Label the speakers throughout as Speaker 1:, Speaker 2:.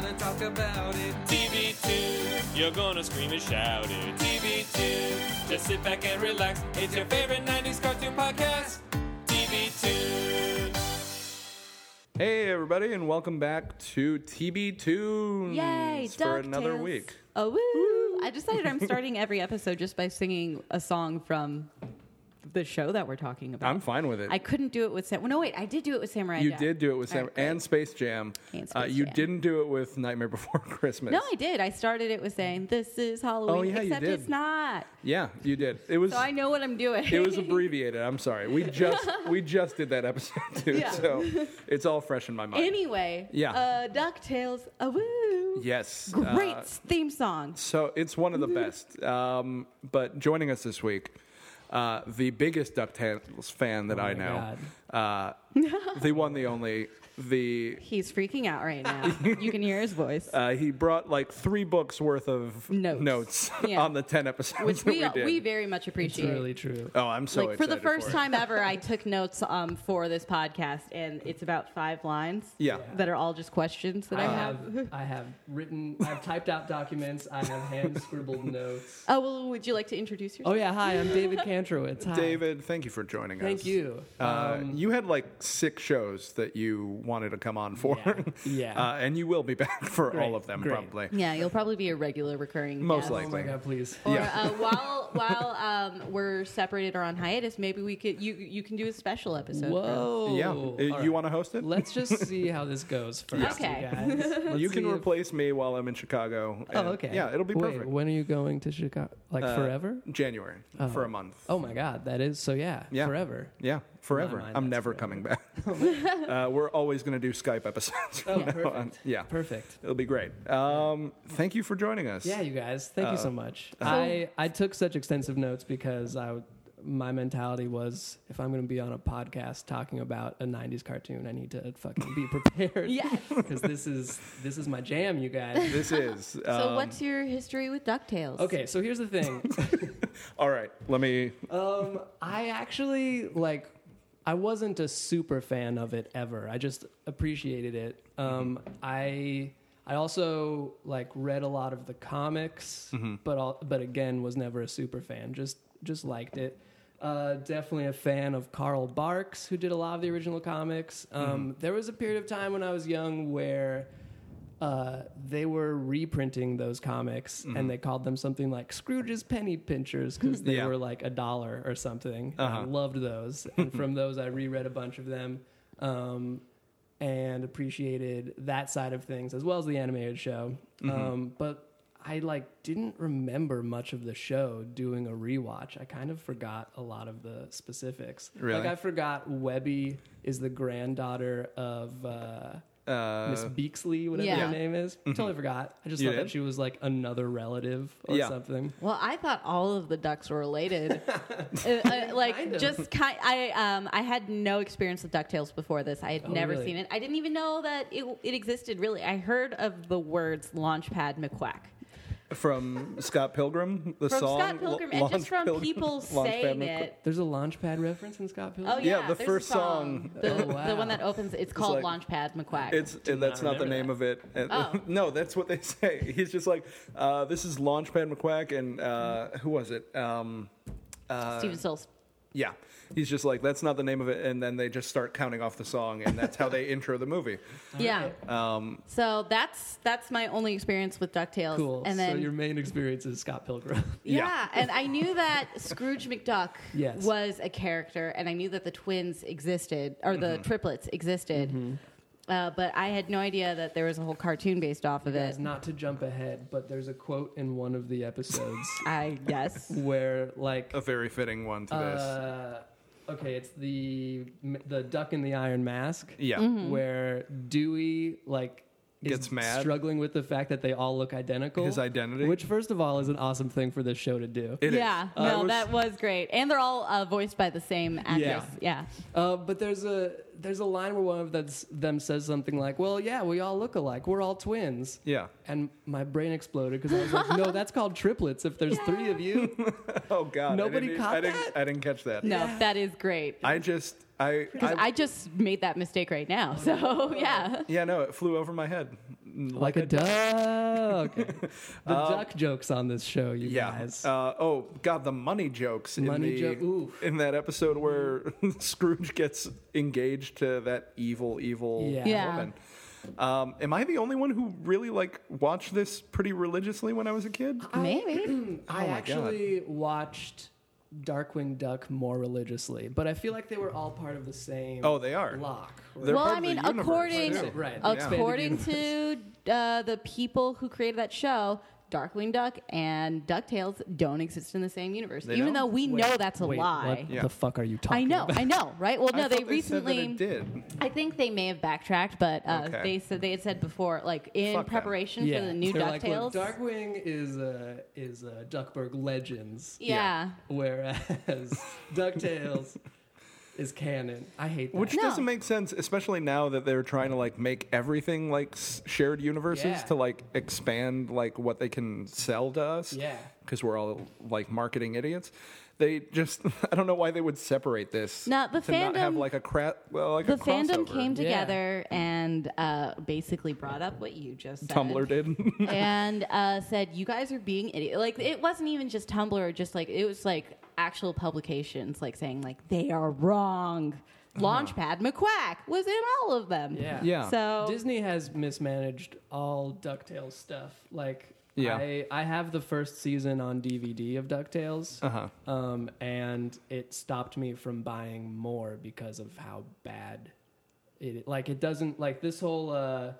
Speaker 1: about it.
Speaker 2: TV2, you're gonna scream and shout it. TV2, just sit back and relax. It's your favorite 90s cartoon podcast. TV2.
Speaker 3: Hey, everybody, and welcome back to TB Tunes
Speaker 4: Yay!
Speaker 3: for another
Speaker 4: DuckTales.
Speaker 3: week.
Speaker 4: Oh woo! I decided I'm starting every episode just by singing a song from the show that we're talking about.
Speaker 3: I'm fine with it.
Speaker 4: I couldn't do it with Sam. Well, no, wait, I did do it with Samurai.
Speaker 3: you
Speaker 4: Jack.
Speaker 3: did do it with
Speaker 4: All
Speaker 3: Sam
Speaker 4: right, great.
Speaker 3: and Space Jam.
Speaker 4: And
Speaker 3: uh,
Speaker 4: Space
Speaker 3: you
Speaker 4: Jam.
Speaker 3: didn't do it with Nightmare Before Christmas.
Speaker 4: No, I did. I started it with saying this is Halloween,
Speaker 3: Oh, yeah, you
Speaker 4: except
Speaker 3: did.
Speaker 4: it's not.
Speaker 3: Yeah, you did. It was
Speaker 4: So I know what I'm doing.
Speaker 3: it was abbreviated. I'm sorry. We just we just did that episode too,
Speaker 4: Yeah.
Speaker 3: so it's all fresh in my mind.
Speaker 4: anyway.
Speaker 3: Yeah.
Speaker 4: Uh, Ducktales. Oh woo!
Speaker 3: yes,
Speaker 4: Great Mm-hmm.
Speaker 3: uh,
Speaker 4: theme song.
Speaker 3: So it's one of the best. Um, but joining us this week, uh, the biggest DuckTales fan
Speaker 4: Oh
Speaker 3: that I know, uh, the one, the only, the
Speaker 4: He's freaking out right now. you can hear his voice.
Speaker 3: uh, he brought like three books worth of
Speaker 4: Notes. Yeah.
Speaker 3: on the ten episodes
Speaker 4: which
Speaker 3: that
Speaker 4: we
Speaker 3: we, did.
Speaker 4: we very much appreciate.
Speaker 5: really true.
Speaker 3: oh, I'm so
Speaker 4: like for the
Speaker 3: excited
Speaker 4: first
Speaker 3: it.
Speaker 4: time ever, I took notes um, for this podcast, and it's about five lines.
Speaker 3: Yeah.
Speaker 4: that are all just questions that I, have.
Speaker 5: I have written. I've typed out documents. I have hand scribbled notes.
Speaker 4: Oh well, would you like to introduce yourself?
Speaker 5: Oh yeah, hi. I'm David Kantrowitz. Hi.
Speaker 3: David, thank you for joining us.
Speaker 5: uh, Thank you. Um,
Speaker 3: Uh, you had like six shows that you wanted to come on for,
Speaker 5: Yeah. Yeah.
Speaker 3: Uh, and you will be back for all
Speaker 5: Great.
Speaker 3: of them
Speaker 5: Great.
Speaker 3: probably.
Speaker 4: Oh, Yeah, you'll probably be a regular recurring.
Speaker 3: Most
Speaker 4: guest.
Speaker 3: likely.
Speaker 5: Oh my god, please.
Speaker 4: Or
Speaker 3: Yeah.
Speaker 4: uh, while while um, we're separated or on hiatus, maybe we could you you can do a special episode. for us.
Speaker 5: Whoa.
Speaker 3: Yeah,
Speaker 5: All
Speaker 3: Uh,
Speaker 5: right.
Speaker 3: you want to host it?
Speaker 5: Let's just see how this goes first,
Speaker 4: Okay.
Speaker 5: you guys. Let's
Speaker 3: you can
Speaker 5: see if-
Speaker 3: replace me while I'm in Chicago.
Speaker 5: Oh,
Speaker 3: and-
Speaker 5: okay.
Speaker 3: Yeah, it'll be
Speaker 5: Wait,
Speaker 3: perfect.
Speaker 5: When are you going to Chicago? Like
Speaker 3: Uh,
Speaker 5: forever?
Speaker 3: January for a month.
Speaker 5: Oh my god, that is so. Yeah,
Speaker 3: Yeah.
Speaker 5: forever.
Speaker 3: Yeah, forever.
Speaker 5: mind,
Speaker 3: I'm
Speaker 5: that's
Speaker 3: never coming back. uh, we're always going to do Skype episodes. from
Speaker 5: Oh,
Speaker 3: now
Speaker 5: perfect.
Speaker 3: on. Yeah,
Speaker 5: Perfect.
Speaker 3: it'll be great. Um, thank you for joining us.
Speaker 5: Yeah, you guys, thank you so much. I I took such extensive notes because I w- my mentality was if I'm going to be on a podcast talking about a '90s cartoon, I need to fucking be prepared.
Speaker 4: Yes.
Speaker 5: because this is this is my jam, you guys.
Speaker 3: This is. Um,
Speaker 4: So what's your history with Ducktales?
Speaker 5: Okay, so here's the thing.
Speaker 3: all right, let me.
Speaker 5: Um, I actually like. I wasn't a super fan of it ever. I just appreciated it. Um, I I also like read a lot of the comics, but all, but again was never a super fan. Just just liked it. Uh, definitely a fan of Carl Barks, who did a lot of the original comics. Um, There was a period of time when I was young where uh, they were reprinting those comics and they called them something like Scrooge's Penny Pinchers because they
Speaker 3: Mm-hmm. Yeah. Uh-huh.
Speaker 5: were like a dollar or something. And I loved those. and from those, I reread a bunch of them um, and appreciated that side of things as well as the animated show.
Speaker 3: Mm-hmm.
Speaker 5: Um, but I like didn't remember much of the show doing a rewatch. I kind of forgot a lot of the specifics.
Speaker 3: Really?
Speaker 5: Like I forgot Webby is the granddaughter of uh,
Speaker 4: Oh,
Speaker 5: Miss
Speaker 3: Uh, Mm-hmm.
Speaker 5: Beaksley, whatever
Speaker 4: Yeah.
Speaker 5: her name is. Totally forgot. I just
Speaker 3: You
Speaker 5: thought
Speaker 3: did?
Speaker 5: that she was like another relative or
Speaker 3: Yeah.
Speaker 5: something.
Speaker 4: Well, I thought all of the ducks were related. Uh, uh, like
Speaker 5: Kind of.
Speaker 4: just kind I um I had no experience with DuckTales before this. I had never
Speaker 5: Oh, really?
Speaker 4: seen it. I didn't even know that it it existed really. I heard of the words Launchpad McQuack.
Speaker 3: from Scott Pilgrim, the
Speaker 4: From
Speaker 3: song.
Speaker 4: Scott Pilgrim
Speaker 3: L-
Speaker 4: and just
Speaker 3: Launch
Speaker 4: from
Speaker 3: Pilgrim-
Speaker 4: people
Speaker 3: Launchpad
Speaker 4: saying
Speaker 3: Mc-
Speaker 4: it.
Speaker 5: There's a Launchpad reference in Scott Pilgrim.
Speaker 4: Oh yeah,
Speaker 3: the
Speaker 4: there's a
Speaker 3: first song.
Speaker 4: The,
Speaker 5: Oh, wow.
Speaker 4: the one that opens it's called
Speaker 3: like-
Speaker 4: Launchpad McQuack.
Speaker 3: It's
Speaker 5: Did
Speaker 3: that's
Speaker 5: not
Speaker 3: not the
Speaker 5: remember
Speaker 3: name of it. And-
Speaker 4: Oh.
Speaker 3: no, that's what they say. He's just like uh, this is Launchpad McQuack and uh, who was it? Um,
Speaker 5: Uh,
Speaker 4: Steven Stills.
Speaker 3: Yeah, he's just like that's not the name of it, and then they just start counting off the song, and that's how they intro the movie.
Speaker 4: Yeah.
Speaker 3: Um,
Speaker 4: so that's that's my only experience with DuckTales.
Speaker 5: cool.
Speaker 4: And then
Speaker 5: so your main experience is Scott Pilgrim.
Speaker 4: Yeah,
Speaker 3: Yeah.
Speaker 4: and I knew that Scrooge McDuck
Speaker 5: Yes.
Speaker 4: was a character, and I knew that the twins existed, or the
Speaker 3: Mm-hmm.
Speaker 4: triplets existed. Uh, but I had no idea that there was a whole cartoon based off of it.
Speaker 5: Guys, not to jump ahead, but there's a quote in one of the episodes
Speaker 4: I guess.
Speaker 5: where like
Speaker 3: A very fitting one to this.
Speaker 5: uh, okay, it's the the duck in the iron mask.
Speaker 3: Yeah,
Speaker 4: Mm-hmm.
Speaker 5: where Dewey like is
Speaker 3: Gets mad.
Speaker 5: struggling with the fact that they all look identical.
Speaker 3: His identity.
Speaker 5: which first of all is an awesome thing for this show to do.
Speaker 3: Uh, It is.
Speaker 4: yeah,
Speaker 3: I
Speaker 4: no,
Speaker 3: was-
Speaker 4: that was great, and they're all uh, voiced by the same actress. Yeah,
Speaker 5: Uh, but there's a there's a line where one of that's, them says something like, "Well, yeah, we all look alike. We're all twins."
Speaker 3: Yeah.
Speaker 5: And my brain exploded because I was like, "No, that's called triplets. If there's three of you,
Speaker 3: Oh God. I
Speaker 5: Nobody
Speaker 3: didn't-
Speaker 5: caught
Speaker 3: I didn't,
Speaker 5: that?
Speaker 3: I didn't catch that.
Speaker 4: no, that is great.
Speaker 3: I just I,
Speaker 4: 'Cause
Speaker 3: I
Speaker 4: I just made that mistake right now, so yeah.
Speaker 3: yeah no, it flew over my head.
Speaker 5: like, a, duck. the duck jokes on this show, you
Speaker 3: Um, Yeah.
Speaker 5: guys.
Speaker 3: Uh, oh God, the money jokes
Speaker 5: Money
Speaker 3: in the
Speaker 5: jo- ooh.
Speaker 3: in that episode where Scrooge gets engaged to that evil, evil
Speaker 5: Yeah.
Speaker 4: Yeah.
Speaker 3: woman. Um, am I the only one who really like watched this pretty religiously when I was a
Speaker 4: Uh,
Speaker 3: kid?
Speaker 4: Maybe.
Speaker 5: I
Speaker 3: oh my
Speaker 5: actually watched Darkwing Duck more religiously, but I feel like they were all part of the same.
Speaker 3: Oh, they are.
Speaker 5: lock. right?
Speaker 3: They're
Speaker 4: well,
Speaker 3: part
Speaker 4: I
Speaker 3: of the
Speaker 4: mean,
Speaker 3: universe,
Speaker 4: according
Speaker 3: too.
Speaker 5: Right.
Speaker 4: according to uh, the people who created that show, Darkwing Duck and Ducktales don't exist in the same universe,
Speaker 3: They
Speaker 4: even
Speaker 3: don't?
Speaker 4: though we
Speaker 5: Wait,
Speaker 4: know that's a
Speaker 5: wait,
Speaker 4: lie.
Speaker 5: What
Speaker 3: Yeah.
Speaker 5: the fuck are you talking?
Speaker 4: I know,
Speaker 5: About?
Speaker 4: I know, right? Well,
Speaker 3: I
Speaker 4: no,
Speaker 3: thought
Speaker 4: they recently
Speaker 3: said that it did.
Speaker 4: I think they may have backtracked, but uh,
Speaker 3: Okay.
Speaker 4: they said they had said before, like in
Speaker 3: Fuck them.
Speaker 4: preparation for the new
Speaker 5: They're like,
Speaker 4: Ducktales.
Speaker 5: "Look, Darkwing is uh, is uh, Duckburg Legends,
Speaker 4: yeah.
Speaker 5: whereas Ducktales is canon. I hate that.
Speaker 3: Which
Speaker 4: No.
Speaker 3: doesn't make sense, especially now that they're trying to like make everything like s- shared universes
Speaker 5: Yeah.
Speaker 3: to like expand like what they can sell to us.
Speaker 5: Yeah.
Speaker 3: because we're all like marketing idiots. They just I don't know why they would separate this.
Speaker 4: No, the
Speaker 3: to not have
Speaker 4: fandom-
Speaker 3: like a cra- well, like
Speaker 4: The
Speaker 3: a
Speaker 4: fandom
Speaker 3: crossover.
Speaker 4: came
Speaker 5: Yeah.
Speaker 4: together and uh, basically brought up what you just said.
Speaker 3: Tumblr did.
Speaker 4: and uh, said, "You guys are being idiot." Like it wasn't even just Tumblr, just like it was like actual publications, like saying like they are wrong. Launchpad McQuack was in all of them.
Speaker 5: Uh-huh. Yeah.
Speaker 3: Yeah.
Speaker 4: So
Speaker 5: Disney has mismanaged all DuckTales stuff. Like,
Speaker 3: Yeah.
Speaker 5: I, I have the first season on DVD of DuckTales,
Speaker 3: Uh-huh.
Speaker 5: um, and it stopped me from buying more because of how bad it. Like, it doesn't like this whole uh,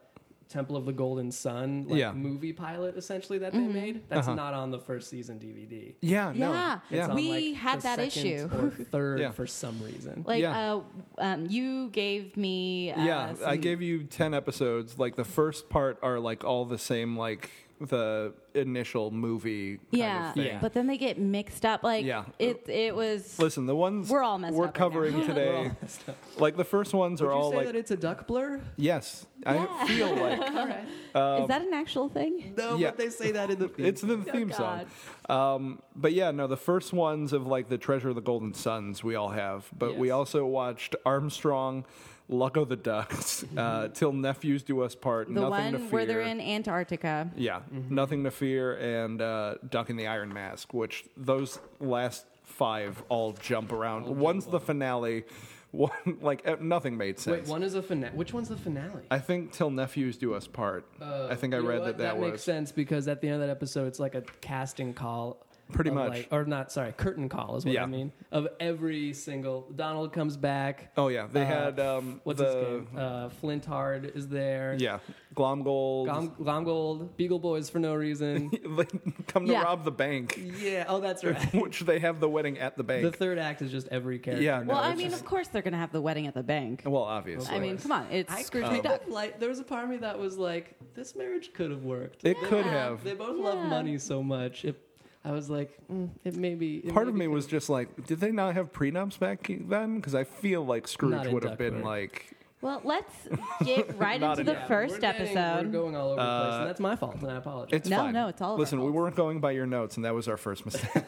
Speaker 5: Temple of the Golden Sun like,
Speaker 3: Yeah.
Speaker 5: movie pilot essentially that
Speaker 4: Mm-hmm.
Speaker 5: they made. That's not on the first season DVD.
Speaker 3: yeah, no,
Speaker 4: Yeah.
Speaker 5: It's
Speaker 3: yeah.
Speaker 5: on,
Speaker 4: We
Speaker 5: like,
Speaker 4: had
Speaker 5: the
Speaker 4: that
Speaker 5: second
Speaker 4: issue.
Speaker 5: or third
Speaker 3: Yeah.
Speaker 5: for some reason.
Speaker 4: like
Speaker 3: Yeah.
Speaker 4: uh, um, you gave me uh,
Speaker 3: yeah, I
Speaker 4: some-
Speaker 3: gave you ten episodes. Like the first part are like all the same, like the initial movie. Kind
Speaker 4: yeah,
Speaker 3: of thing.
Speaker 5: Yeah.
Speaker 4: but then they get mixed up. Like
Speaker 3: Yeah.
Speaker 4: it it was
Speaker 3: Listen, the ones
Speaker 4: We're all messed
Speaker 3: we're
Speaker 4: up right now.
Speaker 3: covering
Speaker 4: Yeah.
Speaker 5: We're all
Speaker 3: today,
Speaker 5: messed up.
Speaker 3: like the first ones are
Speaker 5: Would you
Speaker 3: all
Speaker 5: say
Speaker 3: like
Speaker 5: that it's a duck blur?
Speaker 3: yes, I feel like
Speaker 5: All right.
Speaker 3: um,
Speaker 4: is that an actual thing?
Speaker 5: No,
Speaker 3: Yeah.
Speaker 5: but they say that in the theme.
Speaker 3: it's the
Speaker 4: Oh,
Speaker 3: theme song. Um, but yeah, no, the first ones of like the Treasure of the Golden Suns we all have, but we
Speaker 5: Yes.
Speaker 3: also watched Armstrong, Lucko the Ducks, uh, Till Nephews Do Us Part,
Speaker 4: The
Speaker 3: Nothing
Speaker 4: one
Speaker 3: to Fear.
Speaker 4: where they're in Antarctica.
Speaker 3: Yeah,
Speaker 5: Mm-hmm.
Speaker 3: Nothing to Fear and uh, Duck in the Iron Mask, which those last five all jump around. One's the finale, one like eh, nothing made sense.
Speaker 5: Wait, one is a finale. Which one's the finale?
Speaker 3: I think Till Nephews Do Us Part. I think I
Speaker 5: Uh, You know
Speaker 3: read
Speaker 5: what?
Speaker 3: that that, was.
Speaker 5: makes sense because at the end of that episode, it's like a casting call.
Speaker 3: Pretty
Speaker 5: of
Speaker 3: much.
Speaker 5: like- or not, sorry, curtain call is what
Speaker 3: Yeah.
Speaker 5: I mean. Of every single. Donald comes back.
Speaker 3: Oh yeah, they
Speaker 5: Uh,
Speaker 3: had um,
Speaker 5: What's
Speaker 3: the
Speaker 5: his name? Uh, Flintard is there.
Speaker 3: yeah Glomgold.
Speaker 5: Gom- Glomgold, Beagle Boys for no reason.
Speaker 3: they come to
Speaker 4: Yeah.
Speaker 3: rob the bank,
Speaker 5: yeah, oh, that's right.
Speaker 3: which they have the wedding at the
Speaker 5: The
Speaker 3: bank.
Speaker 5: third act is just every character.
Speaker 3: Yeah, no,
Speaker 4: Well, I
Speaker 3: it's
Speaker 4: mean,
Speaker 3: just-
Speaker 4: of course they're going to have the wedding at the bank.
Speaker 3: well, obviously,
Speaker 4: I mean, come on, it's
Speaker 5: I
Speaker 4: Scrooge
Speaker 5: kind
Speaker 4: McDuck.
Speaker 5: of like. There was a part of me that was like, this marriage could have worked.
Speaker 3: it could
Speaker 4: Yeah.
Speaker 3: have.
Speaker 5: They both
Speaker 4: Yeah.
Speaker 5: love money so much. It, I was like, mm, it may be. it
Speaker 3: Part
Speaker 5: may
Speaker 3: of
Speaker 5: be
Speaker 3: me was just like, did they not have prenups back then? Because I feel like Scrooge
Speaker 5: Not in
Speaker 3: would have been
Speaker 5: Duckburg.
Speaker 3: like,
Speaker 4: Well, let's get right
Speaker 3: Not
Speaker 4: into
Speaker 3: into
Speaker 4: the
Speaker 5: Yeah, we're
Speaker 4: first
Speaker 5: getting- We're
Speaker 4: episode.
Speaker 5: going all over the place,
Speaker 3: Uh,
Speaker 5: and that's my fault, and I apologize.
Speaker 3: it's
Speaker 4: No,
Speaker 3: fine.
Speaker 4: no, it's all of our
Speaker 3: Listen, we
Speaker 4: faults.
Speaker 3: weren't going by your notes, and that was our first mistake.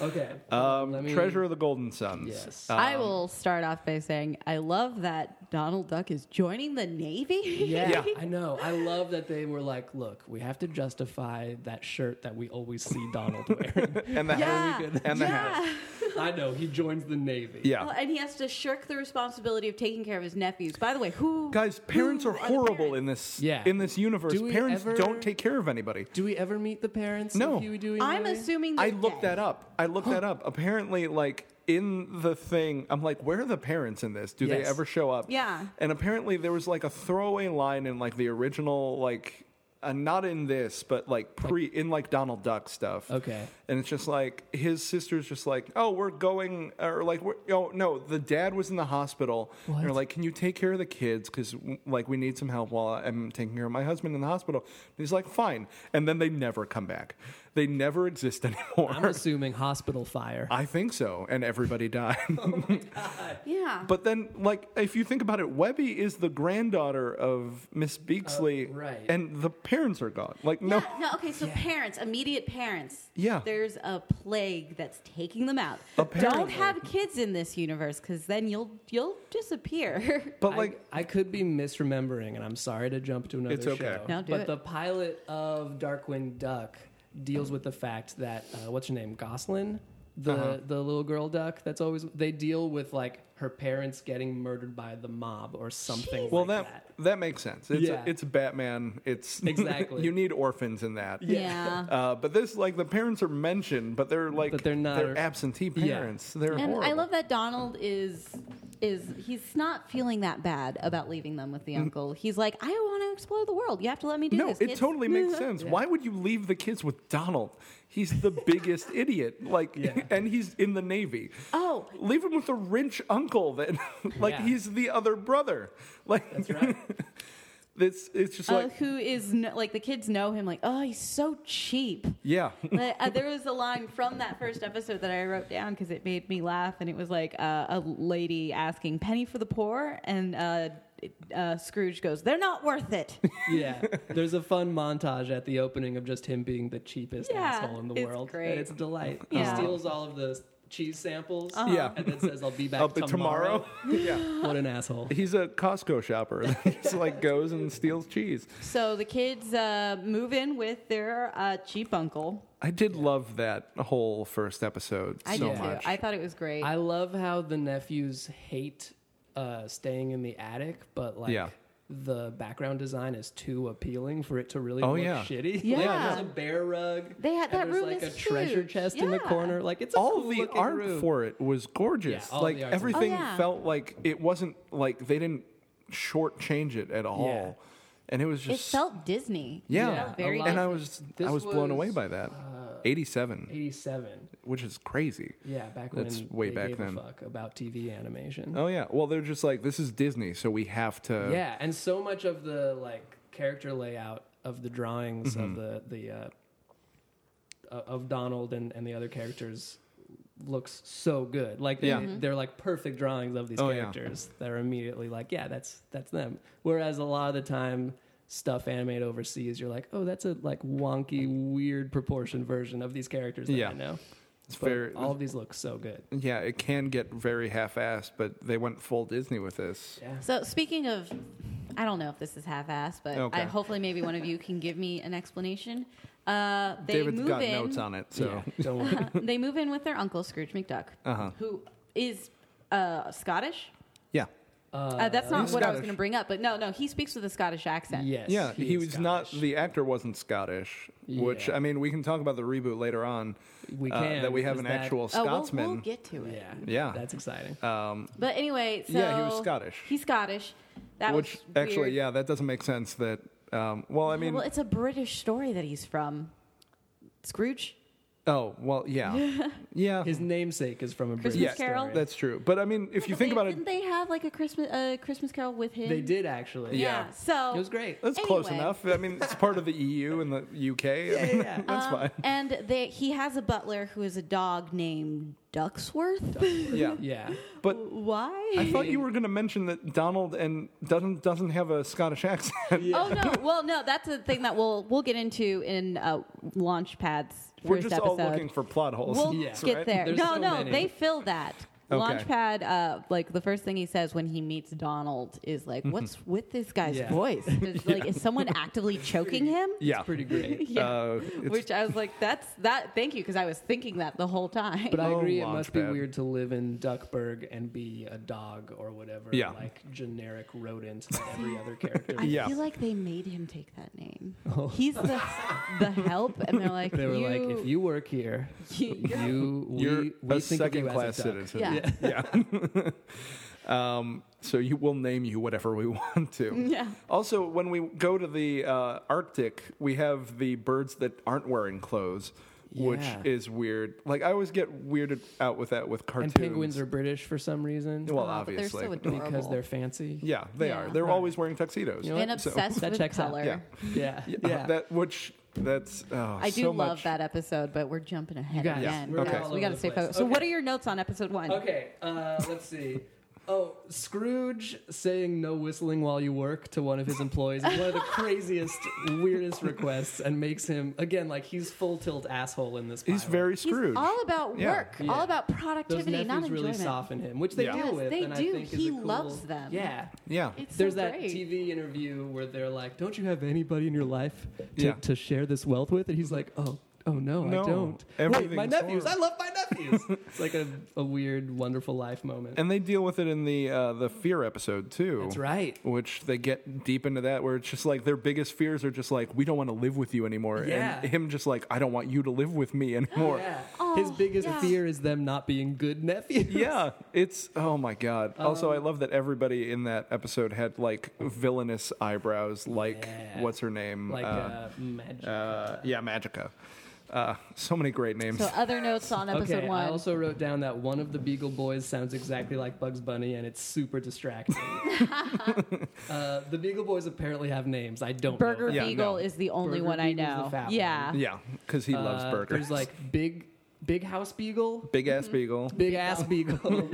Speaker 5: okay.
Speaker 3: Um,
Speaker 5: Let me-
Speaker 3: Treasure of the Golden Suns. Uh,
Speaker 5: Yes.
Speaker 4: I will start off by saying I love that Donald Duck is joining the Navy.
Speaker 5: Yeah,
Speaker 3: Yeah.
Speaker 5: I know. I love that they were like, look, we have to justify that shirt that we always see Donald wearing.
Speaker 3: and the
Speaker 4: Yeah.
Speaker 3: hat. and the
Speaker 4: yeah.
Speaker 3: hat.
Speaker 5: I know he joins the Navy.
Speaker 3: Yeah.
Speaker 4: Well, and he has to shirk the responsibility of taking care of his nephews. By the way, who
Speaker 3: Guys, parents
Speaker 4: who
Speaker 3: are horrible
Speaker 4: the
Speaker 3: in this
Speaker 5: Yeah.
Speaker 3: in this universe.
Speaker 5: Do we
Speaker 3: parents
Speaker 5: ever-
Speaker 3: don't take care of anybody.
Speaker 5: Do we ever meet the parents?
Speaker 3: No.
Speaker 5: Of Huey, Dewey,
Speaker 4: parents? I'm
Speaker 5: Louie?
Speaker 4: assuming.
Speaker 3: I
Speaker 4: they're
Speaker 3: looked that
Speaker 4: dead.
Speaker 3: up. I looked that up. Apparently, like in the thing, I'm like, where are the parents in this? Do they
Speaker 5: Yes.
Speaker 3: ever show up?
Speaker 4: Yeah.
Speaker 3: And apparently, there was like a throwaway line in like the original, like uh, not in this, but like pre in like Donald Duck stuff.
Speaker 5: Okay.
Speaker 3: And it's just like his sister's just like, oh, we're going, or like, we're, oh no, the dad was in the hospital. And they're
Speaker 5: What?
Speaker 3: like, can you take care of the kids? Because like we need some help while I'm taking care of my husband in the hospital. And he's like, fine. And then they never come back. They never exist anymore.
Speaker 5: I'm assuming hospital fire.
Speaker 3: I think so, and everybody died.
Speaker 4: Yeah.
Speaker 3: but then, like, if you think about it, Webby is the granddaughter of Miss Beaksley,
Speaker 5: Uh, right.
Speaker 3: And the parents are gone. Like,
Speaker 4: yeah,
Speaker 3: no,
Speaker 4: no, okay, so parents, immediate parents.
Speaker 3: Yeah.
Speaker 4: There's a plague that's taking them out. Don't
Speaker 3: Apparently.
Speaker 4: have kids in this universe cuz then you'll you'll disappear.
Speaker 3: but like,
Speaker 5: I, I could be misremembering, and I'm sorry to jump to another
Speaker 3: It's okay.
Speaker 5: show.
Speaker 4: No, do
Speaker 5: but
Speaker 4: it.
Speaker 5: the pilot of Darkwing Duck deals with the fact that uh, what's her name, Goslin, the
Speaker 3: Uh-huh.
Speaker 5: the little girl duck. That's always they deal with like her parents getting murdered by the mob or something.
Speaker 3: well,
Speaker 5: like
Speaker 3: that, that makes sense. It's
Speaker 5: Yeah.
Speaker 3: it's Batman. It's
Speaker 5: Exactly.
Speaker 3: you need orphans in that.
Speaker 4: Yeah.
Speaker 3: Uh, but this, like, the parents are mentioned, but they're like,
Speaker 5: But they're not-
Speaker 3: absentee
Speaker 5: Yeah.
Speaker 3: parents. They're
Speaker 4: and
Speaker 3: horrible.
Speaker 4: I love that Donald is is he's not feeling that bad about leaving them with the uncle. He's like, I want to explore the world. You have to let me do
Speaker 3: Mm. No,
Speaker 4: this.
Speaker 3: it
Speaker 4: kids."
Speaker 3: totally makes sense. Why would you leave the kids with Donald? He's the biggest idiot. Like,
Speaker 5: Yeah.
Speaker 3: and he's in the Navy.
Speaker 4: Oh.
Speaker 3: leave him with a rich uncle. That, like,
Speaker 5: Yeah.
Speaker 3: he's the other brother. Like,
Speaker 5: That's right.
Speaker 3: it's it's just
Speaker 4: Uh,
Speaker 3: like,
Speaker 4: who is kn- like the kids know him like oh he's so cheap
Speaker 3: yeah,
Speaker 4: But, uh, there was a line from that first episode that I wrote down because it made me laugh, and it was like uh, a lady asking "penny for the poor," and uh, uh, Scrooge goes, "They're not worth it."
Speaker 5: yeah, there's a fun montage at the opening of just him being the cheapest
Speaker 4: Yeah,
Speaker 5: asshole in the
Speaker 4: it's
Speaker 5: world.
Speaker 4: great.
Speaker 5: And it's a delight.
Speaker 4: Yeah. Uh-huh.
Speaker 5: He steals all of the cheese samples.
Speaker 3: Yeah.
Speaker 5: and then says, "I'll be back
Speaker 3: up to tomorrow. yeah,
Speaker 5: What an asshole.
Speaker 3: he's a Costco shopper. He just like goes and steals cheese.
Speaker 4: so the kids uh, move in with their uh, cheap uncle.
Speaker 3: I did love that whole first episode
Speaker 4: I
Speaker 3: so
Speaker 4: did
Speaker 3: much.
Speaker 4: too. I thought it was great.
Speaker 5: I love how the nephews hate uh, staying in the attic, but like
Speaker 3: Yeah.
Speaker 5: the background design is too appealing for it to really
Speaker 3: Oh,
Speaker 5: look
Speaker 3: yeah.
Speaker 5: shitty.
Speaker 4: Yeah.
Speaker 5: Like, there's a bear rug.
Speaker 4: They had-
Speaker 5: and
Speaker 4: that
Speaker 5: there's
Speaker 4: room
Speaker 5: like
Speaker 4: is
Speaker 5: a treasure
Speaker 4: huge.
Speaker 5: chest in the
Speaker 4: Yeah.
Speaker 5: corner. Like it's a
Speaker 3: all
Speaker 5: cool
Speaker 3: the
Speaker 5: looking
Speaker 3: art
Speaker 5: room.
Speaker 3: for it was gorgeous.
Speaker 5: Yeah, all
Speaker 3: like
Speaker 5: the art's
Speaker 3: everything
Speaker 4: amazing. Oh, yeah.
Speaker 3: felt like it wasn't like they didn't shortchange it at all,
Speaker 5: Yeah.
Speaker 3: and it was
Speaker 4: it
Speaker 3: just
Speaker 4: felt Disney.
Speaker 3: yeah.
Speaker 4: It felt very
Speaker 5: a lot.
Speaker 4: Disney.
Speaker 3: and I was
Speaker 5: This
Speaker 3: I was blown
Speaker 5: was, uh,
Speaker 3: away by that. Eighty-seven,
Speaker 5: Eighty-seven.
Speaker 3: which is crazy.
Speaker 5: Yeah, back
Speaker 3: That's
Speaker 5: when
Speaker 3: way
Speaker 5: they
Speaker 3: back
Speaker 5: gave
Speaker 3: then.
Speaker 5: a fuck about TV animation.
Speaker 3: Oh yeah. Well, they're just like this is Disney, so we have to.
Speaker 5: Yeah, and so much of the like character layout of the drawings
Speaker 3: Mm-hmm.
Speaker 5: of the the uh, o- of Donald and, and the other characters looks so good. Like they
Speaker 3: Yeah. Mhm.
Speaker 5: they're like perfect drawings of these
Speaker 3: Oh, yeah.
Speaker 5: characters. They're immediately like, yeah, that's that's them. Whereas a lot of the time stuff animated overseas, you're like, oh, that's a like wonky, weird proportion version of these characters that
Speaker 3: Yeah.
Speaker 5: I know.
Speaker 3: It's
Speaker 5: But
Speaker 3: very.
Speaker 5: all of these look so good.
Speaker 3: yeah, it can get very half-assed, but they went full Disney with this.
Speaker 5: Yeah.
Speaker 4: So speaking of, I don't know if this is half-assed, but
Speaker 3: Okay.
Speaker 4: I, hopefully maybe one of you can give me an explanation. Uh, they
Speaker 3: David's
Speaker 4: move
Speaker 3: got
Speaker 4: in. uh,
Speaker 3: notes on it, Uh-huh. so
Speaker 5: Yeah, don't worry.
Speaker 4: they move in with their uncle Scrooge McDuck, who is uh, Scottish.
Speaker 3: yeah,
Speaker 4: Uh, that's not
Speaker 3: he's
Speaker 4: what I was
Speaker 3: Scottish.
Speaker 4: going to bring up, but no, no, he speaks with a Scottish accent. Uh,
Speaker 5: yes.
Speaker 3: yeah. he
Speaker 5: is
Speaker 3: was not
Speaker 5: Scottish.
Speaker 3: the actor wasn't Scottish, which
Speaker 5: Yeah.
Speaker 3: I mean we can talk about the reboot later on.
Speaker 5: We
Speaker 3: uh,
Speaker 5: can,
Speaker 3: that we have
Speaker 5: because
Speaker 3: an
Speaker 5: that-
Speaker 3: actual
Speaker 4: Oh, we'll,
Speaker 3: Scotsman.
Speaker 4: we'll get to it.
Speaker 5: Yeah.
Speaker 3: Yeah. Uh,
Speaker 5: That's exciting.
Speaker 4: But anyway, so
Speaker 3: Yeah, he was Scottish.
Speaker 4: He's Scottish. That
Speaker 3: Which
Speaker 4: was
Speaker 3: actually,
Speaker 4: weird.
Speaker 3: yeah, that doesn't make sense. That um, well, I mean,
Speaker 4: well, it's a British story that he's from. Scrooge.
Speaker 3: oh well, yeah, yeah,
Speaker 5: His namesake is from a British
Speaker 4: Christmas
Speaker 3: Yeah.
Speaker 4: Carol?
Speaker 5: story.
Speaker 3: that's true. But I mean, if you think
Speaker 4: But they-
Speaker 3: about it,
Speaker 4: didn't they have like a Christmas uh, Christmas Carol with him?
Speaker 5: They did actually.
Speaker 4: Yeah.
Speaker 3: Yeah.
Speaker 4: So
Speaker 5: It was great.
Speaker 3: that's close
Speaker 4: Anyway.
Speaker 3: enough. I mean, it's part of the EU and the UK. I mean,
Speaker 5: yeah, yeah.
Speaker 3: that's
Speaker 4: Um,
Speaker 3: fine.
Speaker 4: And they, he has a butler who is a dog named Ducksworth.
Speaker 3: Yeah,
Speaker 5: Yeah.
Speaker 3: but
Speaker 4: Why?
Speaker 3: I thought you were going to mention that Donald and doesn't doesn't have a Scottish accent.
Speaker 4: Oh no! Well, no, that's a thing that we'll we'll get into in uh, Launchpad's 1st
Speaker 3: We're just
Speaker 4: episode.
Speaker 3: all looking for plot holes.
Speaker 4: we'll
Speaker 5: Yeah.
Speaker 4: get
Speaker 3: right?
Speaker 4: there.
Speaker 5: There's
Speaker 4: no,
Speaker 5: so
Speaker 4: no,
Speaker 5: many.
Speaker 4: they fill that.
Speaker 3: Okay.
Speaker 4: Launchpad, uh, like the first thing he says when he meets Donald is like, "What's with this guy's
Speaker 5: Yeah.
Speaker 4: voice? Is, Like, is someone actively choking him?"
Speaker 3: Yeah,
Speaker 5: Pretty great.
Speaker 4: Yeah.
Speaker 3: Uh, it's-
Speaker 4: Which I was like, "That's that." Thank you, because I was thinking that the whole time.
Speaker 5: But I
Speaker 3: Oh,
Speaker 5: agree it must be
Speaker 3: Launchpad.
Speaker 5: weird to live in Duckburg and be a dog or whatever
Speaker 3: Yeah.
Speaker 5: like generic rodent that every other character.
Speaker 4: I
Speaker 5: is.
Speaker 3: Yeah.
Speaker 4: feel like they made him take that name. He's the the help, and they're like,
Speaker 5: Oh. They were
Speaker 4: you,
Speaker 5: like, if you work here,
Speaker 4: you-
Speaker 5: you we,
Speaker 3: You're
Speaker 5: we
Speaker 3: a
Speaker 5: think of you
Speaker 3: second
Speaker 5: as
Speaker 3: class
Speaker 5: a duck.
Speaker 3: citizen.
Speaker 4: Yeah.
Speaker 3: Yeah. um, so you will name you whatever we want to.
Speaker 4: Yeah.
Speaker 3: Also, when we go to the uh, Arctic, we have the birds that aren't wearing clothes, which
Speaker 5: Yeah.
Speaker 3: is weird. Like I always get weirded out with that with cartoons.
Speaker 5: And penguins are British for some reason
Speaker 3: well,
Speaker 4: "Oh, but
Speaker 3: obviously,
Speaker 4: they're so adorable
Speaker 5: because they're fancy.
Speaker 3: yeah, they
Speaker 4: Yeah.
Speaker 3: are. They're always wearing tuxedos.
Speaker 5: You know
Speaker 4: and
Speaker 5: what?
Speaker 3: So-
Speaker 4: obsessed
Speaker 5: That
Speaker 4: with
Speaker 5: checks out.
Speaker 4: color."
Speaker 3: yeah.
Speaker 5: Yeah.
Speaker 3: yeah. That which That's oh,
Speaker 4: I do
Speaker 3: so
Speaker 4: love
Speaker 3: much.
Speaker 4: that episode, but we're jumping ahead
Speaker 5: guys,
Speaker 4: again.
Speaker 5: we're
Speaker 3: Okay.
Speaker 4: guys.
Speaker 3: all
Speaker 4: We
Speaker 5: over
Speaker 4: got to
Speaker 5: the
Speaker 4: stay
Speaker 5: place.
Speaker 4: focused. So,
Speaker 5: Okay.
Speaker 4: what are your notes on episode one?
Speaker 5: Okay, uh, let's see. Oh, Scrooge saying no whistling while you work to one of his employees is one of the craziest, weirdest requests and makes him, again, like he's full tilt asshole in this.
Speaker 3: He's
Speaker 5: pilot.
Speaker 3: very
Speaker 4: He's
Speaker 3: Scrooge.
Speaker 4: all about
Speaker 3: Yeah.
Speaker 4: work,
Speaker 5: Yeah.
Speaker 4: all about
Speaker 5: Those
Speaker 4: productivity,
Speaker 5: nephews
Speaker 4: not enjoyment.
Speaker 5: really soften him, which they
Speaker 3: Yeah.
Speaker 5: deal
Speaker 4: Yes,
Speaker 5: with.
Speaker 4: they
Speaker 5: and
Speaker 4: do.
Speaker 5: I think is
Speaker 4: He
Speaker 5: a cool-
Speaker 4: loves them.
Speaker 5: Yeah.
Speaker 3: yeah.
Speaker 4: It's
Speaker 5: There's
Speaker 4: so
Speaker 5: that
Speaker 4: great.
Speaker 5: TV interview where they're like, "Don't you have anybody in your life to,
Speaker 3: Yeah.
Speaker 5: to share this wealth with?" And he's like, "Oh, oh no,
Speaker 3: No,
Speaker 5: I don't. Wait, my
Speaker 3: everything's
Speaker 5: nephews.
Speaker 3: horrible."
Speaker 5: I love my nephews." it's like a, a weird, wonderful life moment.
Speaker 3: And they deal with it in the uh, the fear episode too.
Speaker 5: That's right.
Speaker 3: Which they get deep into that, where it's just like their biggest fears are just like we don't want to live with you anymore,
Speaker 5: Yeah.
Speaker 3: and him just like I don't want you to live with me anymore.
Speaker 5: Yeah.
Speaker 4: Oh,
Speaker 5: His biggest
Speaker 4: yeah.
Speaker 5: fear is them not being good nephews.
Speaker 3: Yeah, it's oh my god. also,
Speaker 5: Um,
Speaker 3: I love that everybody in that episode had like villainous eyebrows, like
Speaker 5: Yeah.
Speaker 3: what's her name?
Speaker 5: Like
Speaker 3: uh,
Speaker 5: uh, magic.
Speaker 3: uh, yeah, Magica. Uh, so many great names.
Speaker 4: So, uh, other notes on episode
Speaker 5: okay,
Speaker 4: one.
Speaker 5: I also wrote down that one of the Beagle Boys sounds exactly like Bugs Bunny, and it's super distracting. uh, the Beagle Boys apparently have names. I don't
Speaker 4: Burger
Speaker 5: know.
Speaker 3: Yeah,
Speaker 4: Beagle
Speaker 3: no.
Speaker 4: is the only
Speaker 5: Burger
Speaker 4: one I
Speaker 5: Beagle's the
Speaker 4: know.
Speaker 5: fat one.
Speaker 4: yeah.
Speaker 3: yeah, because he
Speaker 5: them.
Speaker 3: loves
Speaker 5: Uh,
Speaker 3: burgers.
Speaker 5: There's like Mm-hmm. big, big house beagle,
Speaker 3: big ass beagle.
Speaker 5: big ass beagle.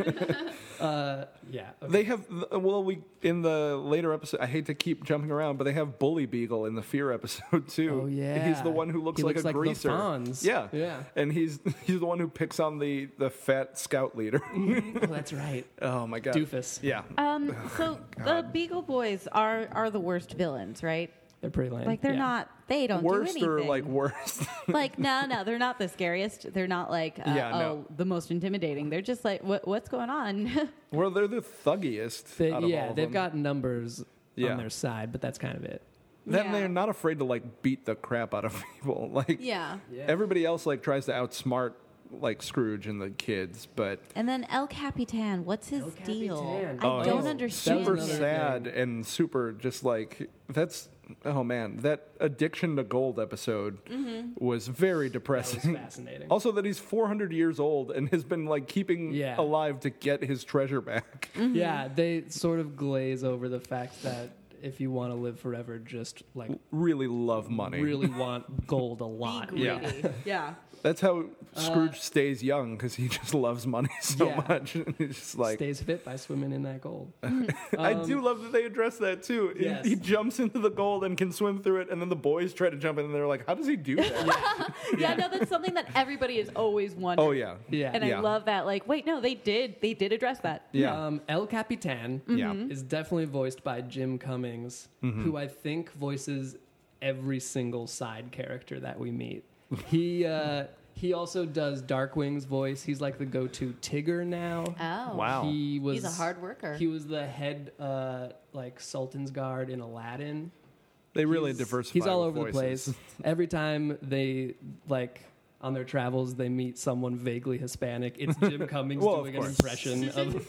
Speaker 5: uh, yeah. okay.
Speaker 3: They have well, we in the later episode. I hate to keep jumping around, but they have Bully Beagle in the Fear episode too.
Speaker 5: Oh, yeah.
Speaker 3: he's the one who looks
Speaker 5: He
Speaker 3: like
Speaker 5: looks
Speaker 3: a
Speaker 5: like the
Speaker 3: greaser.
Speaker 5: Fonz.
Speaker 3: Yeah,
Speaker 5: Yeah.
Speaker 3: and he's he's the one who picks on the the fat scout leader.
Speaker 5: oh, that's right.
Speaker 3: oh my god,
Speaker 5: Doofus.
Speaker 3: Yeah,
Speaker 4: Um,
Speaker 3: Oh,
Speaker 4: so the Beagle Boys are are the worst villains, right?
Speaker 5: They're pretty lame.
Speaker 4: Like they're
Speaker 5: Yeah.
Speaker 4: not. They don't
Speaker 3: worst
Speaker 4: do
Speaker 3: or
Speaker 4: anything.
Speaker 3: like worst.
Speaker 4: like no, no, they're not the scariest. They're not like uh,
Speaker 3: Yeah,
Speaker 4: oh
Speaker 3: no.
Speaker 4: the most intimidating. They're just like what, what's going on.
Speaker 3: well, they're the thuggiest.
Speaker 5: They,
Speaker 3: out of
Speaker 5: yeah,
Speaker 3: all of
Speaker 5: they've
Speaker 3: them.
Speaker 5: got numbers
Speaker 3: Yeah.
Speaker 5: on their side, but that's kind of it.
Speaker 3: Then
Speaker 4: Yeah.
Speaker 3: they're not afraid to like beat the crap out of people. Like
Speaker 4: yeah.
Speaker 3: everybody else like tries to outsmart like Scrooge and the kids, but
Speaker 4: And then El Capitan, what's his
Speaker 5: El
Speaker 4: deal?
Speaker 5: Capitan.
Speaker 4: I
Speaker 5: Oh,
Speaker 3: it's
Speaker 4: don't
Speaker 5: he's
Speaker 4: understand.
Speaker 3: Super
Speaker 5: That was
Speaker 4: it.
Speaker 5: another
Speaker 3: sad
Speaker 5: thing.
Speaker 3: and super just like that's oh man that addiction to gold episode
Speaker 5: Mm-hmm.
Speaker 3: was very
Speaker 5: That was
Speaker 3: depressing.
Speaker 5: fascinating.
Speaker 3: also that he's 400 years old and has been like keeping
Speaker 5: Yeah. Mm.
Speaker 3: alive to get his treasure back.
Speaker 4: Mm-hmm.
Speaker 5: Yeah, they sort of glaze over the fact that if you want to live forever, just like
Speaker 3: really love money.
Speaker 5: really want gold a
Speaker 4: Be
Speaker 5: lot.
Speaker 3: Yeah.
Speaker 4: greedy. yeah.
Speaker 3: That's how Scrooge stays young because he just loves money so
Speaker 5: Uh, Yeah.
Speaker 3: much. And he's just like
Speaker 5: Stays fit by swimming in that gold.
Speaker 3: I do love that they address that too. He-
Speaker 5: Yes.
Speaker 3: He, jumps into the gold and can swim through it, and then the boys try to jump in, and they're like, "How does he do that?"
Speaker 4: Yeah, no, that's something that everybody has always wondered.
Speaker 3: Oh yeah,
Speaker 5: Yeah.
Speaker 4: And
Speaker 3: Yeah.
Speaker 4: I love that. Like, wait, no, they did. They did address that.
Speaker 3: yeah.
Speaker 5: Um, El Capitan
Speaker 4: Mm-hmm.
Speaker 3: Yeah. Mm-hmm. Mhm.
Speaker 5: is definitely voiced by Jim Cummings, who I think voices every single side character that we meet. He uh, he also does Darkwing's voice. He's like the go-to Tigger now.
Speaker 4: Oh.
Speaker 3: Wow.
Speaker 5: He was
Speaker 4: He's a hard worker.
Speaker 5: He was the head uh, like Sultan's guard in Aladdin.
Speaker 3: they really
Speaker 5: he's,
Speaker 3: diversify.
Speaker 5: He's all
Speaker 3: with
Speaker 5: over
Speaker 3: voices.
Speaker 5: the place. Every time they like on their travels, they meet someone vaguely Hispanic. It's Jim Cummings
Speaker 3: Well, of
Speaker 5: doing an
Speaker 3: course.
Speaker 5: impression of.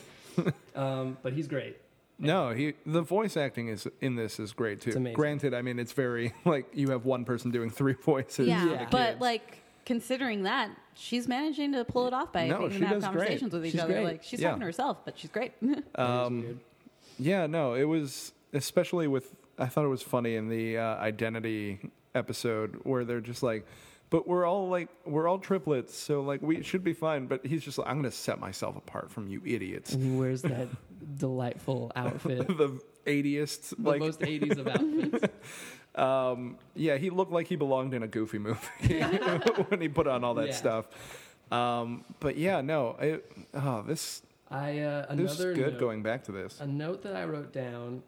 Speaker 5: um, but he's great.
Speaker 3: No, he the voice acting is in this is great too.
Speaker 5: amazing.
Speaker 3: Granted, I mean it's very like you have one person doing three voices.
Speaker 4: Yeah.
Speaker 5: Yeah.
Speaker 4: But
Speaker 3: kids.
Speaker 4: like considering that, she's managing to pull it off by
Speaker 3: No,
Speaker 4: making
Speaker 3: she
Speaker 4: them have
Speaker 3: does great.
Speaker 4: conversations with each
Speaker 5: She's
Speaker 4: other.
Speaker 5: great.
Speaker 4: Like she's
Speaker 3: Yeah. Uh,
Speaker 4: talking to herself, but she's great.
Speaker 5: Um, weird.
Speaker 3: Yeah, no, it was especially with. I thought it was funny in the uh, identity episode where they're just like, "But we're all like, we're all triplets, so like we should be fine." But he's just like, "I'm going to set myself apart from you idiots."
Speaker 5: And he wears that delightful outfit. The
Speaker 3: the 80st, like,
Speaker 5: most 80s of outfits.
Speaker 3: um, yeah, he looked like he belonged in a goofy movie when he put on all that
Speaker 5: Yeah.
Speaker 3: stuff. Um, but yeah, no, it, oh, this,
Speaker 5: I, uh,
Speaker 3: this is
Speaker 5: another
Speaker 3: good
Speaker 5: note, Uh,
Speaker 3: going back to this.
Speaker 5: A note that I wrote down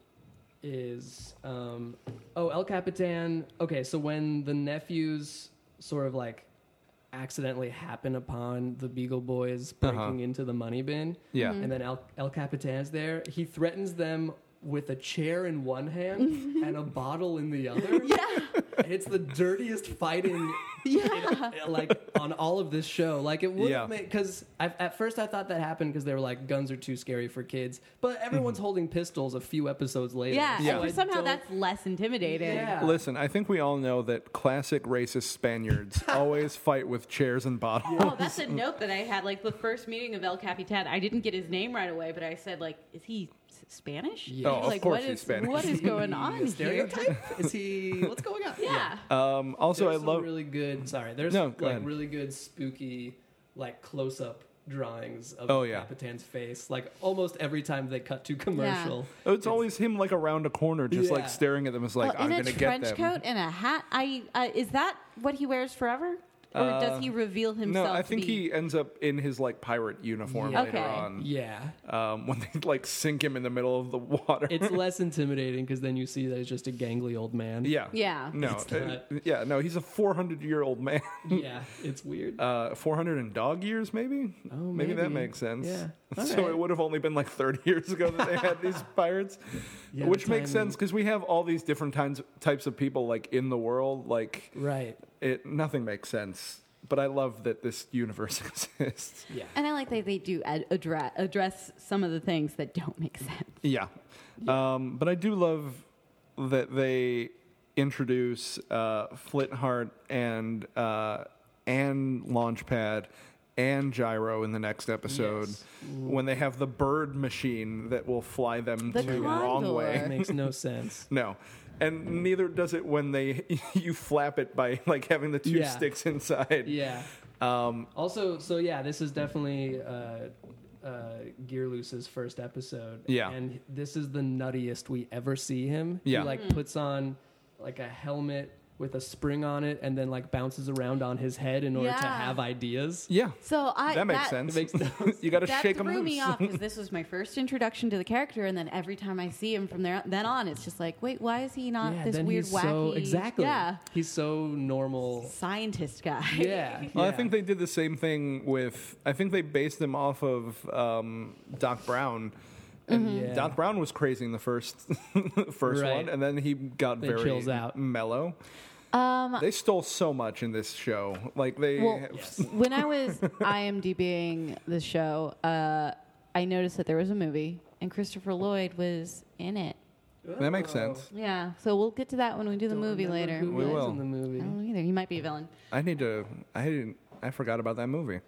Speaker 5: is um, oh, El Capitan. Okay, so when the nephews sort of like accidentally happen upon the Beagle Boys breaking
Speaker 3: Uh-huh.
Speaker 5: into the money bin,
Speaker 3: Yeah.
Speaker 5: and then El, El Capitan's there, he threatens them with a chair in one hand and a bottle in the other.
Speaker 4: yeah.
Speaker 5: And it's the dirtiest fighting yeah. like on all of this show. Like it would
Speaker 3: Yeah.
Speaker 5: have made because at first I thought that happened because they were like guns are too scary for kids, but
Speaker 3: Mm-hmm.
Speaker 5: everyone's holding pistols a few episodes later.
Speaker 4: Yeah,
Speaker 5: so
Speaker 4: and
Speaker 5: I
Speaker 4: for somehow
Speaker 5: don't-
Speaker 4: that's less intimidating.
Speaker 5: Yeah.
Speaker 3: Listen, I think we all know that classic racist Spaniards always fight with chairs and bottles.
Speaker 4: Oh, that's a note that I had. Like the first meeting of El Capitan, I didn't get his name right away, but I said, like, is he S- Spanish?
Speaker 5: Yeah.
Speaker 3: Oh, of
Speaker 4: like,
Speaker 3: course
Speaker 4: what
Speaker 3: he's
Speaker 4: is-
Speaker 3: Spanish.
Speaker 4: What is going on here?
Speaker 5: stereotype? Is he? What's going on?
Speaker 4: Yeah.
Speaker 3: Um, also,
Speaker 5: There's
Speaker 3: I
Speaker 5: some
Speaker 3: love.
Speaker 5: really good. Sorry, there's
Speaker 3: No,
Speaker 5: like
Speaker 3: go ahead.
Speaker 5: really good spooky, like close up drawings of
Speaker 3: Oh, yeah.
Speaker 5: Capitan's face. Like almost every time they cut to commercial.
Speaker 3: Oh, it's always him like around a corner, just
Speaker 5: Yeah.
Speaker 3: like staring at them. It's like
Speaker 4: Oh,
Speaker 3: I'm
Speaker 4: in a
Speaker 3: gonna get them.
Speaker 4: trench coat and a hat. I uh, is that what he wears forever, or does he reveal
Speaker 3: Uh, No,
Speaker 4: himself?
Speaker 3: I
Speaker 4: to
Speaker 3: think
Speaker 4: be-
Speaker 3: he ends up in his like pirate uniform
Speaker 5: Yeah.
Speaker 3: later
Speaker 4: Okay.
Speaker 3: on.
Speaker 5: Yeah,
Speaker 3: Um, when they like sink him in the middle of the water.
Speaker 5: it's less intimidating because then you see that he's just a gangly old man.
Speaker 3: yeah.
Speaker 4: Yeah.
Speaker 3: No.
Speaker 5: It's
Speaker 3: uh,
Speaker 5: not-
Speaker 3: yeah. No. He's a 400 year old man.
Speaker 5: yeah, it's weird.
Speaker 3: Uh, 400 and dog years, maybe.
Speaker 5: Oh,
Speaker 3: maybe. that
Speaker 5: maybe.
Speaker 3: makes sense.
Speaker 5: Yeah.
Speaker 3: so
Speaker 5: Alright.
Speaker 3: it would have only been like 30 years ago that they had these pirates,
Speaker 5: Yeah, the
Speaker 3: which makes
Speaker 5: timing.
Speaker 3: sense because we have all these different kinds types of people like in the world. Like
Speaker 5: Right.
Speaker 3: it, nothing makes sense. But I love that this universe exists.
Speaker 5: Yeah.
Speaker 4: And I like that they do ad- address address some of the things that don't make sense.
Speaker 3: Yeah. Um, but I do love that they introduce uh, Flintheart and uh, and Launchpad and Gyro in the next episode
Speaker 5: Yes.
Speaker 3: when they have the bird machine that will fly them
Speaker 4: The
Speaker 3: to the wrong
Speaker 5: It
Speaker 3: way.
Speaker 4: condor.
Speaker 5: makes no sense.
Speaker 3: No. And neither does it when they you flap it by like having the two
Speaker 5: Yeah.
Speaker 3: sticks inside.
Speaker 5: Yeah.
Speaker 3: Um,
Speaker 5: Also, so yeah, this is definitely uh, uh, Gearloose's first episode.
Speaker 3: Yeah.
Speaker 5: and this is the nuttiest we ever see him.
Speaker 3: Yeah.
Speaker 5: he
Speaker 4: Hmm.
Speaker 5: like puts on like a helmet with a spring on it, and then like bounces around on his head in order to
Speaker 4: Yeah.
Speaker 5: have ideas.
Speaker 3: yeah.
Speaker 4: So I
Speaker 3: that makes
Speaker 5: It
Speaker 3: sense.
Speaker 5: makes
Speaker 3: you got to
Speaker 4: That
Speaker 3: shake them
Speaker 4: threw
Speaker 3: loose.
Speaker 4: me off because this was my first introduction to the character, and then every time I see him from there then on, it's just like, wait, why is he not
Speaker 5: yeah,
Speaker 4: Uh, this
Speaker 5: then
Speaker 4: weird
Speaker 5: he's
Speaker 4: wacky?
Speaker 5: so exactly.
Speaker 4: Yeah.
Speaker 5: he's so normal.
Speaker 4: Scientist guy.
Speaker 5: Yeah,
Speaker 3: Well, I
Speaker 5: yeah.
Speaker 3: think they did the same thing with. I think they based them off of um, Doc Brown. And
Speaker 4: Mm-hmm.
Speaker 5: Mhm. Yeah.
Speaker 3: Doc Brown was crazy in the first first
Speaker 5: Right.
Speaker 3: one, and then he got
Speaker 5: Then
Speaker 3: very
Speaker 5: chills out.
Speaker 3: mellow.
Speaker 4: Um,
Speaker 3: They stole so much in this show. Like they,
Speaker 4: Well-
Speaker 5: Yes.
Speaker 4: when I was IMDBing the show, uh, I noticed that there was a movie and Christopher Lloyd was in it.
Speaker 3: that makes sense.
Speaker 4: Yeah, so we'll get to that when we do the
Speaker 5: Don't
Speaker 4: movie
Speaker 5: remember
Speaker 4: later. Mm-hmm.
Speaker 5: who
Speaker 3: We
Speaker 5: was
Speaker 3: will.
Speaker 5: in the movie.
Speaker 4: I don't know either. He might be a villain.
Speaker 3: I need to. I didn't. I forgot about that movie.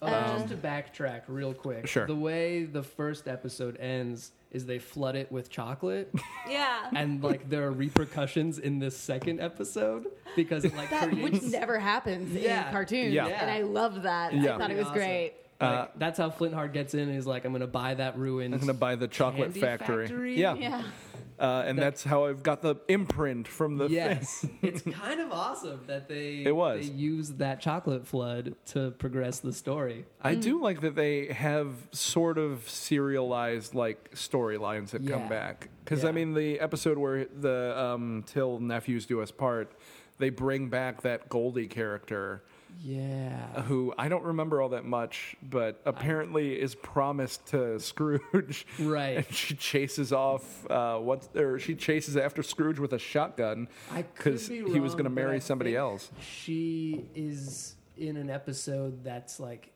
Speaker 5: Uh, just to backtrack real quick,
Speaker 3: Sure.
Speaker 5: the way the first episode ends is they flood it with chocolate,
Speaker 4: Yeah,
Speaker 5: and like there are repercussions in this second episode because it like
Speaker 4: that
Speaker 5: creates.
Speaker 4: which never happens
Speaker 5: Yeah.
Speaker 4: in cartoons,
Speaker 3: Yeah.
Speaker 4: and I loved that.
Speaker 3: Yeah.
Speaker 4: I thought it was
Speaker 5: Awesome.
Speaker 4: great.
Speaker 5: Like, that's how Flint Hard gets in. Is like I'm gonna buy that ruined.
Speaker 3: Uh, I'm gonna buy the chocolate
Speaker 5: Candy
Speaker 3: factory.
Speaker 5: Factory?
Speaker 3: Yeah,
Speaker 4: Yeah,
Speaker 3: Uh, and that's how I've got the imprint from the.
Speaker 5: yes, it's kind of awesome that they
Speaker 3: It was.
Speaker 5: they use that chocolate flood to progress the story.
Speaker 3: I do like that they have sort of serialized like storylines that
Speaker 5: Yeah.
Speaker 3: come back because
Speaker 5: Yeah.
Speaker 3: I mean the episode where the um, till nephews do us part, they bring back that Goldie character
Speaker 5: Yeah,
Speaker 3: who I don't remember all that much, but apparently is promised to Scrooge.
Speaker 5: Right.
Speaker 3: and she chases off uh, what or she chases after Scrooge with a shotgun
Speaker 5: I could be
Speaker 3: he was
Speaker 5: wrong,
Speaker 3: going to
Speaker 5: but I
Speaker 3: marry somebody
Speaker 5: think
Speaker 3: else.
Speaker 5: She is in an episode that's like.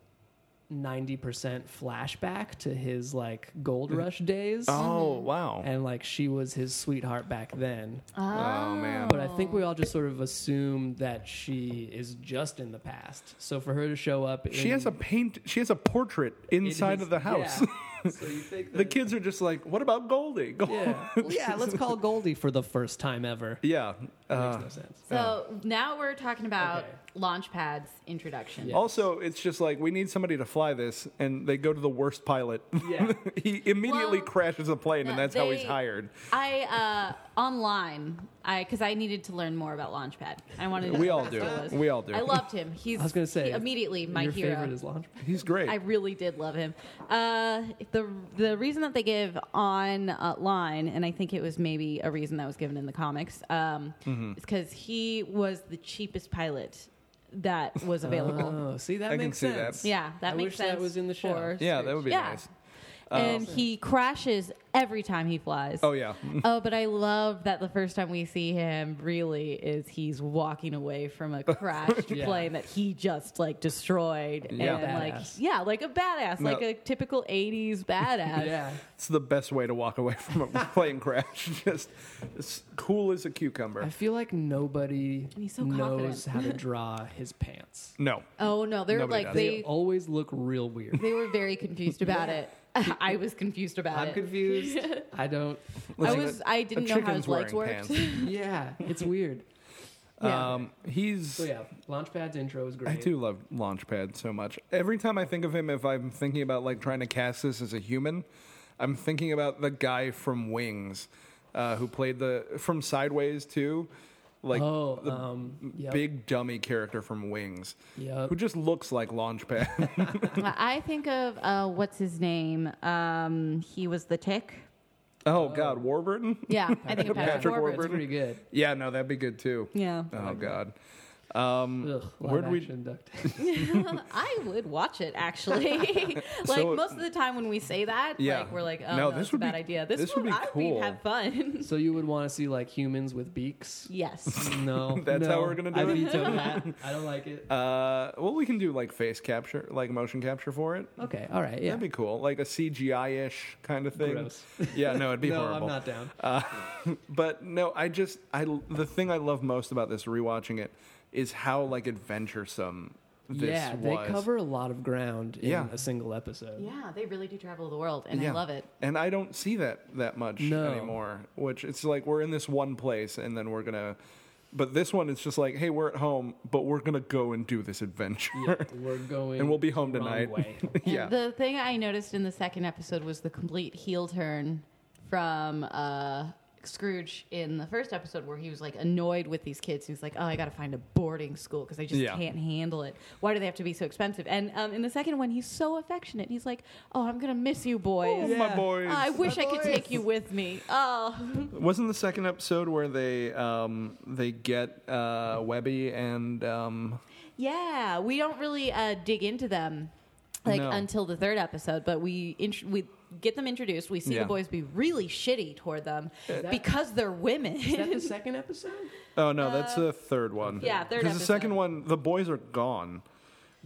Speaker 5: 90% flashback to his like gold rush days
Speaker 3: Mm-hmm. Oh wow!
Speaker 5: and like she was his sweetheart back then
Speaker 3: oh man!
Speaker 5: But I think we all just sort of assume that she is just in the past. So for her to show up, in,
Speaker 3: She has a paint. She has a portrait
Speaker 5: it
Speaker 3: inside
Speaker 5: is-
Speaker 3: of the house.
Speaker 5: yeah. so you think
Speaker 3: the
Speaker 5: that,
Speaker 3: kids are just like, "What about Goldie?" Gold-"
Speaker 5: yeah, Well, yeah. Let's call Goldie for the first time ever.
Speaker 3: yeah.
Speaker 5: That
Speaker 3: Uh,
Speaker 5: makes no sense.
Speaker 4: So now we're talking about
Speaker 5: Okay.
Speaker 4: Launchpad's introduction.
Speaker 5: Yeah.
Speaker 3: also, it's just like we need somebody to fly this, and they go to the worst pilot.
Speaker 5: Yeah.
Speaker 3: he immediately
Speaker 4: Well,
Speaker 3: crashes a plane, and
Speaker 4: no,
Speaker 3: that's how he's
Speaker 4: they-
Speaker 3: hired.
Speaker 4: I uh, online, I because I needed to learn more about Launchpad. I wanted. To
Speaker 3: We
Speaker 4: know
Speaker 3: all
Speaker 4: what
Speaker 3: do.
Speaker 4: his deal was.
Speaker 3: We all do.
Speaker 4: I loved him. He's.
Speaker 5: I was gonna
Speaker 4: he-
Speaker 5: say
Speaker 4: immediately my
Speaker 5: your
Speaker 4: hero.
Speaker 5: favorite is launch.
Speaker 3: He's great.
Speaker 4: I really did love him. Uh, the the reason that they give on uh, line, and I think it was maybe a reason that was given in the comics, um,
Speaker 3: Mm-hmm.
Speaker 4: is because he was the cheapest pilot that was available.
Speaker 5: Oh, see that
Speaker 3: I can
Speaker 5: makes
Speaker 3: see that.
Speaker 5: sense.
Speaker 4: yeah, that
Speaker 5: I
Speaker 4: makes
Speaker 5: wish
Speaker 4: sense.
Speaker 5: that was in the show.
Speaker 4: for
Speaker 3: yeah, that
Speaker 4: Scrooge.
Speaker 3: would be
Speaker 4: yeah.
Speaker 3: nice. Um,
Speaker 4: and he crashes every time he flies.
Speaker 3: Oh yeah.
Speaker 4: Oh, but I love that the first time we see him really is he's walking away from a crashed
Speaker 5: Yeah.
Speaker 4: plane that he just like destroyed
Speaker 3: Yeah.
Speaker 4: and like
Speaker 5: Badass.
Speaker 4: yeah, like a badass,
Speaker 3: No.
Speaker 4: like a typical 80s badass.
Speaker 5: Yeah.
Speaker 3: It's the best way to walk away from a plane crash. Just as cool as a
Speaker 5: I
Speaker 3: cucumber.
Speaker 5: feel like nobody
Speaker 4: he's so
Speaker 5: knows
Speaker 4: confident.
Speaker 5: how to draw his pants.
Speaker 3: No.
Speaker 4: Oh no, they're
Speaker 3: Nobody
Speaker 4: like
Speaker 3: does.
Speaker 5: They,
Speaker 4: they
Speaker 5: always look real weird.
Speaker 4: they were very confused about it. I was confused about
Speaker 5: I'm
Speaker 4: it.
Speaker 5: confused. I don't.
Speaker 4: I was I didn't know how his legs worked.
Speaker 5: Yeah, it's weird.
Speaker 4: yeah.
Speaker 3: Um, he's.
Speaker 5: So yeah, Launchpad's intro is great.
Speaker 3: I do love Launchpad so much. Every time I think of him, if I'm thinking about like trying to cast this as a human, I'm thinking about the guy from Wings, uh, who played the from Sideways too, like
Speaker 5: Oh,
Speaker 3: the
Speaker 5: um, yep.
Speaker 3: big dummy character from Wings,
Speaker 5: Yep.
Speaker 3: who just looks like Launchpad.
Speaker 4: I think of uh, what's his name? Um, he was the tick.
Speaker 3: oh God, Warburton.
Speaker 4: Yeah, I think of Patrick,
Speaker 3: Patrick
Speaker 4: Warburton.
Speaker 5: That's pretty good.
Speaker 3: Yeah, no, that'd be good too.
Speaker 4: Yeah,
Speaker 3: Oh God. Um,
Speaker 5: Ugh,
Speaker 3: Where'd
Speaker 5: live
Speaker 3: we-
Speaker 5: action duck tape.
Speaker 4: I would watch it actually. like
Speaker 3: So-
Speaker 4: most of the time when we say that,
Speaker 3: Yeah.
Speaker 4: like we're like,
Speaker 3: No,
Speaker 4: oh no,
Speaker 3: this
Speaker 4: that's
Speaker 3: would
Speaker 4: a bad
Speaker 3: be-
Speaker 4: idea. This,
Speaker 3: this would
Speaker 4: one,
Speaker 3: be
Speaker 4: I
Speaker 3: cool.
Speaker 4: would have fun.
Speaker 5: So you would want to see like humans with beaks?
Speaker 4: yes.
Speaker 5: No,
Speaker 3: That's
Speaker 5: no,
Speaker 3: how we're gonna do
Speaker 5: I
Speaker 3: it?
Speaker 5: veto that. I don't like it.
Speaker 3: Uh, well, we can do like face capture, like motion capture for it.
Speaker 5: Okay, all right, yeah.
Speaker 3: That'd be cool, like a CGI ish kind of thing.
Speaker 5: Gross.
Speaker 3: Yeah, no, it'd be
Speaker 5: no,
Speaker 3: horrible.
Speaker 5: I'm not down.
Speaker 3: But no, I just I the thing I love most about this rewatching it is how like adventuresome this
Speaker 5: yeah,
Speaker 3: was.
Speaker 5: they cover a lot of ground in
Speaker 3: Yeah.
Speaker 5: a single episode.
Speaker 4: Yeah, they really do travel the world, and
Speaker 3: Yeah.
Speaker 4: I love it.
Speaker 3: And I don't see that that much
Speaker 5: No.
Speaker 3: anymore. Which it's like we're in this one place, and then we're gonna. But this one, it's just like, hey, we're at home, but we're gonna go and do this adventure.
Speaker 5: We're going
Speaker 3: And we'll be home
Speaker 5: the wrong
Speaker 3: tonight.
Speaker 5: way.
Speaker 4: And
Speaker 3: yeah.
Speaker 4: The thing I noticed in the second episode was the complete heel turn from uh, Scrooge in the first episode, where he was like annoyed with these kids. He was like, "Oh, I got to find a boarding school because I just
Speaker 3: Yeah.
Speaker 4: can't handle it. Why do they have to be so expensive?" And um, in the second one, he's so affectionate. He's like, "Oh, I'm gonna miss you, boys.
Speaker 3: Oh, my boys.
Speaker 4: I wish
Speaker 5: My
Speaker 4: I could
Speaker 5: boys."
Speaker 4: take you with me." Oh,
Speaker 3: Wasn't the second episode where they um, they get uh, Webby and um,
Speaker 4: yeah. We don't really uh, dig into them like
Speaker 3: No.
Speaker 4: until the third episode, but we int- we get them introduced. We see
Speaker 3: Yeah.
Speaker 4: the boys be really shitty toward them because they're women.
Speaker 5: Is that the second episode?
Speaker 3: oh no, that's the third one.
Speaker 4: Uh, yeah, third
Speaker 3: Because the second
Speaker 4: episode.
Speaker 3: one, the boys are gone,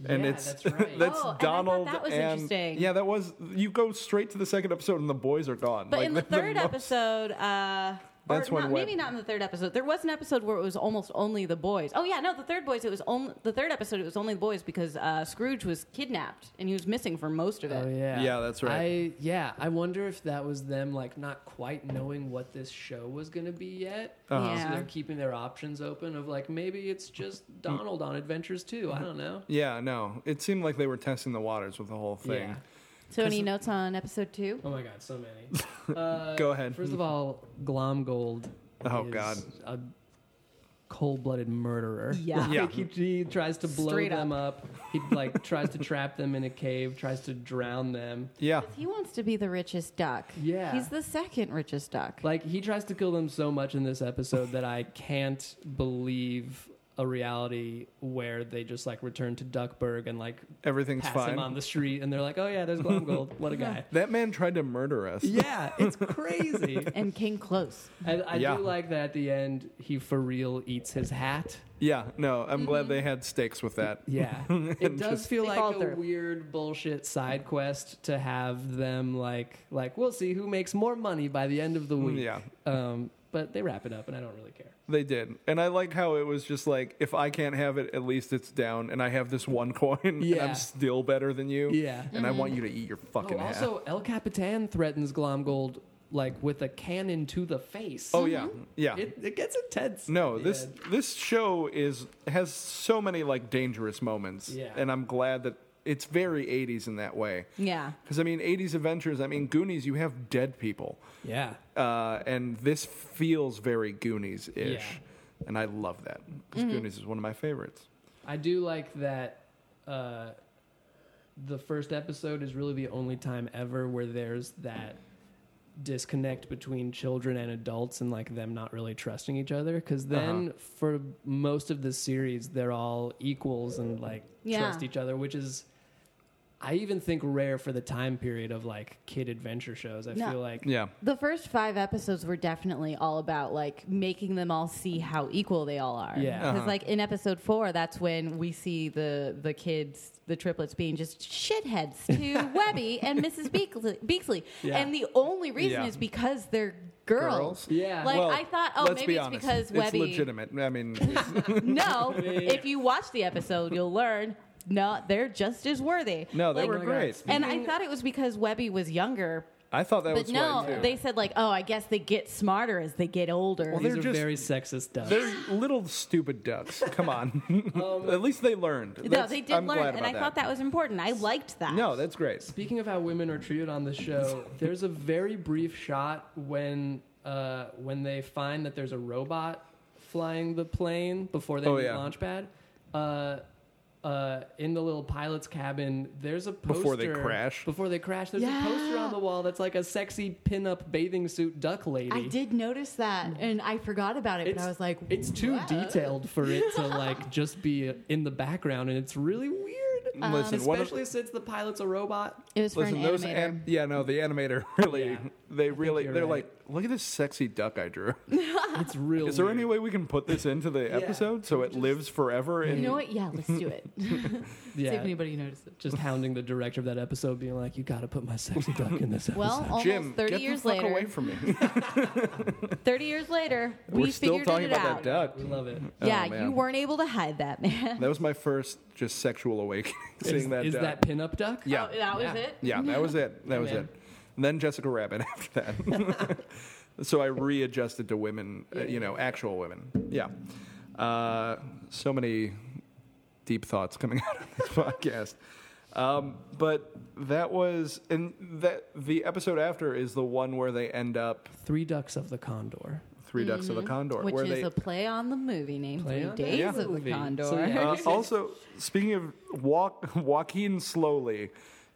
Speaker 3: and
Speaker 5: Yeah,
Speaker 3: it's
Speaker 5: that's right.
Speaker 3: that's
Speaker 4: Oh, and I thought
Speaker 3: Donald.
Speaker 4: that was
Speaker 3: and-
Speaker 4: interesting.
Speaker 3: Yeah, that was. You go straight to the second episode, and the boys are gone.
Speaker 4: But
Speaker 3: Like,
Speaker 4: in the
Speaker 3: they're
Speaker 4: third
Speaker 3: most-
Speaker 4: episode, uh,
Speaker 3: That's
Speaker 4: or
Speaker 3: when
Speaker 4: not,
Speaker 3: Web-
Speaker 4: maybe not in the third episode. There was an episode where it was almost only the boys. Oh yeah, no, the third boys. It was only the third episode. It was only the boys because uh, Scrooge was kidnapped and he was missing for most of it.
Speaker 5: Oh yeah.
Speaker 3: Yeah, that's right.
Speaker 5: I yeah, I wonder if that was them like not quite knowing what this show was going to be yet.
Speaker 4: Uh-huh.
Speaker 5: So
Speaker 4: Yeah.
Speaker 5: they're keeping their options open of like maybe it's just
Speaker 3: Mm.
Speaker 5: Donald on adventures too. I don't know.
Speaker 3: Yeah, no, it seemed like they were testing the waters with the whole thing.
Speaker 5: Yeah.
Speaker 4: So any notes on episode two?
Speaker 5: Oh my god, so many. Uh,
Speaker 3: Go ahead.
Speaker 5: First of all, Glom Gold.
Speaker 3: Oh,
Speaker 5: is
Speaker 3: God.
Speaker 5: A cold-blooded murderer.
Speaker 4: Yeah.
Speaker 3: Yeah.
Speaker 5: Like, he, he tries to blow
Speaker 4: Straight up.
Speaker 5: them up. He like tries to trap them in a cave. Tries to drown them.
Speaker 3: Yeah,
Speaker 4: He wants to be the richest duck.
Speaker 5: Yeah.
Speaker 4: he's the second richest duck.
Speaker 5: Like he tries to kill them so much in this episode that I can't believe a reality where they just like return to Duckburg and like
Speaker 3: everything's
Speaker 5: pass
Speaker 3: fine.
Speaker 5: him on the street and they're like, oh yeah, there's Glom Gold. What a guy.
Speaker 3: that man tried to murder us.
Speaker 5: yeah, it's crazy.
Speaker 4: and came close.
Speaker 5: And I
Speaker 3: Yeah.
Speaker 5: do like that at the end he for real eats his hat.
Speaker 3: Yeah, no, I'm
Speaker 4: Mm-hmm.
Speaker 3: glad they had stakes with that.
Speaker 5: Yeah, it does feel
Speaker 4: They
Speaker 5: like
Speaker 4: followed
Speaker 5: a
Speaker 4: through.
Speaker 5: weird bullshit side quest to have them like like we'll see who makes more money by the end of the week.
Speaker 3: Mm, Yeah.
Speaker 5: um, but they wrap it up and I don't really care.
Speaker 3: They did. And I like how it was just like, if I can't have it, at least it's down, and I have this one coin, and
Speaker 5: Yeah.
Speaker 3: I'm still better than you.
Speaker 5: Yeah.
Speaker 3: And I want
Speaker 4: Mm-hmm.
Speaker 3: you to eat your fucking
Speaker 5: oh,
Speaker 3: hat.
Speaker 5: also El Capitan threatens Glomgold like with a cannon to the face.
Speaker 3: oh, yeah. Yeah.
Speaker 5: it, it gets intense.
Speaker 3: no,
Speaker 5: at the
Speaker 3: this
Speaker 5: end.
Speaker 3: this show is has so many like dangerous moments.
Speaker 5: Yeah.
Speaker 3: And I'm glad that it's very 80s in that way.
Speaker 4: Yeah,
Speaker 3: Because, I mean, 80s adventures, I mean, Goonies, you have dead people.
Speaker 5: yeah.
Speaker 3: Uh, and this feels very Goonies ish.
Speaker 5: Yeah.
Speaker 3: And I love that. 'Cause
Speaker 4: Mm-hmm.
Speaker 3: Goonies is one of my favorites.
Speaker 5: I do like that uh, the first episode is really the only time ever where there's that disconnect between children and adults and like them not really trusting each other because
Speaker 3: Uh-huh.
Speaker 5: then for most of the series they're all equals and like
Speaker 4: Yeah.
Speaker 5: trust each other which is I even think rare for the time period of like kid adventure shows. I
Speaker 4: No.
Speaker 5: feel like
Speaker 3: Yeah.
Speaker 4: The first five episodes were definitely all about like making them all see how equal they all are.
Speaker 5: Yeah.
Speaker 4: because
Speaker 3: Uh-huh.
Speaker 4: like in episode four, that's when we see the the kids, the triplets, being just shitheads to Webby and Mrs. Beaksley. Beaksley.
Speaker 5: Yeah.
Speaker 4: And the only reason
Speaker 3: Yeah.
Speaker 4: is because they're girls.
Speaker 3: Girls?
Speaker 5: Yeah.
Speaker 4: like
Speaker 3: Well,
Speaker 4: I thought, oh,
Speaker 3: let's
Speaker 4: maybe
Speaker 3: be
Speaker 4: it's
Speaker 3: honest.
Speaker 4: because Webby.
Speaker 3: It's legitimate. I mean, it's-
Speaker 4: No, if you watch the episode, you'll learn. No, they're just as worthy.
Speaker 3: no, they
Speaker 4: Like,
Speaker 3: were
Speaker 5: God.
Speaker 3: great.
Speaker 4: And I thought it was because Webby was younger,
Speaker 3: I thought that
Speaker 4: but
Speaker 3: was why,
Speaker 4: no,
Speaker 3: too.
Speaker 4: they said like, oh, I guess they get smarter as they get older.
Speaker 3: Well,
Speaker 5: these
Speaker 3: they're
Speaker 5: are
Speaker 3: just-
Speaker 5: very sexist stuff.
Speaker 3: They're little stupid ducks. Come on. At least they learned.
Speaker 4: Um, no,
Speaker 3: That's-
Speaker 4: they did
Speaker 3: I'm
Speaker 4: learn,
Speaker 3: glad
Speaker 4: and
Speaker 3: about
Speaker 4: I thought that was important. I liked that.
Speaker 3: No, that's great.
Speaker 5: Speaking of how women are treated on the show, there's a very brief shot when uh, when they find that there's a robot flying the plane before they
Speaker 3: Oh,
Speaker 5: meet
Speaker 3: yeah.
Speaker 5: launchpad. Uh, uh, in the little pilot's cabin, there's a poster
Speaker 3: Before they crash.
Speaker 5: Before they crash, there's a poster
Speaker 4: Yeah.
Speaker 5: on the wall that's like a sexy pinup bathing suit duck lady.
Speaker 4: I did notice that, and I forgot about it, but I was like,
Speaker 5: it's too
Speaker 4: what?
Speaker 5: detailed for it to like just be in the background, and it's really weird.
Speaker 4: Um,
Speaker 3: Listen, one of-
Speaker 5: especially since the pilot's a robot.
Speaker 4: It was for
Speaker 3: Listen,
Speaker 4: an
Speaker 3: those
Speaker 4: animator.
Speaker 3: an- yeah, no, the animator really,
Speaker 5: Yeah.
Speaker 3: they really,
Speaker 5: you're
Speaker 3: they're
Speaker 5: right.
Speaker 3: like, look at this sexy duck I drew.
Speaker 4: Uh-huh.
Speaker 5: It's real.
Speaker 3: Is there
Speaker 5: weird.
Speaker 3: any way we can put this into the episode so it lives forever?
Speaker 4: you
Speaker 3: In
Speaker 4: know what? Yeah, let's do it. See if
Speaker 5: Yeah.
Speaker 4: anybody noticed it.
Speaker 5: just hounding the director of that episode, being like, "You got to put my sexy duck in this episode."
Speaker 4: Well, almost
Speaker 3: Jim,
Speaker 4: thirty
Speaker 3: get
Speaker 4: years
Speaker 3: the fuck
Speaker 4: later.
Speaker 3: away from me.
Speaker 4: Thirty years later, we
Speaker 3: We're still
Speaker 4: figured
Speaker 3: talking
Speaker 4: it
Speaker 3: about
Speaker 4: out.
Speaker 3: that duck.
Speaker 5: we love it.
Speaker 3: Oh,
Speaker 4: Yeah,
Speaker 3: man.
Speaker 4: you weren't able to hide that, man.
Speaker 3: That was my first just sexual awakening.
Speaker 5: Is
Speaker 3: seeing that
Speaker 5: is
Speaker 3: duck.
Speaker 5: that pinup duck?
Speaker 3: yeah,
Speaker 4: Oh, that was
Speaker 5: Yeah.
Speaker 4: it.
Speaker 3: yeah, that was it. That was
Speaker 5: man.
Speaker 3: it. And then Jessica Rabbit after that. so I readjusted to women, uh, you know, actual women. Yeah. Uh, so many deep thoughts coming out of this podcast. Um, but that was, and that the episode after is the one where they end up
Speaker 5: Three ducks of the condor.
Speaker 3: three ducks of the condor,
Speaker 4: Mm-hmm. Which
Speaker 3: where
Speaker 4: is
Speaker 3: they
Speaker 4: a play on the movie named
Speaker 5: Play
Speaker 4: Three
Speaker 5: on the
Speaker 4: Days of
Speaker 5: movie.
Speaker 4: the Condor.
Speaker 5: So, yeah.
Speaker 3: Uh, also, speaking of walk, Joaquin slowly,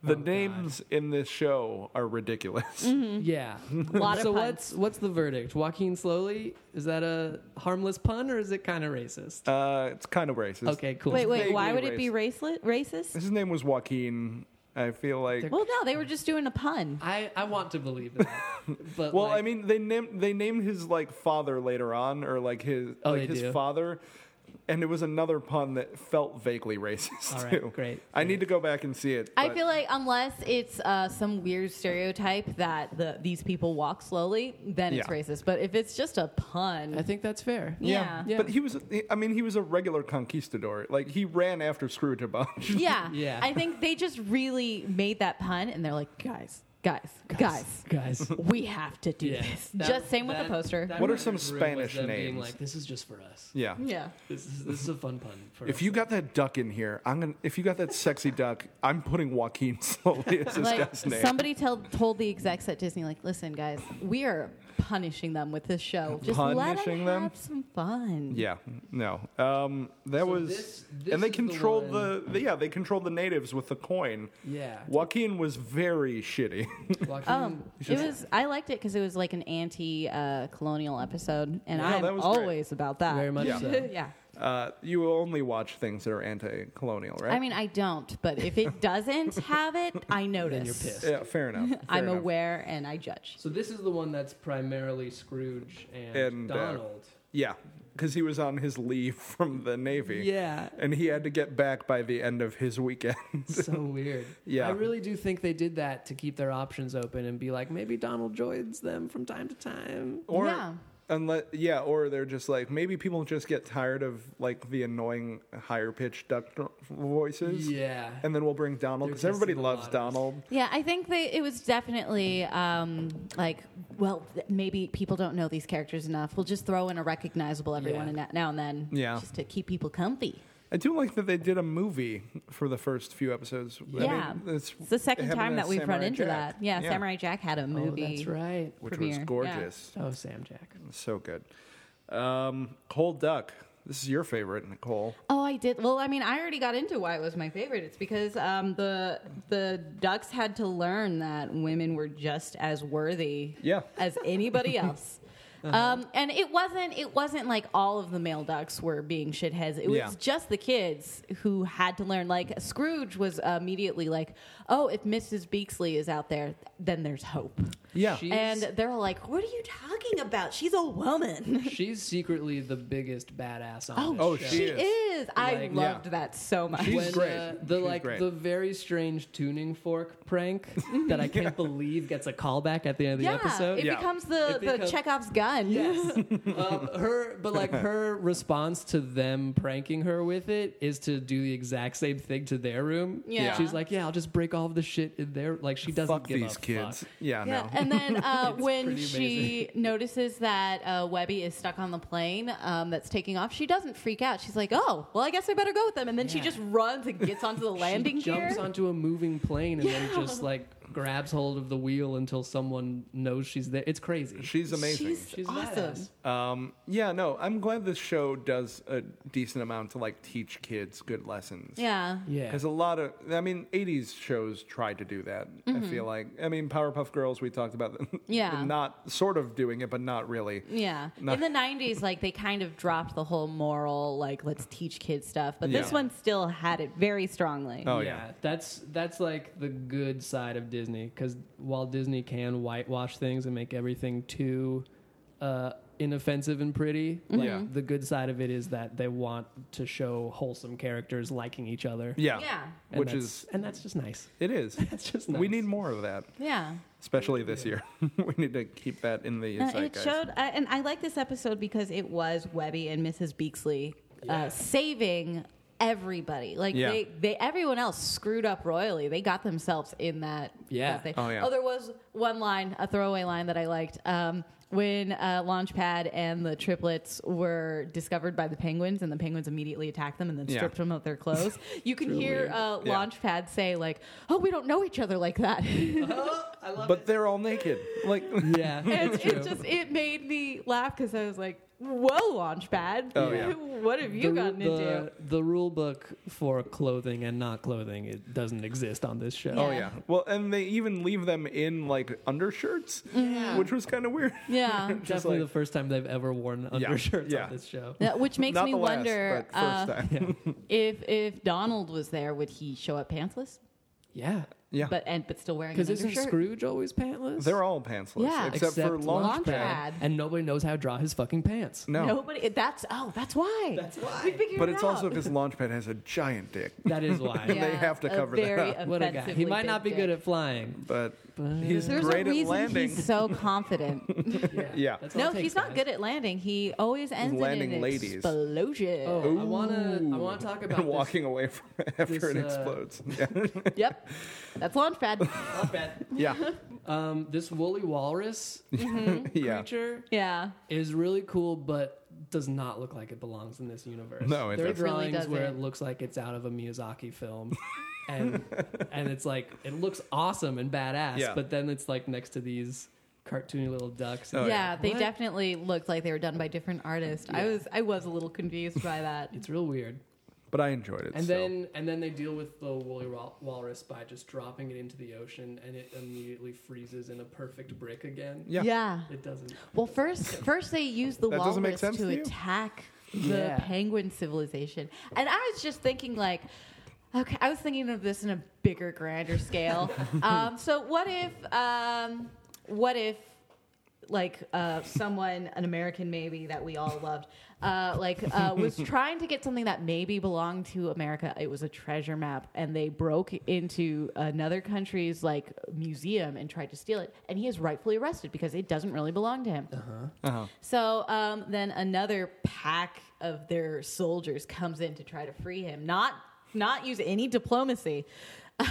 Speaker 3: the
Speaker 4: Oh,
Speaker 3: names in this show are ridiculous.
Speaker 4: Mm-hmm.
Speaker 5: Yeah.
Speaker 4: Lot of
Speaker 5: so
Speaker 4: puns.
Speaker 5: what's what's the verdict? Joaquin slowly is that a harmless pun or is it kind of racist?
Speaker 3: Uh, it's kind of racist.
Speaker 5: Okay, cool.
Speaker 4: Wait, wait, why would
Speaker 3: vaguely
Speaker 4: it be racist? Racist?
Speaker 3: His name was Joaquin. I feel like.
Speaker 4: Well, no, they were just doing a pun.
Speaker 5: I I want to believe that, but
Speaker 3: Well,
Speaker 5: like,
Speaker 3: I mean, they named they named his like father later on, or like his
Speaker 5: Oh,
Speaker 3: like
Speaker 5: they
Speaker 3: his
Speaker 5: do?
Speaker 3: father, and it was another pun that felt vaguely racist
Speaker 5: All right,
Speaker 3: too.
Speaker 5: great,
Speaker 3: I need to go back and see it.
Speaker 4: I
Speaker 3: but-
Speaker 4: feel like unless it's uh, some weird stereotype that the, these people walk slowly, then it's
Speaker 3: Yeah.
Speaker 4: racist. But if it's just a pun,
Speaker 5: I think that's fair.
Speaker 4: yeah,
Speaker 5: Yeah.
Speaker 3: But he was, I mean, he was a regular conquistador. Like he ran after Scrooge a bunch.
Speaker 4: yeah,
Speaker 5: Yeah.
Speaker 4: I think they just really made that pun, and they're like, guys, guys, guys,
Speaker 5: guys.
Speaker 4: we have to do
Speaker 5: Yeah.
Speaker 4: this.
Speaker 5: That-
Speaker 4: just same with
Speaker 5: that-
Speaker 4: the poster.
Speaker 5: that
Speaker 3: What are
Speaker 5: writer's
Speaker 3: some
Speaker 5: room was
Speaker 3: Spanish
Speaker 5: them being
Speaker 3: names?
Speaker 5: Like this is just for us.
Speaker 3: Yeah.
Speaker 4: yeah,
Speaker 5: This is this is a fun pun. For
Speaker 3: If
Speaker 5: us.
Speaker 3: you got that duck in here, I'm gonna. If you got that sexy duck, I'm putting Joaquin slowly as this
Speaker 4: like
Speaker 3: guy's name.
Speaker 4: somebody tell, told the execs at Disney, like, listen, guys, we are punishing them with this show. Just let them,
Speaker 3: Punishing them?
Speaker 4: have some fun.
Speaker 3: yeah, no. Um, that
Speaker 5: So
Speaker 3: was,
Speaker 5: this- this
Speaker 3: and they
Speaker 5: is the
Speaker 3: controlled the,
Speaker 5: one-
Speaker 3: the- yeah, they controlled the natives with the coin.
Speaker 5: yeah,
Speaker 3: Joaquin was very shitty.
Speaker 5: Joaquin,
Speaker 4: Um, it was. I liked it because it was like an anti-colonial episode, and
Speaker 3: Yeah, that
Speaker 4: I'm
Speaker 3: was great.
Speaker 4: always about that.
Speaker 5: very much
Speaker 3: Yeah.
Speaker 5: so.
Speaker 4: yeah.
Speaker 3: uh, you only watch things that are anti-colonial, right?
Speaker 4: I mean, I don't, but if it doesn't have it, I notice.
Speaker 5: you're pissed.
Speaker 3: yeah, fair enough. fair
Speaker 4: I'm
Speaker 3: enough.
Speaker 4: aware and I judge.
Speaker 5: So this is the one that's primarily Scrooge and,
Speaker 3: And, uh,
Speaker 5: Donald.
Speaker 3: Yeah, because he was on his leave from the navy.
Speaker 5: yeah.
Speaker 3: and he had to get back by the end of his weekend.
Speaker 5: So weird.
Speaker 3: Yeah.
Speaker 5: I really do think they did that to keep their options open and be like, maybe Donald joins them from time to time.
Speaker 3: or
Speaker 4: Yeah.
Speaker 3: unless yeah or they're just like maybe people just get tired of like the annoying higher pitched duck voices
Speaker 5: Yeah.
Speaker 3: and then we'll bring donald
Speaker 5: They're
Speaker 3: because everybody
Speaker 5: testing the
Speaker 3: loves
Speaker 5: waters.
Speaker 3: donald
Speaker 4: Yeah, I think they, it was definitely um, like, well, th- maybe people don't know these characters enough. We'll just throw in a recognizable everyone
Speaker 5: Yeah.
Speaker 4: and now and then,
Speaker 3: Yeah.
Speaker 4: just to keep people comfy.
Speaker 3: i do like that they did a movie for the first few episodes I
Speaker 4: Yeah.
Speaker 3: mean, it's,
Speaker 4: It's the second
Speaker 3: it happened
Speaker 4: time
Speaker 3: in
Speaker 4: that we've run
Speaker 3: Samurai
Speaker 4: into
Speaker 3: Jack.
Speaker 4: that. Yeah, Samurai Jack had a
Speaker 5: oh,
Speaker 4: movie,
Speaker 5: that's right.
Speaker 3: which
Speaker 4: premiere.
Speaker 3: was
Speaker 4: Yeah.
Speaker 3: gorgeous
Speaker 5: Oh, Sam Jack.
Speaker 3: so good um cold duck this is your favorite nicole
Speaker 4: Oh, I did. Well, I mean, I already got into why it was my favorite. It's because um, the the ducks had to learn that women were just as worthy
Speaker 3: Yeah. Uh-huh.
Speaker 4: as anybody else. Um, and it wasn't it wasn't like all of the male ducks were being shitheads. It was
Speaker 3: Yeah.
Speaker 4: just the kids who had to learn. Like Scrooge was immediately like, "Oh, if Mrs. Beaksley is out there, then there's hope."
Speaker 3: Yeah.
Speaker 5: She-
Speaker 4: And they're all like, "What are you talking about? She's a woman."
Speaker 5: She's secretly the biggest badass on this
Speaker 3: oh,
Speaker 5: show.
Speaker 3: She
Speaker 4: She
Speaker 3: is.
Speaker 4: is. I
Speaker 5: Like-
Speaker 4: loved
Speaker 3: Yeah.
Speaker 4: that so much.
Speaker 3: She's
Speaker 5: when,
Speaker 3: great.
Speaker 5: uh, the
Speaker 3: She's
Speaker 5: like
Speaker 3: great.
Speaker 5: the very strange tuning fork prank that I can't believe gets a callback at the end of the
Speaker 4: yeah,
Speaker 5: episode.
Speaker 4: it
Speaker 3: Yeah.
Speaker 4: becomes the
Speaker 5: It becomes-
Speaker 4: the Chekhov's gun.
Speaker 5: Yes. um, her, but like her response to them pranking her with it is to do the exact same thing to their room.
Speaker 4: Yeah.
Speaker 5: She's like, yeah, I'll just break all of the shit in there. Like she doesn't
Speaker 3: fuck
Speaker 5: give
Speaker 3: these
Speaker 5: a
Speaker 3: kids.
Speaker 5: fuck.
Speaker 3: Yeah,
Speaker 4: Yeah,
Speaker 3: no.
Speaker 4: and then uh, when
Speaker 5: pretty
Speaker 4: she notices that uh, Webby is stuck on the plane um, that's taking off, she doesn't freak out. She's like, "Oh, well, I guess I better go with them." And then she
Speaker 5: Yeah.
Speaker 4: just runs and gets onto the landing
Speaker 5: she jumps
Speaker 4: gear.
Speaker 5: onto a moving plane and then
Speaker 4: Yeah.
Speaker 5: just like grabs hold of the wheel until someone knows she's there. It's crazy.
Speaker 3: She's amazing.
Speaker 4: She's,
Speaker 5: She's
Speaker 4: awesome.
Speaker 5: badass.
Speaker 3: Um, yeah, no, I'm glad this show does a decent amount to like teach kids good lessons.
Speaker 4: Yeah,
Speaker 5: yeah.
Speaker 3: Because a lot of, I mean, 80s shows tried to do that. I feel like, I mean, Powerpuff Girls, we talked about them
Speaker 4: Mm-hmm. Yeah.
Speaker 3: not sort of doing it, but not really.
Speaker 4: yeah.
Speaker 3: No.
Speaker 4: In the '90s, like they kind of dropped the whole moral, like let's teach kids stuff, but this
Speaker 3: Yeah.
Speaker 4: one still had it very strongly.
Speaker 3: Oh,
Speaker 5: yeah.
Speaker 3: yeah.
Speaker 5: that's that's like the good side of Disney because while Disney can whitewash things and make everything too uh, inoffensive and pretty, like,
Speaker 3: Yeah.
Speaker 5: the good side of it is that they want to show wholesome characters liking each other.
Speaker 3: Yeah.
Speaker 4: Yeah.
Speaker 5: And
Speaker 3: Which
Speaker 5: that's-
Speaker 3: is,
Speaker 5: and that's just nice.
Speaker 3: it is.
Speaker 5: That's just
Speaker 3: We
Speaker 5: nice.
Speaker 3: need more of that,
Speaker 4: yeah.
Speaker 3: especially this year. we need to keep that in the
Speaker 4: Uh,
Speaker 3: inside,
Speaker 4: it showed, I and I like this episode because it was Webby and Mrs. Beaksley uh, saving everybody. Like
Speaker 3: Yeah.
Speaker 4: they, they, everyone else screwed up royally. They got themselves in that.
Speaker 5: Yeah.
Speaker 4: that thing.
Speaker 3: Oh, yeah.
Speaker 4: there was one line, a throwaway line that I liked. Um, when uh, Launchpad and the triplets were discovered by the penguins, and the penguins immediately attacked them and then
Speaker 3: Yeah.
Speaker 4: stripped them of their clothes, you can hear uh,
Speaker 3: Yeah.
Speaker 4: Launchpad say like, "Oh, we don't know each other like that."
Speaker 5: I love
Speaker 3: But they're all naked. Like,
Speaker 5: Yeah,
Speaker 4: And
Speaker 5: it's true.
Speaker 4: it just it made me laugh because I was like, "Whoa, Launchpad!
Speaker 3: Oh, yeah.
Speaker 4: what have you
Speaker 5: the,
Speaker 4: gotten
Speaker 5: ru-
Speaker 4: into?"
Speaker 5: the, the rule book for clothing and not clothing it doesn't exist on this show.
Speaker 3: oh, yeah. Well, and they even leave them in like undershirts,
Speaker 4: Mm-hmm.
Speaker 3: which was kind of weird.
Speaker 4: Yeah,
Speaker 3: Just
Speaker 5: Definitely
Speaker 3: like-
Speaker 5: the first time they've ever worn undershirts
Speaker 3: yeah.
Speaker 5: on this show.
Speaker 4: That- which makes
Speaker 3: Not
Speaker 4: me
Speaker 3: the last,
Speaker 4: wonder
Speaker 3: but first
Speaker 4: uh,
Speaker 3: time.
Speaker 4: if if Donald was there, would he show up pantsless?
Speaker 5: Yeah.
Speaker 3: Yeah.
Speaker 4: But and but still wearing an
Speaker 5: Because isn't
Speaker 4: undershirt.
Speaker 5: Scrooge always pantless?
Speaker 3: They're all pantsless,
Speaker 4: Yeah.
Speaker 3: except, for Launchpad.
Speaker 4: Launchpad. Launchpad.
Speaker 5: And nobody knows how to draw his fucking pants.
Speaker 3: No,
Speaker 4: Nobody. That's oh, that's why. That's why. We figured
Speaker 3: but
Speaker 4: it
Speaker 3: it's
Speaker 4: out.
Speaker 3: also because Launchpad has a giant dick.
Speaker 5: That is why.
Speaker 3: they have to
Speaker 4: a
Speaker 3: cover that
Speaker 4: very
Speaker 3: up.
Speaker 5: What a guy. He
Speaker 4: offensively
Speaker 5: might not be
Speaker 4: big
Speaker 5: good
Speaker 4: dick.
Speaker 5: at flying.
Speaker 3: But
Speaker 5: But
Speaker 3: he's
Speaker 4: There's
Speaker 3: great
Speaker 4: a
Speaker 3: at
Speaker 4: reason
Speaker 3: landing.
Speaker 4: he's so confident.
Speaker 3: yeah,
Speaker 5: That's all
Speaker 4: no,
Speaker 5: it takes,
Speaker 4: he's not
Speaker 5: guys.
Speaker 4: good at landing. He always ends
Speaker 3: landing
Speaker 4: in an
Speaker 3: ladies.
Speaker 4: explosion.
Speaker 5: Oh, I want to I wanna talk about
Speaker 3: walking away from after
Speaker 5: this,
Speaker 3: it
Speaker 5: uh,
Speaker 3: explodes. Yeah.
Speaker 4: Yep, that's Launchpad.
Speaker 5: This, not bad.
Speaker 3: yeah,
Speaker 5: Um, this woolly walrus
Speaker 3: yeah.
Speaker 5: creature
Speaker 4: yeah.
Speaker 5: is really cool, but does not look like it belongs in this universe.
Speaker 3: No, it
Speaker 5: there
Speaker 3: doesn't.
Speaker 5: are
Speaker 4: It really
Speaker 5: drawings where
Speaker 4: doesn't.
Speaker 5: it looks like it's out of a Miyazaki film, and and it's like it looks awesome and badass,
Speaker 3: Yeah.
Speaker 5: but then it's like next to these cartoony little ducks.
Speaker 3: Oh,
Speaker 4: yeah,
Speaker 3: yeah.
Speaker 4: they
Speaker 5: What?
Speaker 4: definitely looked like they were done by different artists. I was I was a little confused by that.
Speaker 5: It's real weird.
Speaker 3: But I enjoyed it.
Speaker 5: And
Speaker 3: so.
Speaker 5: then and then they deal with the woolly wal- walrus by just dropping it into the ocean, and it immediately freezes in a perfect brick again.
Speaker 3: Yeah.
Speaker 5: It doesn't.
Speaker 4: Well, first first they used the
Speaker 3: That
Speaker 4: walrus
Speaker 3: doesn't make sense
Speaker 4: to
Speaker 3: to you?
Speaker 4: attack the
Speaker 5: Yeah.
Speaker 4: penguin civilization, and I was just thinking like. Okay, I was thinking of this in a bigger, grander scale. um, so, what if, um, what if, like, uh, someone, an American maybe that we all loved, uh, like, uh, was trying to get something that maybe belonged to America? It was a treasure map, and they broke into another country's like museum and tried to steal it, and he is rightfully arrested because it doesn't really belong to him.
Speaker 3: Uh-huh.
Speaker 4: So um, then another pack of their soldiers comes in to try to free him. Not not use any diplomacy.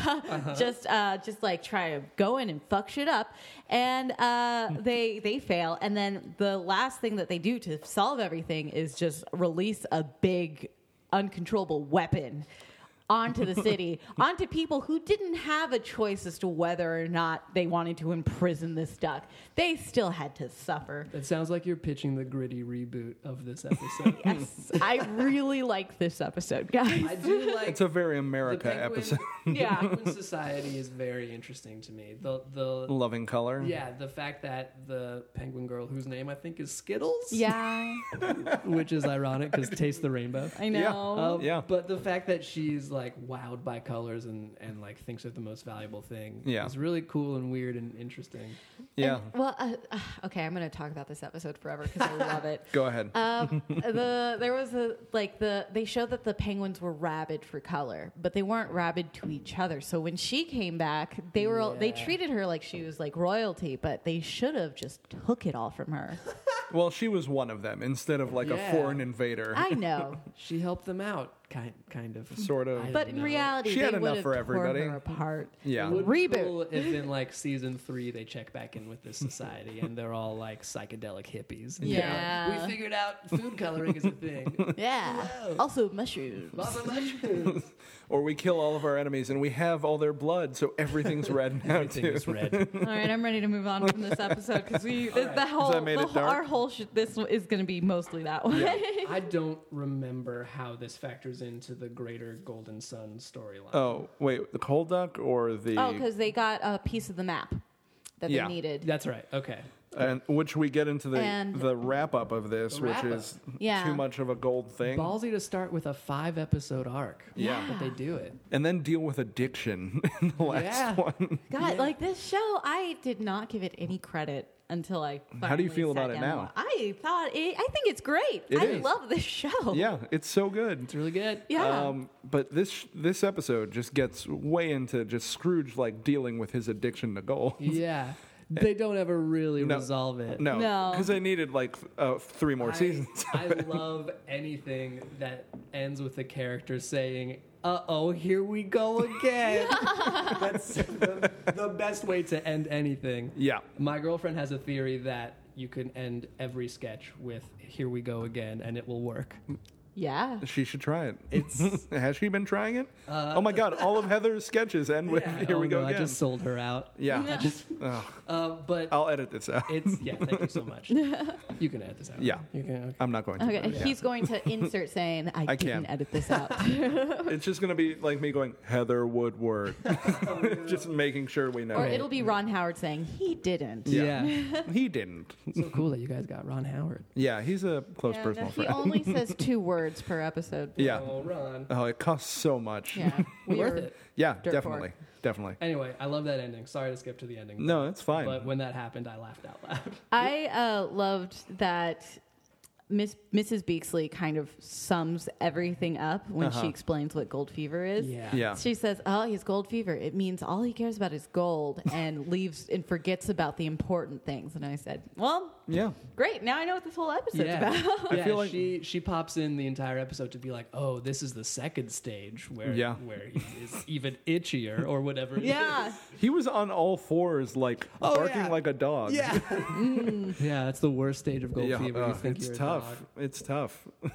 Speaker 4: just uh, just like try to go in and fuck shit up and uh, they they fail and then the last thing that they do to solve everything is just release a big uncontrollable weapon onto the city, onto people who didn't have a choice as to whether or not they wanted to imprison this duck. They still had to suffer.
Speaker 5: That sounds like you're pitching the gritty reboot of this episode.
Speaker 4: Yes, I really like this episode, guys.
Speaker 5: I do like
Speaker 3: It's a very
Speaker 5: the
Speaker 3: America
Speaker 5: penguin-
Speaker 3: episode.
Speaker 4: Yeah.
Speaker 5: the penguin society is very interesting to me. The the
Speaker 3: Loving color.
Speaker 5: yeah, the fact that the penguin girl, whose name I think is Skittles,
Speaker 4: Yeah,
Speaker 5: which is ironic because taste the rainbow.
Speaker 4: I know.
Speaker 5: Um,
Speaker 3: Yeah.
Speaker 5: But the fact that she's like wowed by colors and, and like thinks they're the most valuable thing
Speaker 3: Yeah.
Speaker 5: is really cool and weird and interesting.
Speaker 3: Yeah.
Speaker 4: And- well, uh, uh, okay, I'm going to talk about this episode forever because I love it.
Speaker 3: Go ahead.
Speaker 4: Um, the there was a like the they showed that the penguins were rabid for color, but they weren't rabid to each other. So when she came back, they were all they
Speaker 5: Yeah.
Speaker 4: treated her like she was like royalty, but they should have just took it all from her.
Speaker 3: well, she was one of them instead of like a
Speaker 5: Yeah.
Speaker 3: foreign invader.
Speaker 4: I know,
Speaker 5: She helped them out, kind kind of.
Speaker 3: Sort of.
Speaker 5: I
Speaker 4: but
Speaker 5: don't
Speaker 4: in
Speaker 5: know.
Speaker 4: reality,
Speaker 3: She
Speaker 4: they
Speaker 3: had
Speaker 4: would
Speaker 3: enough
Speaker 4: have
Speaker 3: for
Speaker 4: torn
Speaker 3: everybody.
Speaker 4: her apart.
Speaker 3: yeah.
Speaker 5: Would
Speaker 4: Reboot.
Speaker 5: be cool if in like season three they check back in with this society and they're all like psychedelic hippies. And they're like,
Speaker 4: Yeah.
Speaker 5: we figured out food coloring is a thing.
Speaker 4: Yeah. Also mushrooms.
Speaker 5: Lots of mushrooms.
Speaker 3: Or we kill all of our enemies and we have all their blood, so everything's red now
Speaker 5: Everything
Speaker 3: too.
Speaker 5: is red.
Speaker 4: All right, I'm ready to move on from this episode because we the, the whole,
Speaker 3: that made
Speaker 4: the
Speaker 3: it
Speaker 4: whole-
Speaker 3: dark?
Speaker 4: our whole sh- this is going to be mostly that way.
Speaker 5: I don't remember how this factors into the greater Golden Sun storyline.
Speaker 3: Oh wait, the cold duck or the
Speaker 4: Oh, because they got a piece of the map that
Speaker 3: Yeah.
Speaker 4: they needed.
Speaker 5: That's right. Okay.
Speaker 3: and which we get into the
Speaker 4: And-
Speaker 3: the wrap up of this,
Speaker 5: The
Speaker 3: which
Speaker 5: wrap-up.
Speaker 3: is
Speaker 4: Yeah.
Speaker 3: too much of a gold thing.
Speaker 5: Ballsy to start with a five episode arc.
Speaker 3: Yeah.
Speaker 5: But they do it.
Speaker 3: and then deal with addiction in the last
Speaker 5: Yeah.
Speaker 3: one.
Speaker 4: God,
Speaker 5: Yeah.
Speaker 4: like this show, I did not give it any credit until I.
Speaker 3: How do you
Speaker 4: finally
Speaker 3: feel
Speaker 4: sat
Speaker 3: about it
Speaker 4: down.
Speaker 3: now?
Speaker 4: I thought it. I think it's great.
Speaker 3: It
Speaker 4: I
Speaker 3: is.
Speaker 4: love this show.
Speaker 3: yeah, it's so good.
Speaker 5: It's really good.
Speaker 4: Yeah.
Speaker 3: Um, but this this episode just gets way into just Scrooge like dealing with his addiction to gold.
Speaker 5: Yeah. They don't ever really
Speaker 3: No.
Speaker 5: resolve it.
Speaker 3: No,
Speaker 4: No.
Speaker 3: because they needed like uh, three more
Speaker 5: I-
Speaker 3: seasons.
Speaker 5: I love anything that ends with a character saying, uh oh, here we go again. That's the, the best way to end anything.
Speaker 3: yeah,
Speaker 5: My girlfriend has a theory that you can end every sketch with "Here we go again" and it will work.
Speaker 4: yeah.
Speaker 3: she should try it.
Speaker 5: It's- Uh,
Speaker 3: has she been trying it? oh my god, all of Heather's sketches end with "Here
Speaker 5: Oh,
Speaker 3: we go
Speaker 5: no,
Speaker 3: again."
Speaker 5: I just sold her out.
Speaker 3: yeah,
Speaker 4: No.
Speaker 3: Ugh,
Speaker 5: Uh, but
Speaker 3: I'll edit this out.
Speaker 5: it's yeah. Thank you so much. you can edit this out.
Speaker 3: Yeah.
Speaker 5: You can.
Speaker 3: I'm not going to.
Speaker 4: Okay,
Speaker 3: but yeah.
Speaker 4: he's going to insert saying, "I,
Speaker 3: I
Speaker 4: didn't
Speaker 3: can't.
Speaker 4: edit this out."
Speaker 3: It's just gonna be like me going Heather Woodward, just making sure we know.
Speaker 4: or
Speaker 5: Right.
Speaker 4: it'll be Ron Howard saying, "He didn't."
Speaker 5: Yeah.
Speaker 3: He didn't.
Speaker 5: so cool that you guys got Ron Howard.
Speaker 3: Yeah, he's a close
Speaker 4: Yeah, no,
Speaker 3: personal
Speaker 4: he
Speaker 3: friend.
Speaker 4: only says two words per episode.
Speaker 3: yeah.
Speaker 5: Oh, Ron.
Speaker 3: Oh, it costs so much.
Speaker 4: Yeah, we
Speaker 5: Worth
Speaker 4: are-
Speaker 5: it.
Speaker 3: Yeah,
Speaker 4: Dirt
Speaker 3: definitely.
Speaker 4: poor.
Speaker 3: Definitely.
Speaker 5: Anyway, I love that ending. Sorry to skip to the ending.
Speaker 3: No, it's fine.
Speaker 5: But when that happened, I laughed out loud.
Speaker 4: I uh, loved that Miss Mrs. Beaksley kind of sums everything up when
Speaker 3: Uh-huh.
Speaker 4: she explains what gold fever is.
Speaker 3: yeah.
Speaker 4: She says, "Oh, he's gold fever. It means all he cares about is gold, and leaves and forgets about the important things." And I said, "Well,
Speaker 3: Yeah.
Speaker 4: great. Now I know what this whole episode's
Speaker 5: Yeah.
Speaker 4: about."
Speaker 5: yeah,
Speaker 3: feel like-
Speaker 5: she she pops in the entire episode to be like, "Oh, this is the second stage where
Speaker 3: Yeah.
Speaker 5: where he is even itchier or whatever." it is.
Speaker 4: yeah,
Speaker 3: He was on all fours, like
Speaker 5: Oh,
Speaker 3: barking
Speaker 5: yeah.
Speaker 3: like a dog.
Speaker 5: Yeah. yeah, that's the worst stage of gold
Speaker 3: Yeah,
Speaker 5: fever. You
Speaker 3: uh,
Speaker 5: think
Speaker 3: it's
Speaker 5: you're a dog.
Speaker 3: tough. It's tough. oh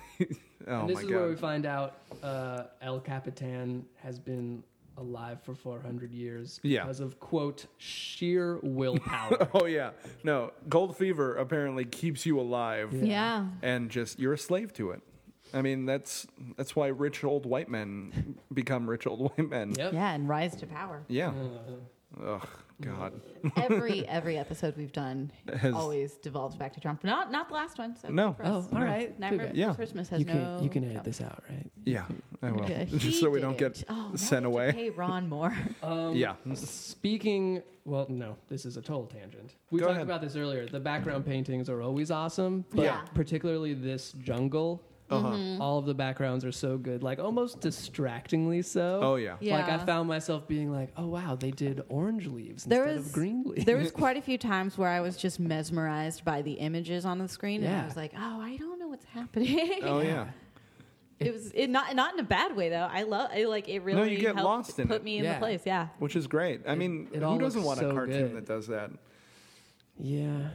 Speaker 5: and this
Speaker 3: my
Speaker 5: is
Speaker 3: god.
Speaker 5: where we find out uh, El Capitan has been alive for 400 years
Speaker 3: Yeah.
Speaker 5: because of quote sheer willpower.
Speaker 3: oh yeah. No, gold fever apparently keeps you alive
Speaker 4: yeah.
Speaker 3: and just you're a slave to it. I mean, that's that's why rich old white men become rich old white men.
Speaker 5: yep.
Speaker 4: Yeah, and rise to power.
Speaker 3: Yeah.
Speaker 5: Uh,
Speaker 3: Ugh, god.
Speaker 4: Every every episode we've done
Speaker 3: Has-
Speaker 4: always devolves back to Trump. Not not the last one. So
Speaker 3: No.
Speaker 4: good for us.
Speaker 5: Oh, all right.
Speaker 4: Nightmare
Speaker 5: Too bad.
Speaker 4: Before
Speaker 3: Yeah.
Speaker 4: Christmas has
Speaker 5: you
Speaker 4: no.
Speaker 5: can you can edit
Speaker 4: Trump.
Speaker 5: this out, right?
Speaker 3: Yeah, I will.
Speaker 4: Okay, he
Speaker 3: Just so we
Speaker 4: did
Speaker 3: don't get
Speaker 4: it. Oh, now
Speaker 3: sent
Speaker 4: we have to
Speaker 3: away.
Speaker 4: Pay Ron more.
Speaker 5: Um,
Speaker 3: Yeah.
Speaker 5: Speaking, well, no, this is a total tangent. We
Speaker 3: Go
Speaker 5: talked
Speaker 3: ahead.
Speaker 5: about this earlier. The background paintings are always awesome, but
Speaker 4: Yeah.
Speaker 5: particularly this jungle,
Speaker 3: Uh-huh.
Speaker 4: Mm-hmm.
Speaker 5: all of the backgrounds are so good, like almost distractingly so.
Speaker 3: Oh yeah.
Speaker 4: Yeah.
Speaker 5: Like I found myself being like, oh wow, they did orange leaves
Speaker 4: There
Speaker 5: instead
Speaker 4: was-
Speaker 5: of green leaves.
Speaker 4: There was quite a few times where I was just mesmerized by the images on the screen, and I
Speaker 5: Yeah.
Speaker 4: was like, "Oh, I don't know what's happening."
Speaker 3: Oh yeah.
Speaker 4: it was it not not in a bad way though. I love I, like it really.
Speaker 3: you get
Speaker 4: helped
Speaker 3: lost in
Speaker 4: put
Speaker 3: it.
Speaker 4: me in the
Speaker 5: Yeah.
Speaker 4: place. Yeah,
Speaker 3: Which is great. I mean,
Speaker 5: it all
Speaker 3: who doesn't want
Speaker 5: looks
Speaker 3: a
Speaker 5: so
Speaker 3: cartoon
Speaker 5: good.
Speaker 3: that does that?
Speaker 5: yeah.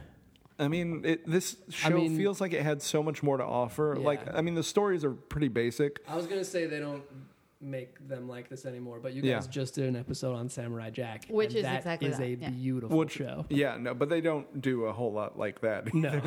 Speaker 3: I mean, it, this show
Speaker 5: mean-
Speaker 3: feels like it had so much more to offer.
Speaker 5: Yeah.
Speaker 3: Like, I mean, the stories are pretty basic.
Speaker 5: I was gonna say they don't make them like this anymore. But you
Speaker 3: Yeah.
Speaker 5: guys just did an episode on Samurai Jack,
Speaker 4: Which
Speaker 5: and
Speaker 4: is
Speaker 5: that
Speaker 4: exactly
Speaker 5: is
Speaker 4: that,
Speaker 5: a
Speaker 4: yeah.
Speaker 5: beautiful
Speaker 3: Which
Speaker 5: show.
Speaker 3: Yeah, no, but they don't do a whole lot like that.
Speaker 5: No,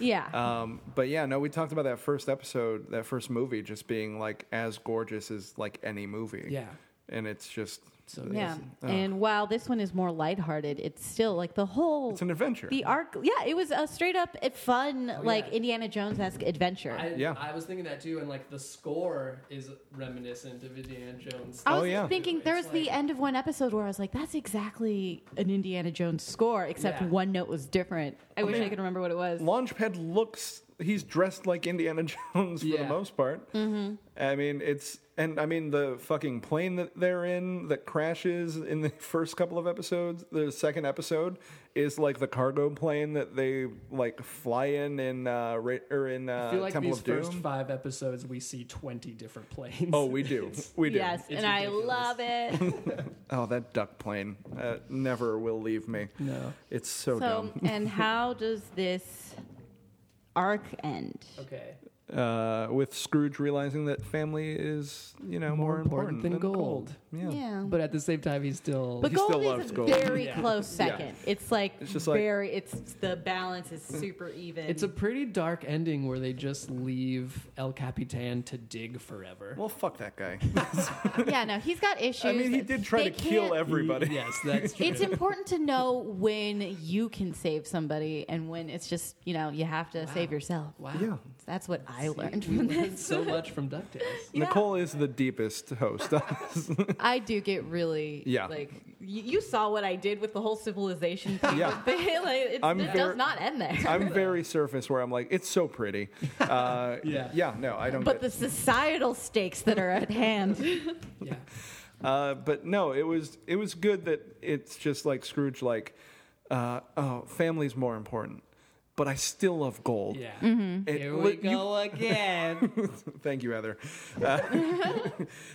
Speaker 4: Yeah.
Speaker 3: Um, but yeah, no, we talked about that first episode, that first movie, just being like as gorgeous as like any movie.
Speaker 5: yeah,
Speaker 3: and it's just
Speaker 5: so good.
Speaker 4: yeah.
Speaker 3: Oh.
Speaker 4: And while this one is more lighthearted, it's still like the whole
Speaker 3: it's an adventure.
Speaker 4: the arc. Yeah, it was a straight up uh, fun like
Speaker 5: Oh, yeah.
Speaker 4: Indiana Jones esque adventure.
Speaker 5: I,
Speaker 3: Yeah.
Speaker 5: I was thinking that too, and like the score is reminiscent of Indiana Jones.
Speaker 4: I
Speaker 3: Oh,
Speaker 4: was
Speaker 3: yeah.
Speaker 4: thinking there was
Speaker 5: It's
Speaker 4: the
Speaker 5: like-
Speaker 4: end of one episode where I was like, "That's exactly an Indiana Jones score, except
Speaker 5: Yeah.
Speaker 4: one note was different." I wish I could remember what it was.
Speaker 3: Launchpad looks he's dressed like Indiana Jones for the
Speaker 5: Yeah.
Speaker 3: most part. Mm-hmm. I mean, it's and I mean the fucking plane that they're in that crashes in the first couple of episodes. The second episode is like the cargo plane that they like fly in in uh, Ra- or in uh,
Speaker 5: I feel like
Speaker 3: Temple
Speaker 5: these
Speaker 3: of Doom.
Speaker 5: first five episodes, we see twenty different planes.
Speaker 3: oh, we do, we do.
Speaker 4: yes,
Speaker 5: It's
Speaker 4: and
Speaker 5: ridiculous.
Speaker 4: I love it.
Speaker 3: Oh, that duck plane uh, never will leave me.
Speaker 5: no.
Speaker 3: It's so,
Speaker 4: so, and how does this arc end?
Speaker 5: Okay.
Speaker 3: dumb. Uh, with Scrooge realizing that family is, you know, more,
Speaker 5: More important than gold.
Speaker 3: Yeah.
Speaker 5: But at the same time, he's still.
Speaker 4: Um, But
Speaker 3: He still
Speaker 4: gold is
Speaker 3: loves
Speaker 4: a
Speaker 3: gold.
Speaker 4: very
Speaker 5: Yeah.
Speaker 4: close second. It's like
Speaker 3: It's just like-
Speaker 4: very. it's the balance is super even.
Speaker 5: it's a pretty dark ending where they just leave El Capitan to dig forever.
Speaker 3: Well, fuck that guy.
Speaker 4: yeah. No, he's got issues.
Speaker 3: I mean, he did try to
Speaker 4: They
Speaker 3: kill
Speaker 4: can't-
Speaker 3: everybody.
Speaker 5: yes, that's true.
Speaker 4: It's important to know when you can save somebody and when it's just you know you have to save yourself.
Speaker 5: wow.
Speaker 3: Yeah.
Speaker 4: That's what I learned
Speaker 5: We
Speaker 4: from
Speaker 5: learned
Speaker 4: this.
Speaker 5: so much from DuckTales.
Speaker 4: Yeah.
Speaker 3: Nicole is the deepest host.
Speaker 4: I do get really
Speaker 3: Yeah.
Speaker 4: like y- you saw what I did with the whole civilization thing.
Speaker 3: Yeah.
Speaker 4: They, like, it's-
Speaker 3: I'm
Speaker 4: it
Speaker 3: ver-
Speaker 4: does not end there.
Speaker 3: I'm very surface where I'm like, it's so pretty. Uh,
Speaker 5: Yeah.
Speaker 3: Yeah, no, I don't
Speaker 4: but the
Speaker 3: get
Speaker 4: societal stakes that are at hand.
Speaker 5: Yeah.
Speaker 3: uh, But no, it was, it was good that it's just like Scrooge, like, uh, oh, family's more important. But I still love gold.
Speaker 5: Yeah.
Speaker 4: Mm-hmm.
Speaker 3: It-
Speaker 5: Here we
Speaker 3: you-
Speaker 5: go again.
Speaker 3: Thank you, Heather. Uh,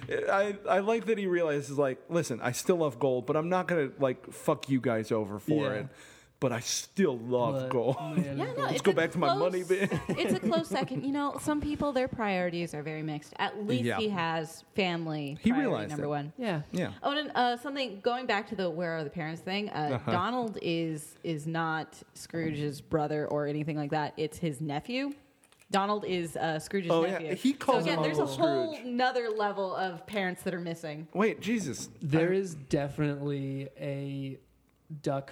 Speaker 3: I I like that he realizes like, listen, I still love gold, but I'm not gonna like fuck you guys over for
Speaker 5: Yeah.
Speaker 3: it. But I still love
Speaker 5: But,
Speaker 3: gold.
Speaker 5: man,
Speaker 4: Yeah, no,
Speaker 5: gold.
Speaker 4: it's
Speaker 3: go
Speaker 4: a
Speaker 3: back to my money
Speaker 4: close-
Speaker 3: bit.
Speaker 4: it's a close second. You know, some people their priorities are very mixed. At least
Speaker 3: Yeah.
Speaker 4: he has family.
Speaker 3: He
Speaker 4: priority
Speaker 3: realized
Speaker 4: number
Speaker 3: it.
Speaker 4: one.
Speaker 5: Yeah.
Speaker 3: Yeah.
Speaker 4: Oh, and uh, something going back to the "Where are the parents?" thing. Uh,
Speaker 3: Uh-huh.
Speaker 4: Donald is is not Scrooge's brother or anything like that. It's his nephew. Donald is uh, Scrooge's
Speaker 3: Oh, yeah.
Speaker 4: nephew.
Speaker 3: He calls
Speaker 4: so again,
Speaker 5: him
Speaker 4: there's a
Speaker 5: Uncle
Speaker 4: whole
Speaker 3: Scrooge.
Speaker 4: another level of parents that are missing.
Speaker 3: Wait, Jesus.
Speaker 5: There is definitely a duck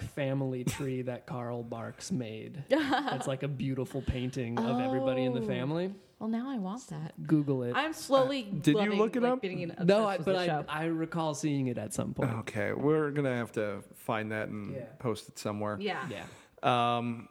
Speaker 5: family tree that Carl Barks made. it's like a beautiful painting of everybody in the
Speaker 4: Oh.
Speaker 5: family.
Speaker 4: Well, now I want that.
Speaker 5: Google it.
Speaker 4: I'm slowly.
Speaker 3: Uh, you
Speaker 4: loving,
Speaker 3: look it
Speaker 4: like,
Speaker 3: up?
Speaker 4: Being an
Speaker 5: no, I,
Speaker 4: obsessed
Speaker 5: but
Speaker 4: with the
Speaker 5: I,
Speaker 4: show.
Speaker 5: I recall seeing it at some point.
Speaker 3: Okay, we're gonna have to find that and
Speaker 5: Yeah.
Speaker 3: post it somewhere.
Speaker 4: yeah.
Speaker 5: Yeah.
Speaker 3: Um,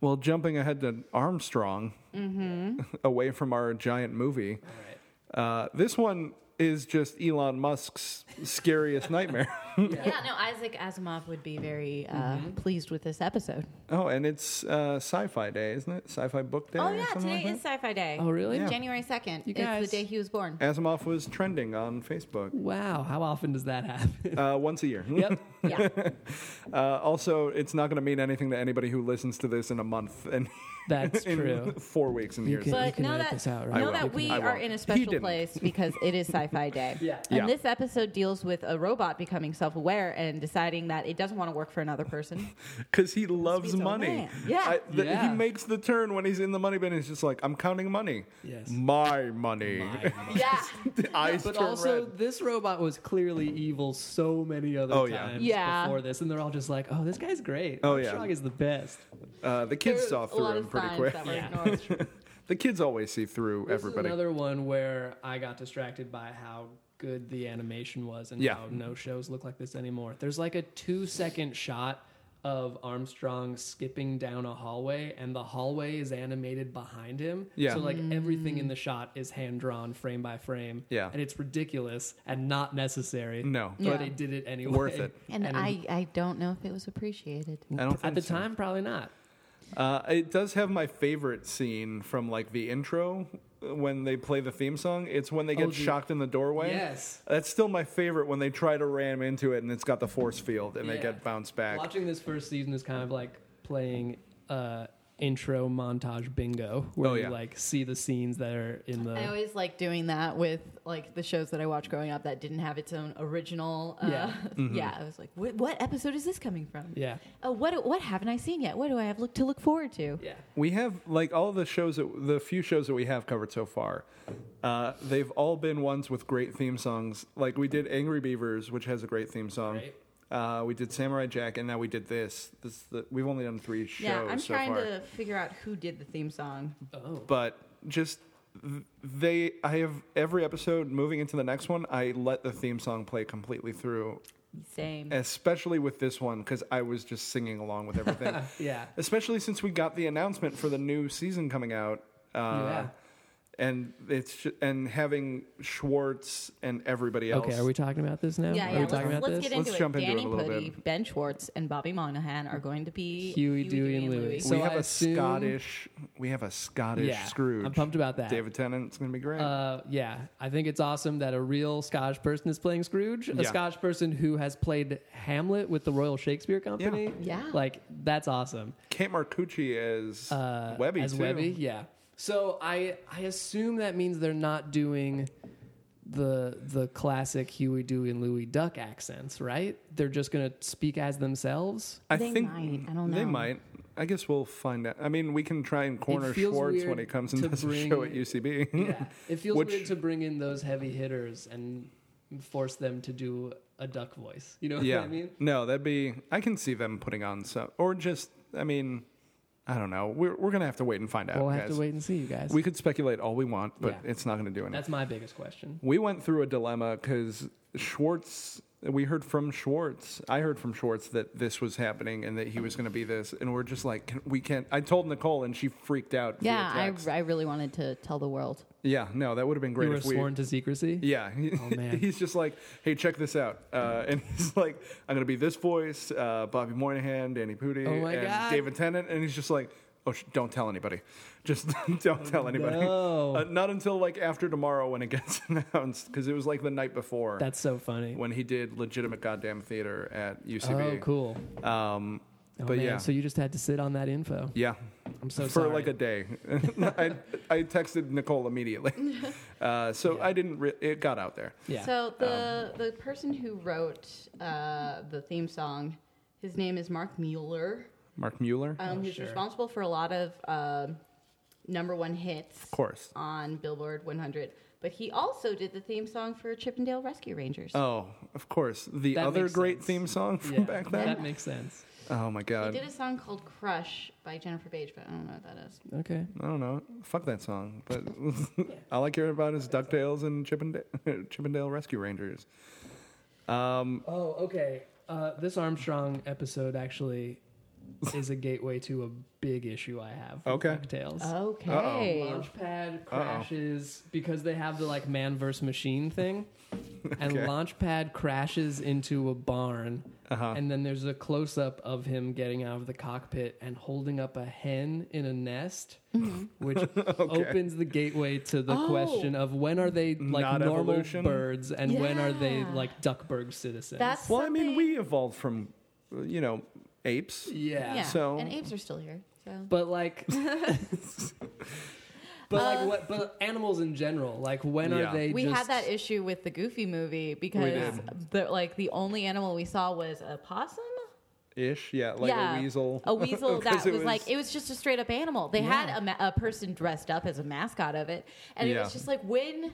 Speaker 3: well, jumping ahead to Armstrong,
Speaker 4: Mm-hmm.
Speaker 3: away from our giant movie.
Speaker 5: All right.
Speaker 3: Uh, this one is just Elon Musk's scariest nightmare.
Speaker 4: Yeah, no, Isaac Asimov would be very uh, pleased with this episode.
Speaker 3: Oh, and it's uh, Sci-Fi Day, isn't it? Sci-Fi Book Day.
Speaker 4: Oh,
Speaker 3: or
Speaker 4: yeah,
Speaker 3: something
Speaker 4: today
Speaker 3: like that?
Speaker 4: is Sci Fi Day.
Speaker 5: Oh, really?
Speaker 3: Yeah.
Speaker 4: January 2nd.
Speaker 5: You
Speaker 4: It's
Speaker 5: guys-
Speaker 4: the day he was born.
Speaker 3: Asimov was trending on Facebook
Speaker 5: Wow. How often does that happen?
Speaker 3: uh, once a year.
Speaker 5: yep.
Speaker 4: Yeah.
Speaker 3: Uh, also, it's not going to mean anything to anybody who listens to this in a month and
Speaker 5: That's
Speaker 3: in
Speaker 5: true.
Speaker 3: four weeks and
Speaker 5: You
Speaker 3: years.
Speaker 5: can-
Speaker 4: But
Speaker 5: can
Speaker 4: know
Speaker 5: edit
Speaker 4: that,
Speaker 5: this out, right?
Speaker 3: I will.
Speaker 4: know
Speaker 3: You
Speaker 4: that
Speaker 3: can
Speaker 4: we
Speaker 3: edit it.
Speaker 4: are in
Speaker 3: He
Speaker 4: a special
Speaker 3: didn't.
Speaker 4: place because it is Sci Fi Day.
Speaker 5: Yeah.
Speaker 4: And
Speaker 3: Yeah.
Speaker 4: this episode deals with a robot becoming self aware and deciding that it doesn't want to work for another person.
Speaker 3: Because he loves
Speaker 4: Speeds on
Speaker 3: money.
Speaker 4: land. Yeah.
Speaker 3: th-
Speaker 5: Yeah.
Speaker 3: He makes the turn when he's in the money bin. He's just like, I'm counting money.
Speaker 5: Yes.
Speaker 3: My money.
Speaker 4: yeah.
Speaker 3: The Eyes
Speaker 5: But
Speaker 3: turn
Speaker 5: also,
Speaker 3: red.
Speaker 5: this robot was clearly evil so many other
Speaker 3: Oh, yeah.
Speaker 5: times
Speaker 4: Yeah.
Speaker 5: before this, and they're all just like, "Oh, this guy's great.
Speaker 3: Oh, yeah.
Speaker 5: Strong is the best."
Speaker 3: Uh, the kids
Speaker 4: There's
Speaker 3: saw
Speaker 4: a
Speaker 3: through
Speaker 4: lot
Speaker 3: him
Speaker 4: of
Speaker 3: pretty
Speaker 4: signs
Speaker 3: quick.
Speaker 4: that were
Speaker 5: Yeah.
Speaker 4: ignored.
Speaker 3: The kids always see through
Speaker 5: This
Speaker 3: everybody.
Speaker 5: is another one where I got distracted by how good the animation was and
Speaker 3: Yeah.
Speaker 5: how no shows look like this anymore. There's like a two second shot of Armstrong skipping down a hallway, and the hallway is animated behind him.
Speaker 3: Yeah.
Speaker 5: So like everything
Speaker 4: Mm.
Speaker 5: in the shot is hand drawn frame by frame.
Speaker 3: Yeah.
Speaker 5: And it's ridiculous and not necessary.
Speaker 3: No.
Speaker 5: But
Speaker 4: Yeah.
Speaker 5: they did it anyway.
Speaker 3: Worth it.
Speaker 4: And I, I don't know if it was appreciated.
Speaker 3: I don't
Speaker 5: at
Speaker 3: think
Speaker 5: the
Speaker 3: so.
Speaker 5: time, probably not.
Speaker 3: Uh, it does have my favorite scene from like the intro uh, when they play the theme song. It's when they get
Speaker 5: Oh, the-
Speaker 3: shocked in the doorway.
Speaker 5: Yes.
Speaker 3: That's still my favorite when they try to ram into it and it's got the force field and they
Speaker 5: Yeah.
Speaker 3: get bounced back.
Speaker 5: Watching this first season is kind of like playing uh, intro montage bingo where
Speaker 3: Oh, yeah.
Speaker 5: you like see the scenes that are in the
Speaker 4: I always like doing that with like the shows that I watched growing up that didn't have its own original. Uh, yeah,
Speaker 5: Yeah.
Speaker 4: I was like, what, what episode is this coming from?
Speaker 5: yeah
Speaker 4: Uh, what what haven't I seen yet? What do I have look to look forward to?
Speaker 5: yeah
Speaker 3: We have like all the shows that the few shows that we have covered so far. Uh, they've all been ones with great theme songs. Like we did Angry Beavers, which has a great theme song.
Speaker 5: Right.
Speaker 3: Uh, we did Samurai Jack, and now we did this. This is the, we've only done three shows
Speaker 4: Yeah, I'm
Speaker 3: so
Speaker 4: trying
Speaker 3: far.
Speaker 4: to figure out who did the theme song.
Speaker 5: oh
Speaker 3: But just th- they, I have every episode moving into the next one. I let the theme song play completely through,
Speaker 4: Same.
Speaker 3: especially with this one because I was just singing along with everything.
Speaker 5: yeah
Speaker 3: especially since we got the announcement for the new season coming out. Uh,
Speaker 5: Yeah.
Speaker 3: And it's ju- and having Schwartz and everybody else.
Speaker 5: okay are we talking about this now
Speaker 4: Yeah,
Speaker 5: are
Speaker 4: yeah.
Speaker 5: we
Speaker 4: Let's,
Speaker 5: talking about
Speaker 4: let's
Speaker 5: this
Speaker 4: get
Speaker 3: Let's
Speaker 4: into
Speaker 3: jump
Speaker 4: it.
Speaker 3: into it a
Speaker 4: Danny
Speaker 3: little
Speaker 4: Pudi,
Speaker 3: bit.
Speaker 4: Ben Schwartz, and Bobby Moynihan are going to be
Speaker 5: Huey, Dewey, and Louie.
Speaker 3: We
Speaker 5: So
Speaker 3: have
Speaker 5: I
Speaker 3: a
Speaker 5: assume-
Speaker 3: Scottish. We have a Scottish
Speaker 5: yeah
Speaker 3: Scrooge.
Speaker 5: i'm pumped about that
Speaker 3: David Tennant. It's gonna be great.
Speaker 5: Uh, yeah, I think it's awesome that a real Scottish person is playing Scrooge, a
Speaker 3: Yeah.
Speaker 5: Scottish person who has played Hamlet with the Royal Shakespeare Company.
Speaker 4: Yeah. Yeah.
Speaker 5: like that's awesome.
Speaker 3: Kate Marcucci as
Speaker 5: Uh,
Speaker 3: Webby.
Speaker 5: as
Speaker 3: too.
Speaker 5: Webby, yeah. So I I assume that means they're not doing the the classic Huey, Dewey, and Louie Duck accents, right? They're just gonna speak as themselves.
Speaker 3: I
Speaker 4: They
Speaker 3: think
Speaker 4: might. I don't
Speaker 3: They
Speaker 4: know.
Speaker 3: might. I guess we'll find out. I mean, we can try and corner
Speaker 5: feels
Speaker 3: Schwartz
Speaker 5: weird
Speaker 3: when he comes and
Speaker 5: to
Speaker 3: does a
Speaker 5: bring-
Speaker 3: show at UCB.
Speaker 5: Yeah, it feels
Speaker 3: Hmm. Which-
Speaker 5: weird to bring in those heavy hitters and force them to do a duck voice. You know what
Speaker 3: Yeah.
Speaker 5: I mean?
Speaker 3: No, that'd be. I can see them putting on some, or just. I mean, I don't know. We're we're gonna have to wait and find out.
Speaker 5: We'll have
Speaker 3: guys.
Speaker 5: to wait and see, you guys.
Speaker 3: We could speculate all we want, but
Speaker 5: Yeah.
Speaker 3: it's not gonna do anything.
Speaker 5: That's my biggest question.
Speaker 3: we went through a dilemma because Schwartz. We heard from Schwartz. I heard from Schwartz that this was happening and that he was going to be this, and we're just like, can, we can't. I told Nicole, and she freaked out. via
Speaker 4: Yeah, I,
Speaker 3: text.
Speaker 4: I really wanted to tell the world.
Speaker 3: yeah. No, that would have been great
Speaker 5: You were
Speaker 3: if we.
Speaker 5: sworn to secrecy.
Speaker 3: Yeah.
Speaker 5: man.
Speaker 3: he's just like, hey, check this out. Uh, and he's like, I'm going to be this voice, uh, Bobby Moynihan, Danny Pudi,
Speaker 5: Oh my
Speaker 3: and
Speaker 5: God.
Speaker 3: David Tennant. And he's just like, oh, sh- don't tell anybody. Just don't tell anybody.
Speaker 5: Oh, no.
Speaker 3: Uh, not until like after tomorrow when it gets announced, because it was like the night before
Speaker 5: That's so funny.
Speaker 3: when he did legitimate goddamn theater at UCB.
Speaker 5: Oh, cool.
Speaker 3: Um,
Speaker 5: Oh,
Speaker 3: but
Speaker 5: man,
Speaker 3: yeah.
Speaker 5: So you just had to sit on that info.
Speaker 3: yeah.
Speaker 5: I'm so
Speaker 3: For
Speaker 5: sorry.
Speaker 3: like a day, I, I texted Nicole immediately, uh, so I didn't. Re- it got out there.
Speaker 5: Yeah.
Speaker 4: So the the person who wrote uh, the theme song, his name is Mark Mueller.
Speaker 3: Mark Mueller,
Speaker 4: Um, who's
Speaker 5: sure.
Speaker 4: responsible for a lot of um number one hits
Speaker 3: of course.
Speaker 4: on Billboard 100. But he also did the theme song for Chippendale Rescue Rangers.
Speaker 3: Oh, of course. The
Speaker 5: That
Speaker 3: other
Speaker 5: makes
Speaker 3: great
Speaker 5: sense.
Speaker 3: theme song from
Speaker 5: yeah,
Speaker 3: back then.
Speaker 5: That makes sense.
Speaker 3: Oh my
Speaker 4: he
Speaker 3: god.
Speaker 4: did a song called "Crush" by Jennifer Page, but I don't know what that is.
Speaker 5: Okay.
Speaker 3: I don't know. Fuck that song. But all I care about is DuckTales and Chippendale, Chippendale Rescue Rangers. Um,
Speaker 5: Oh, okay. Uh, this Armstrong episode actually is a gateway to a big issue I have. with
Speaker 3: Okay.
Speaker 5: DuckTales.
Speaker 4: Uh, Okay.
Speaker 5: Launchpad crashes because they have the like man versus machine thing, and
Speaker 3: Okay.
Speaker 5: Launchpad crashes into a barn,
Speaker 3: Uh-huh.
Speaker 5: and then there's a close up of him getting out of the cockpit and holding up a hen in a nest, which opens the gateway to the
Speaker 4: Mm-hmm. Oh.
Speaker 5: question of when are they like
Speaker 3: Not
Speaker 5: normal
Speaker 3: evolution?
Speaker 5: birds and when are they
Speaker 4: Yeah.
Speaker 5: like Duckburg citizens?
Speaker 4: That's
Speaker 3: well, I
Speaker 4: something-
Speaker 3: mean, we evolved from, uh, you know, apes.
Speaker 5: yeah.
Speaker 4: yeah.
Speaker 3: so-
Speaker 4: and apes are still here. So
Speaker 5: but like but like what but animals in general like when
Speaker 3: Yeah.
Speaker 5: are they
Speaker 4: Uh, we
Speaker 5: just,
Speaker 4: had that issue with the Goofy movie because the, like the only animal we saw was a possum.
Speaker 3: Ish. Yeah. Like
Speaker 4: yeah, Oh.
Speaker 3: a weasel.
Speaker 4: A weasel
Speaker 3: 'Cause
Speaker 4: that was, like it was just a straight up animal. They
Speaker 5: Yeah.
Speaker 4: had a, ma- a person dressed up as a mascot of it, and it
Speaker 3: Yeah.
Speaker 4: was just like when.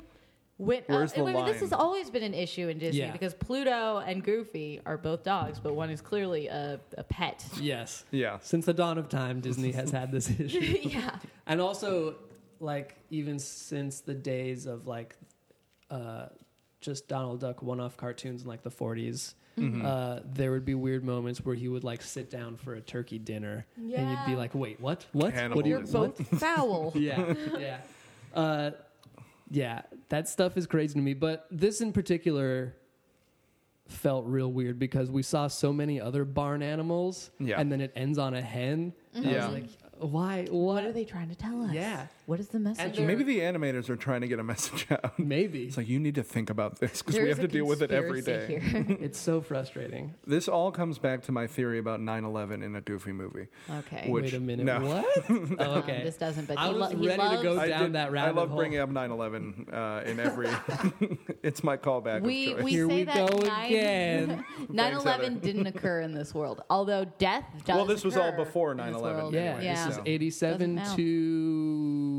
Speaker 4: When, uh,
Speaker 3: Where's the
Speaker 4: I mean, This has
Speaker 3: line?
Speaker 4: always been an issue in Disney
Speaker 5: Yeah.
Speaker 4: because Pluto and Goofy are both dogs, but one is clearly a, a pet.
Speaker 5: yes
Speaker 3: Yeah.
Speaker 5: since the dawn of time disney has had this issue
Speaker 4: yeah,
Speaker 5: and also like even since the days of like uh just donald duck one-off cartoons in like the 40s uh, there would be weird moments where he would like sit down for a turkey dinner and you'd be
Speaker 4: Yeah.
Speaker 5: like wait what what what
Speaker 3: Cannibalism.
Speaker 5: do
Speaker 4: they're
Speaker 5: you, what?
Speaker 4: both foul.
Speaker 5: yeah, yeah, uh, yeah. That stuff is crazy to me. But this in particular felt real weird because we saw so many other barn animals,
Speaker 3: Yeah.
Speaker 5: and then it ends on a hen. I
Speaker 3: Yeah.
Speaker 5: was like, why?
Speaker 4: What
Speaker 5: What?
Speaker 4: are they trying to tell us?
Speaker 5: Yeah.
Speaker 4: What is the message?
Speaker 5: they're-
Speaker 3: Maybe the animators are trying to get a message out.
Speaker 5: Maybe
Speaker 3: It's like you need to think about this because
Speaker 4: There
Speaker 3: we
Speaker 4: is
Speaker 3: have to
Speaker 4: a
Speaker 3: deal with it every day.
Speaker 4: conspiracy Here.
Speaker 5: it's so frustrating.
Speaker 3: This all comes back to my theory about 9/11 in a doofy movie.
Speaker 4: okay.
Speaker 3: Would-
Speaker 5: Wait a minute.
Speaker 3: no.
Speaker 5: What? Oh,
Speaker 4: Um,
Speaker 5: okay.
Speaker 4: this doesn't, but
Speaker 5: I
Speaker 4: he,
Speaker 5: was
Speaker 4: lo- he
Speaker 5: ready
Speaker 4: loves,
Speaker 5: to go down that rabbit
Speaker 3: I love
Speaker 5: hole.
Speaker 3: bringing up 9/11 uh, in every. it's my callback.
Speaker 4: We,
Speaker 3: of choice.
Speaker 4: we
Speaker 5: Here
Speaker 4: say
Speaker 5: we
Speaker 4: that
Speaker 5: go
Speaker 4: nine-
Speaker 5: again.
Speaker 4: 9/11 didn't occur in this world, although death does.
Speaker 3: Well, this was all
Speaker 4: occur
Speaker 3: before
Speaker 4: in this
Speaker 3: 9/11
Speaker 4: world.
Speaker 5: Yeah,
Speaker 3: anyway,
Speaker 4: yeah.
Speaker 5: this is
Speaker 3: so.
Speaker 5: 87
Speaker 4: Doesn't
Speaker 5: to 90.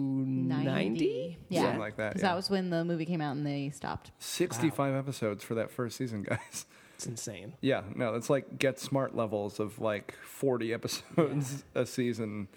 Speaker 4: 90? Yeah.
Speaker 3: Something like that,
Speaker 4: 'Cause
Speaker 3: yeah.
Speaker 4: that was when the movie came out and they stopped.
Speaker 3: 65 episodes for that first season, guys.
Speaker 5: It's insane.
Speaker 3: Yeah, no, it's like get smart levels of like 40 episodes a season.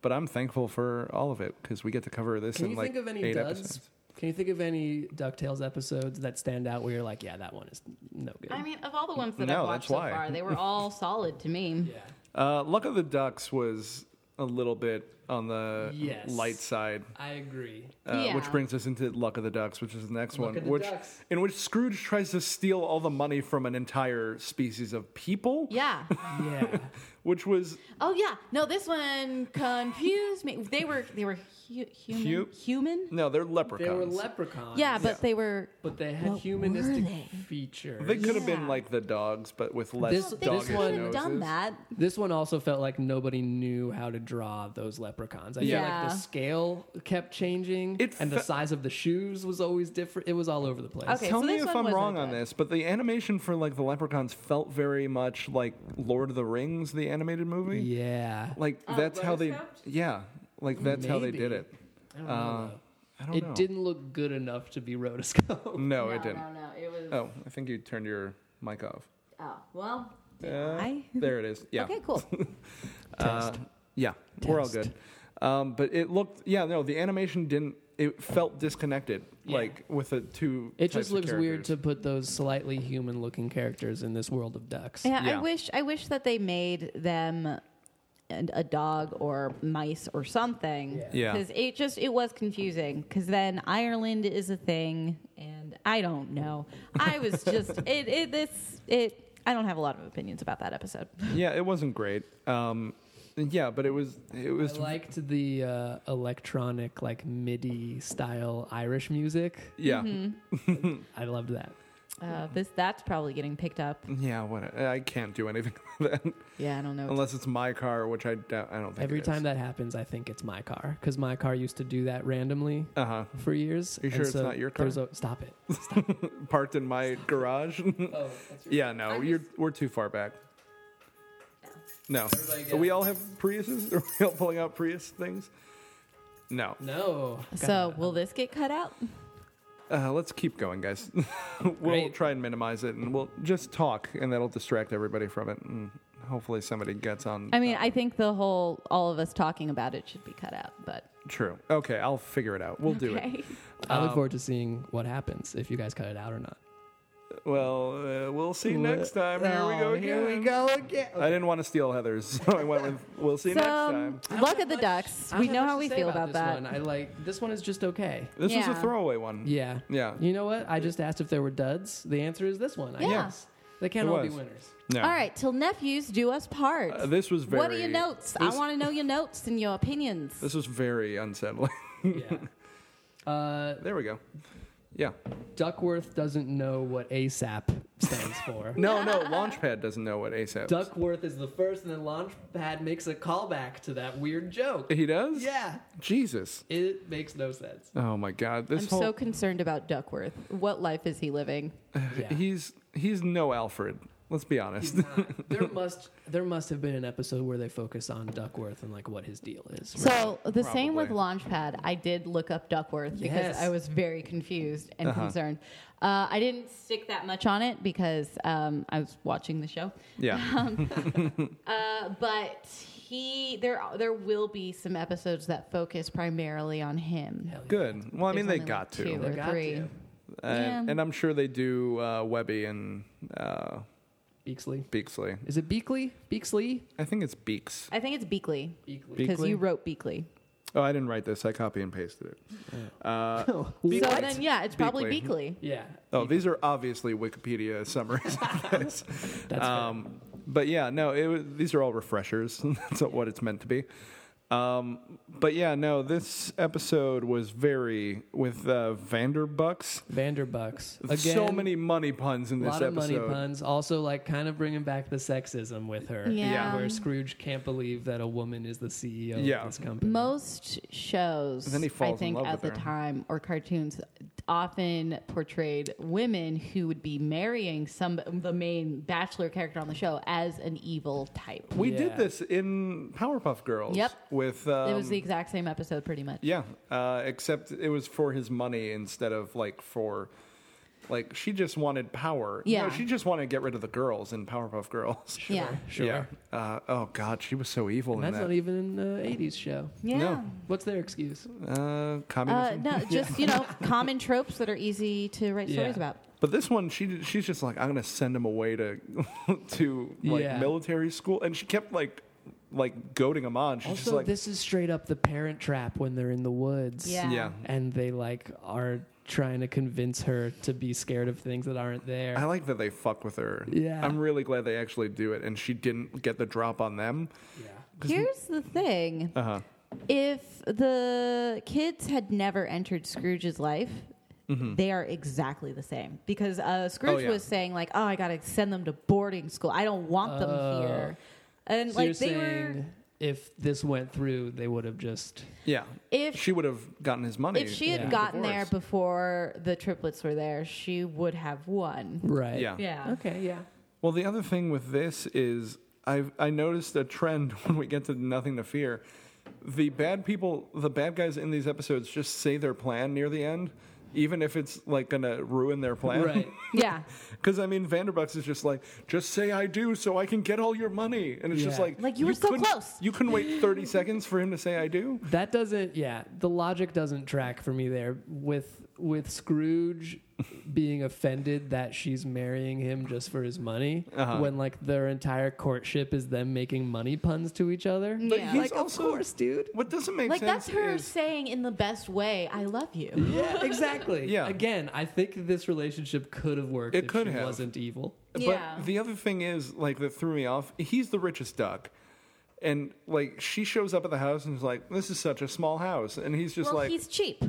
Speaker 3: But I'm thankful for all of it because we get to cover this
Speaker 5: Can
Speaker 3: in
Speaker 5: you
Speaker 3: like
Speaker 5: think of any
Speaker 3: eight
Speaker 5: duds?
Speaker 3: episodes.
Speaker 5: Can you think of any DuckTales episodes that stand out where you're like, yeah, that one is no good?
Speaker 4: I mean, of all the ones that
Speaker 3: No,
Speaker 4: I've
Speaker 3: that's
Speaker 4: watched so
Speaker 3: why.
Speaker 4: far, they were all solid to me.
Speaker 5: yeah.
Speaker 3: Uh, Luck of the Ducks was a little bit on the
Speaker 5: Yes.
Speaker 3: light side,
Speaker 5: I agree.
Speaker 3: uh, which
Speaker 4: Yeah.
Speaker 3: brings us into Luck of the Ducks, which is the next
Speaker 5: Luck
Speaker 3: one,
Speaker 5: of the
Speaker 3: which
Speaker 5: Ducks.
Speaker 3: in which Scrooge tries to steal all the money from an entire species of people,
Speaker 4: Yeah.
Speaker 5: Yeah.
Speaker 3: which was
Speaker 4: Oh yeah. No, this one confused me. They were they were hu- human
Speaker 3: Hu-
Speaker 4: human.
Speaker 3: no, they're
Speaker 5: they
Speaker 3: leprecons.
Speaker 5: were leprechauns.
Speaker 4: Yeah, but they were.
Speaker 5: but they had
Speaker 4: What
Speaker 5: humanistic
Speaker 4: were they?
Speaker 5: features.
Speaker 3: They could have been
Speaker 4: Yeah.
Speaker 3: like the dogs, but with less
Speaker 5: This-
Speaker 4: They
Speaker 3: doggish
Speaker 4: could have
Speaker 3: noses.
Speaker 4: done that.
Speaker 5: This one also felt like nobody knew how to draw those leprechauns. I feel
Speaker 4: Yeah.
Speaker 5: like the scale kept changing,
Speaker 3: It
Speaker 5: and the
Speaker 3: fe-
Speaker 5: size of the shoes was always different. It was all over the place.
Speaker 4: Okay.
Speaker 3: Tell
Speaker 4: so
Speaker 3: me
Speaker 4: this
Speaker 3: if
Speaker 4: one
Speaker 3: I'm
Speaker 4: wasn't
Speaker 3: wrong on
Speaker 4: good.
Speaker 3: this, but the animation for like the leprechauns felt very much like Lord of the Rings, the animated movie.
Speaker 5: Yeah.
Speaker 3: Like
Speaker 4: Oh,
Speaker 3: that's how they,
Speaker 4: rotoscoped?
Speaker 3: yeah, like that's how they did
Speaker 5: Maybe.
Speaker 3: it.
Speaker 5: I don't
Speaker 3: Uh,
Speaker 5: know. though.
Speaker 3: I don't
Speaker 5: It
Speaker 3: know.
Speaker 5: didn't look good enough to be rotoscope.
Speaker 3: No, Oh, it didn't.
Speaker 4: No, no, it was.
Speaker 3: Oh, I think you turned your mic off.
Speaker 4: Oh well. did
Speaker 3: Uh,
Speaker 4: I?
Speaker 3: There it is. Yeah.
Speaker 4: Okay, cool.
Speaker 3: Uh, yeah, we're all
Speaker 5: Test.
Speaker 3: good. Um, but it looked, yeah, no, the animation didn't. It felt disconnected,
Speaker 5: Yeah.
Speaker 3: like with the two.
Speaker 5: It just
Speaker 3: types of
Speaker 5: looks weird
Speaker 3: characters.
Speaker 5: to put those slightly human-looking characters in this world of ducks.
Speaker 4: Yeah,
Speaker 3: Yeah.
Speaker 4: I wish I wish that they made them and a dog or mice or something.
Speaker 3: Yeah.
Speaker 4: Because it just it was confusing. Because then Ireland is a thing, and I don't know. I was just it it this it. I don't have a lot of opinions about that episode.
Speaker 3: Yeah, it wasn't great. Um, yeah, but it was. It
Speaker 5: I
Speaker 3: was.
Speaker 5: liked the uh, electronic, like MIDI style Irish music.
Speaker 3: yeah.
Speaker 5: Mm-hmm. I loved that.
Speaker 4: Uh, this that's probably getting picked up.
Speaker 3: Yeah, what I can't do anything about that
Speaker 4: Yeah, I don't know.
Speaker 3: unless it's my car, which I doubt, I don't think.
Speaker 5: Every time that happens, I think it's my car because my car used to do that randomly
Speaker 3: uh huh
Speaker 5: for years.
Speaker 3: Are you
Speaker 5: and
Speaker 3: sure it's not your car?
Speaker 5: there's A, stop it. Oh, Stop.
Speaker 3: parked in my garage.
Speaker 5: oh,
Speaker 3: yeah, no,
Speaker 4: I'm
Speaker 3: you're we're too far back. No,
Speaker 5: Everybody
Speaker 3: Are we all have Priuses. Are we all pulling out Prius things? No.
Speaker 5: No.
Speaker 4: so
Speaker 5: God.
Speaker 4: will this get cut out?
Speaker 3: Uh, let's keep going, guys. we'll
Speaker 5: Great.
Speaker 3: try and minimize it, and we'll just talk, and that'll distract everybody from it, and hopefully somebody gets on.
Speaker 4: I mean, I think the whole all of us talking about it should be cut out. But
Speaker 3: True. Okay, I'll figure it out. We'll do it.
Speaker 4: okay.
Speaker 5: I
Speaker 3: Um,
Speaker 5: look forward to seeing what happens if you guys cut it out or not.
Speaker 3: Well, uh, we'll see next time. Here we go
Speaker 5: Oh,
Speaker 3: again.
Speaker 5: Here we go again.
Speaker 3: I didn't want to steal Heather's, so I went with "We'll see next time."
Speaker 4: So look at the ducks. We know how we feel about, that.
Speaker 5: One. I like this one is just okay.
Speaker 3: This was a
Speaker 4: yeah.
Speaker 3: throwaway one.
Speaker 5: Yeah.
Speaker 3: Yeah.
Speaker 5: You know what? I just asked if there were duds. The answer is this one. I
Speaker 4: Yeah.
Speaker 5: guess they can't
Speaker 3: It
Speaker 5: all be
Speaker 3: was.
Speaker 5: winners.
Speaker 3: No.
Speaker 4: All right, till nephews do us part.
Speaker 3: Uh, this was very.
Speaker 4: what are your notes? I
Speaker 3: this-
Speaker 4: want to know your notes and your opinions.
Speaker 3: This was very unsettling.
Speaker 5: yeah. Uh,
Speaker 3: there we go. Yeah.
Speaker 5: Duckworth doesn't know what ASAP stands for.
Speaker 3: No, no. Launchpad doesn't know what ASAP. is.
Speaker 5: Duckworth is the first, and then Launchpad makes a callback to that weird joke.
Speaker 3: He does.
Speaker 5: Yeah,
Speaker 3: Jesus.
Speaker 5: it makes no sense.
Speaker 3: Oh my God. This
Speaker 4: I'm
Speaker 3: whole.
Speaker 4: so concerned about Duckworth. What life is he living?
Speaker 5: Yeah.
Speaker 3: He's he's no Alfred. Let's be honest.
Speaker 5: there must there must have been an episode where they focus on Duckworth and like what his deal is.
Speaker 4: So the same with
Speaker 3: Probably.
Speaker 4: Launchpad. I did look up Duckworth because
Speaker 5: Yes.
Speaker 4: I was very confused and
Speaker 3: Uh-huh.
Speaker 4: concerned. Uh, I didn't stick that much on it because um, I was watching the show.
Speaker 3: yeah.
Speaker 4: Uh, but he there there will be some episodes that focus primarily on him.
Speaker 3: Good. Well, I mean, they
Speaker 4: There's only,
Speaker 3: got
Speaker 4: like,
Speaker 3: to.
Speaker 4: two.
Speaker 5: They
Speaker 4: or
Speaker 5: got
Speaker 4: three.
Speaker 5: to.
Speaker 3: And,
Speaker 4: Yeah.
Speaker 3: and I'm sure they do uh, Webby and uh,
Speaker 5: Beaksley.
Speaker 3: Beaksley.
Speaker 5: Is it Beakley? Beaksley?
Speaker 3: I think it's Beaks.
Speaker 4: I think it's Beakley
Speaker 5: Beakley.
Speaker 4: because
Speaker 3: Beakley?
Speaker 4: you wrote Beakley.
Speaker 3: Oh, I didn't write this. I copy and pasted it. Uh,
Speaker 4: So
Speaker 3: Beakley.
Speaker 4: then yeah, it's probably
Speaker 3: Beakley.
Speaker 4: Beakley.
Speaker 5: Yeah.
Speaker 3: oh, these are obviously Wikipedia summaries. of this.
Speaker 5: That's
Speaker 3: Um, but yeah, no, it was, these are all refreshers. That's what it's meant to be. Um, but yeah, no, this episode was very with uh, Vanderbucks.
Speaker 5: Vanderbucks. Again,
Speaker 3: so many money puns in
Speaker 5: A
Speaker 3: this
Speaker 5: lot of money
Speaker 3: episode.
Speaker 5: puns. Also, like, kind of bringing back the sexism with her.
Speaker 4: Yeah. Yeah.
Speaker 5: Where Scrooge can't believe that a woman is the CEO
Speaker 3: Yeah.
Speaker 5: of this company.
Speaker 4: Most shows,
Speaker 3: Then he falls
Speaker 4: I
Speaker 3: in
Speaker 4: think,
Speaker 3: love
Speaker 4: at
Speaker 3: with
Speaker 4: the
Speaker 3: her.
Speaker 4: time, or cartoons, often portrayed women who would be marrying some the main bachelor character on the show as an evil type.
Speaker 3: We
Speaker 5: Yeah.
Speaker 3: did this in Powerpuff Girls.
Speaker 4: Yep.
Speaker 3: With um,
Speaker 4: it was the exact same episode, pretty much.
Speaker 3: yeah, uh, except it was for his money instead of like for like she just wanted power.
Speaker 4: Yeah.
Speaker 3: no, she just wanted to get rid of the girls in Powerpuff Girls.
Speaker 4: Yeah.
Speaker 5: Sure.
Speaker 3: Yeah. Uh, oh God, she was so evil
Speaker 5: And
Speaker 3: in
Speaker 5: that's
Speaker 3: that.
Speaker 5: not even an 80s show.
Speaker 4: Yeah.
Speaker 3: No.
Speaker 5: What's their excuse?
Speaker 3: uh,
Speaker 4: Uh,
Speaker 3: communism.
Speaker 4: no, just you know, common tropes that are easy to write
Speaker 5: Yeah.
Speaker 4: stories about.
Speaker 3: But this one, she she's just like, I'm gonna send him away to to like
Speaker 5: Yeah.
Speaker 3: military school, and she kept like like goading him on. She's just
Speaker 5: Also,
Speaker 3: like,
Speaker 5: this is straight up the parent trap when they're in the woods.
Speaker 4: Yeah.
Speaker 3: yeah.
Speaker 5: And they, like, are trying to convince her to be scared of things that aren't there.
Speaker 3: I like that they fuck with her.
Speaker 5: Yeah.
Speaker 3: I'm really glad they actually do it, and she didn't get the drop on them.
Speaker 5: yeah.
Speaker 4: Here's the thing:
Speaker 3: Uh
Speaker 5: Uh-huh.
Speaker 3: huh.
Speaker 4: if the kids had never entered Scrooge's life,
Speaker 5: Mm-hmm.
Speaker 4: they are exactly the same. Because
Speaker 5: Oh,
Speaker 4: uh, Scrooge
Speaker 3: yeah.
Speaker 4: was saying, like, "Oh, I gotta send them to boarding school. I don't want
Speaker 5: Oh.
Speaker 4: them here." And
Speaker 5: So
Speaker 4: like
Speaker 5: you're
Speaker 4: they
Speaker 5: saying
Speaker 4: were,
Speaker 5: if this went through, they would have just.
Speaker 3: Yeah.
Speaker 4: if
Speaker 3: She would have gotten his money.
Speaker 4: if she had
Speaker 5: Yeah.
Speaker 4: gotten there
Speaker 3: Divorce.
Speaker 4: before the triplets were there, she would have won.
Speaker 5: Right.
Speaker 3: Yeah.
Speaker 4: Yeah.
Speaker 5: Okay, yeah.
Speaker 3: Well, the other thing with this is I've I noticed a trend when we get to Nothing to Fear. The bad people, the bad guys in these episodes just say their plan near the end, even if it's like gonna ruin their plan.
Speaker 5: Right.
Speaker 4: Yeah.
Speaker 3: Because I mean, Vanderbucks is just like, just say I do, so I can get all your money, and it's just
Speaker 5: Yeah.
Speaker 3: like,
Speaker 4: Like, you were so
Speaker 3: couldn't-
Speaker 4: close.
Speaker 3: You couldn't wait thirty seconds for him to say I do.
Speaker 5: That doesn't yeah, the logic doesn't track for me there with with Scrooge being offended that she's marrying him just for his money
Speaker 3: Uh-huh.
Speaker 5: when like their entire courtship is them making money puns to each other.
Speaker 4: But Yeah. he's
Speaker 5: like of course, dude.
Speaker 3: What doesn't make
Speaker 4: Like
Speaker 3: sense
Speaker 4: that's her
Speaker 3: is
Speaker 4: saying in the best way, "I love you."
Speaker 5: Yeah, exactly.
Speaker 3: Yeah.
Speaker 5: Again, I think this relationship could have worked
Speaker 3: It
Speaker 5: if
Speaker 3: could
Speaker 5: she
Speaker 3: have.
Speaker 5: wasn't evil.
Speaker 4: Yeah.
Speaker 3: But the other thing is, like, that threw me off. He's the richest duck. And, like, she shows up at the house and is like, this is such a small house. And he's just
Speaker 4: Well,
Speaker 3: like,
Speaker 4: he's cheap.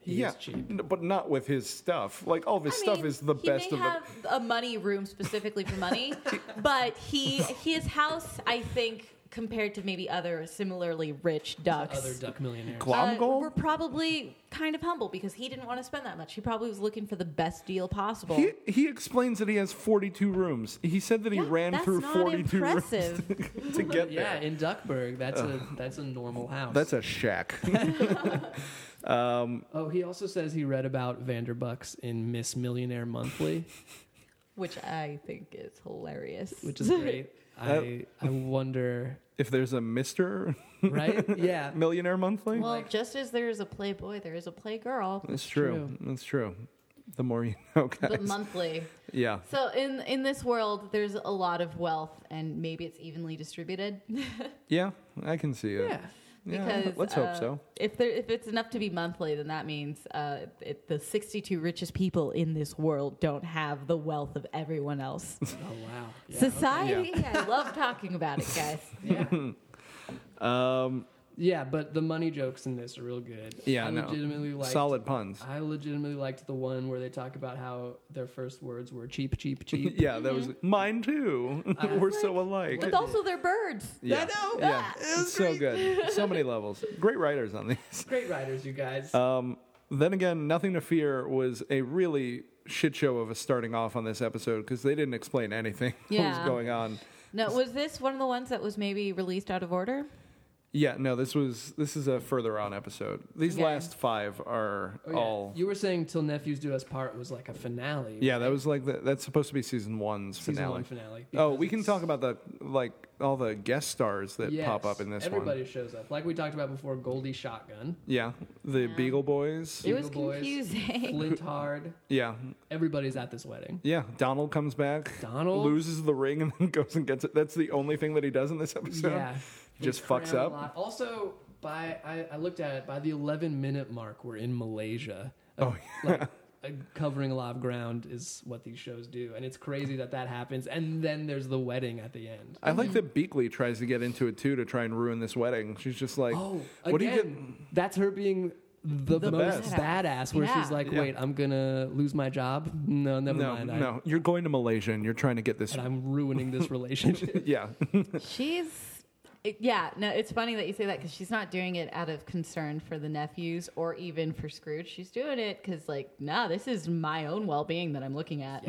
Speaker 5: He
Speaker 3: yeah,
Speaker 5: is cheap.
Speaker 3: n- but not with his stuff. Like, all of his
Speaker 4: I
Speaker 3: stuff
Speaker 4: mean,
Speaker 3: is the
Speaker 4: he
Speaker 3: best
Speaker 4: may
Speaker 3: of
Speaker 4: have a money room specifically for money, but he his house, I think, compared to maybe other similarly rich ducks, uh,
Speaker 5: Other duck millionaires.
Speaker 3: the Glomgol.
Speaker 4: were probably kind of humble because he didn't want to spend that much. He probably was looking for the best deal possible.
Speaker 3: he, he explains that he has 42 rooms. He said that he
Speaker 4: Yeah,
Speaker 3: ran
Speaker 4: that's
Speaker 3: through
Speaker 4: not
Speaker 3: 42
Speaker 4: impressive.
Speaker 3: rooms to get
Speaker 5: Yeah,
Speaker 3: there.
Speaker 5: in Duckburg, that's a that's a normal house.
Speaker 3: That's a shack.
Speaker 5: oh, he also says he read about Vanderbucks in Miss Millionaire Monthly,
Speaker 4: which I think is hilarious.
Speaker 5: which is great. I I wonder,
Speaker 3: if there's a Mr.
Speaker 5: right? Yeah,
Speaker 3: Millionaire Monthly,
Speaker 4: well, just as there is a Playboy, there is a Playgirl,
Speaker 3: it's true. It's true. The more you know, guys.
Speaker 4: but monthly.
Speaker 3: yeah.
Speaker 4: So in in this world, there's a lot of wealth, and maybe it's evenly distributed.
Speaker 3: Yeah, I can see it.
Speaker 5: yeah.
Speaker 3: Yeah,
Speaker 4: because
Speaker 3: let's
Speaker 4: uh,
Speaker 3: hope so.
Speaker 4: If there, if it's enough to be monthly, then that means uh, it, the 62 richest people in this world don't have the wealth of everyone else.
Speaker 5: Oh wow. Yeah.
Speaker 4: Society, I love talking about it, guys.
Speaker 5: yeah.
Speaker 3: Um,
Speaker 5: Yeah, but the money jokes in this are real good.
Speaker 3: Yeah,
Speaker 5: I
Speaker 3: no.
Speaker 5: legitimately liked,
Speaker 3: solid puns.
Speaker 5: I legitimately liked the one where they talk about how their first words were cheap, cheap, cheap.
Speaker 3: Yeah, that was
Speaker 4: Mm-hmm.
Speaker 3: mine too. We're so alike.
Speaker 4: But also, they're birds.
Speaker 3: yeah.
Speaker 5: know. Ah,
Speaker 3: Yeah, it's so good. So many levels. Great writers on these.
Speaker 5: Great writers, you guys.
Speaker 3: Um, then again, Nothing to Fear was a really shit show of a starting off on this episode because they didn't explain anything what was
Speaker 4: Yeah.
Speaker 3: going on.
Speaker 4: No, was this one of the ones that was maybe released out of order?
Speaker 3: Yeah, no, this was this is a further on episode. These
Speaker 4: Okay.
Speaker 3: last five are
Speaker 5: Oh, yeah.
Speaker 3: all.
Speaker 5: You were saying "Till Nephews Do Us Part" was like a finale.
Speaker 3: yeah, that was like the, that's supposed to be season one's
Speaker 5: season
Speaker 3: finale.
Speaker 5: one finale.
Speaker 3: Oh,
Speaker 5: because
Speaker 3: we can
Speaker 5: it's-
Speaker 3: talk about the like all the guest stars that
Speaker 5: Yes,
Speaker 3: pop up in this
Speaker 5: Everybody
Speaker 3: one.
Speaker 5: shows up, like we talked about before. Goldie Shotgun,
Speaker 3: Yeah, the Beagle Boys.
Speaker 4: It was
Speaker 5: Beagle Boys.
Speaker 4: confusing.
Speaker 5: Flint Hard.
Speaker 3: Yeah,
Speaker 5: Everybody's at this wedding.
Speaker 3: yeah. Donald comes back.
Speaker 5: Donald?
Speaker 3: loses the ring and then goes and gets it. That's the only thing that he does in this episode.
Speaker 5: yeah,
Speaker 3: just
Speaker 5: They
Speaker 3: fucks
Speaker 5: cram a
Speaker 3: up.
Speaker 5: lot. Also, by I, I looked at it by the 11 minute mark, we're in Malaysia.
Speaker 3: Oh,
Speaker 5: Like, uh, covering a lot of ground is what these shows do, and it's crazy that that happens. And then there's the wedding at the end.
Speaker 3: I like that Beakley tries to get into it too to try and ruin this wedding. She's just like,
Speaker 5: Oh,
Speaker 3: what do you get?
Speaker 5: again, that's her being the,
Speaker 3: The
Speaker 5: most
Speaker 3: best.
Speaker 5: badass. Where
Speaker 4: Yeah.
Speaker 5: she's like,
Speaker 3: Yeah.
Speaker 5: "Wait, I'm gonna lose my job? No, never
Speaker 3: No,
Speaker 5: mind. I-
Speaker 3: no, you're going to Malaysia and you're trying to get this.
Speaker 5: and I'm ruining this relationship."
Speaker 3: Yeah,
Speaker 4: She's. it- yeah, no, it's funny that you say that because she's not doing it out of concern for the nephews or even for Scrooge. She's doing it because, like, nah, this is my own well being that I'm looking at.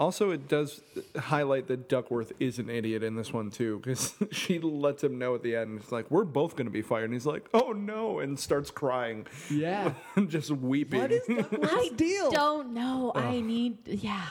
Speaker 3: Also, it does highlight that Duckworth is an idiot in this one too, because she lets him know at the end. It's like we're both going to be fired, and he's like, "Oh no!" and starts crying,
Speaker 5: yeah.
Speaker 3: and just weeping.
Speaker 5: What is Duckworth's deal?
Speaker 4: Don't know. I need. Yeah.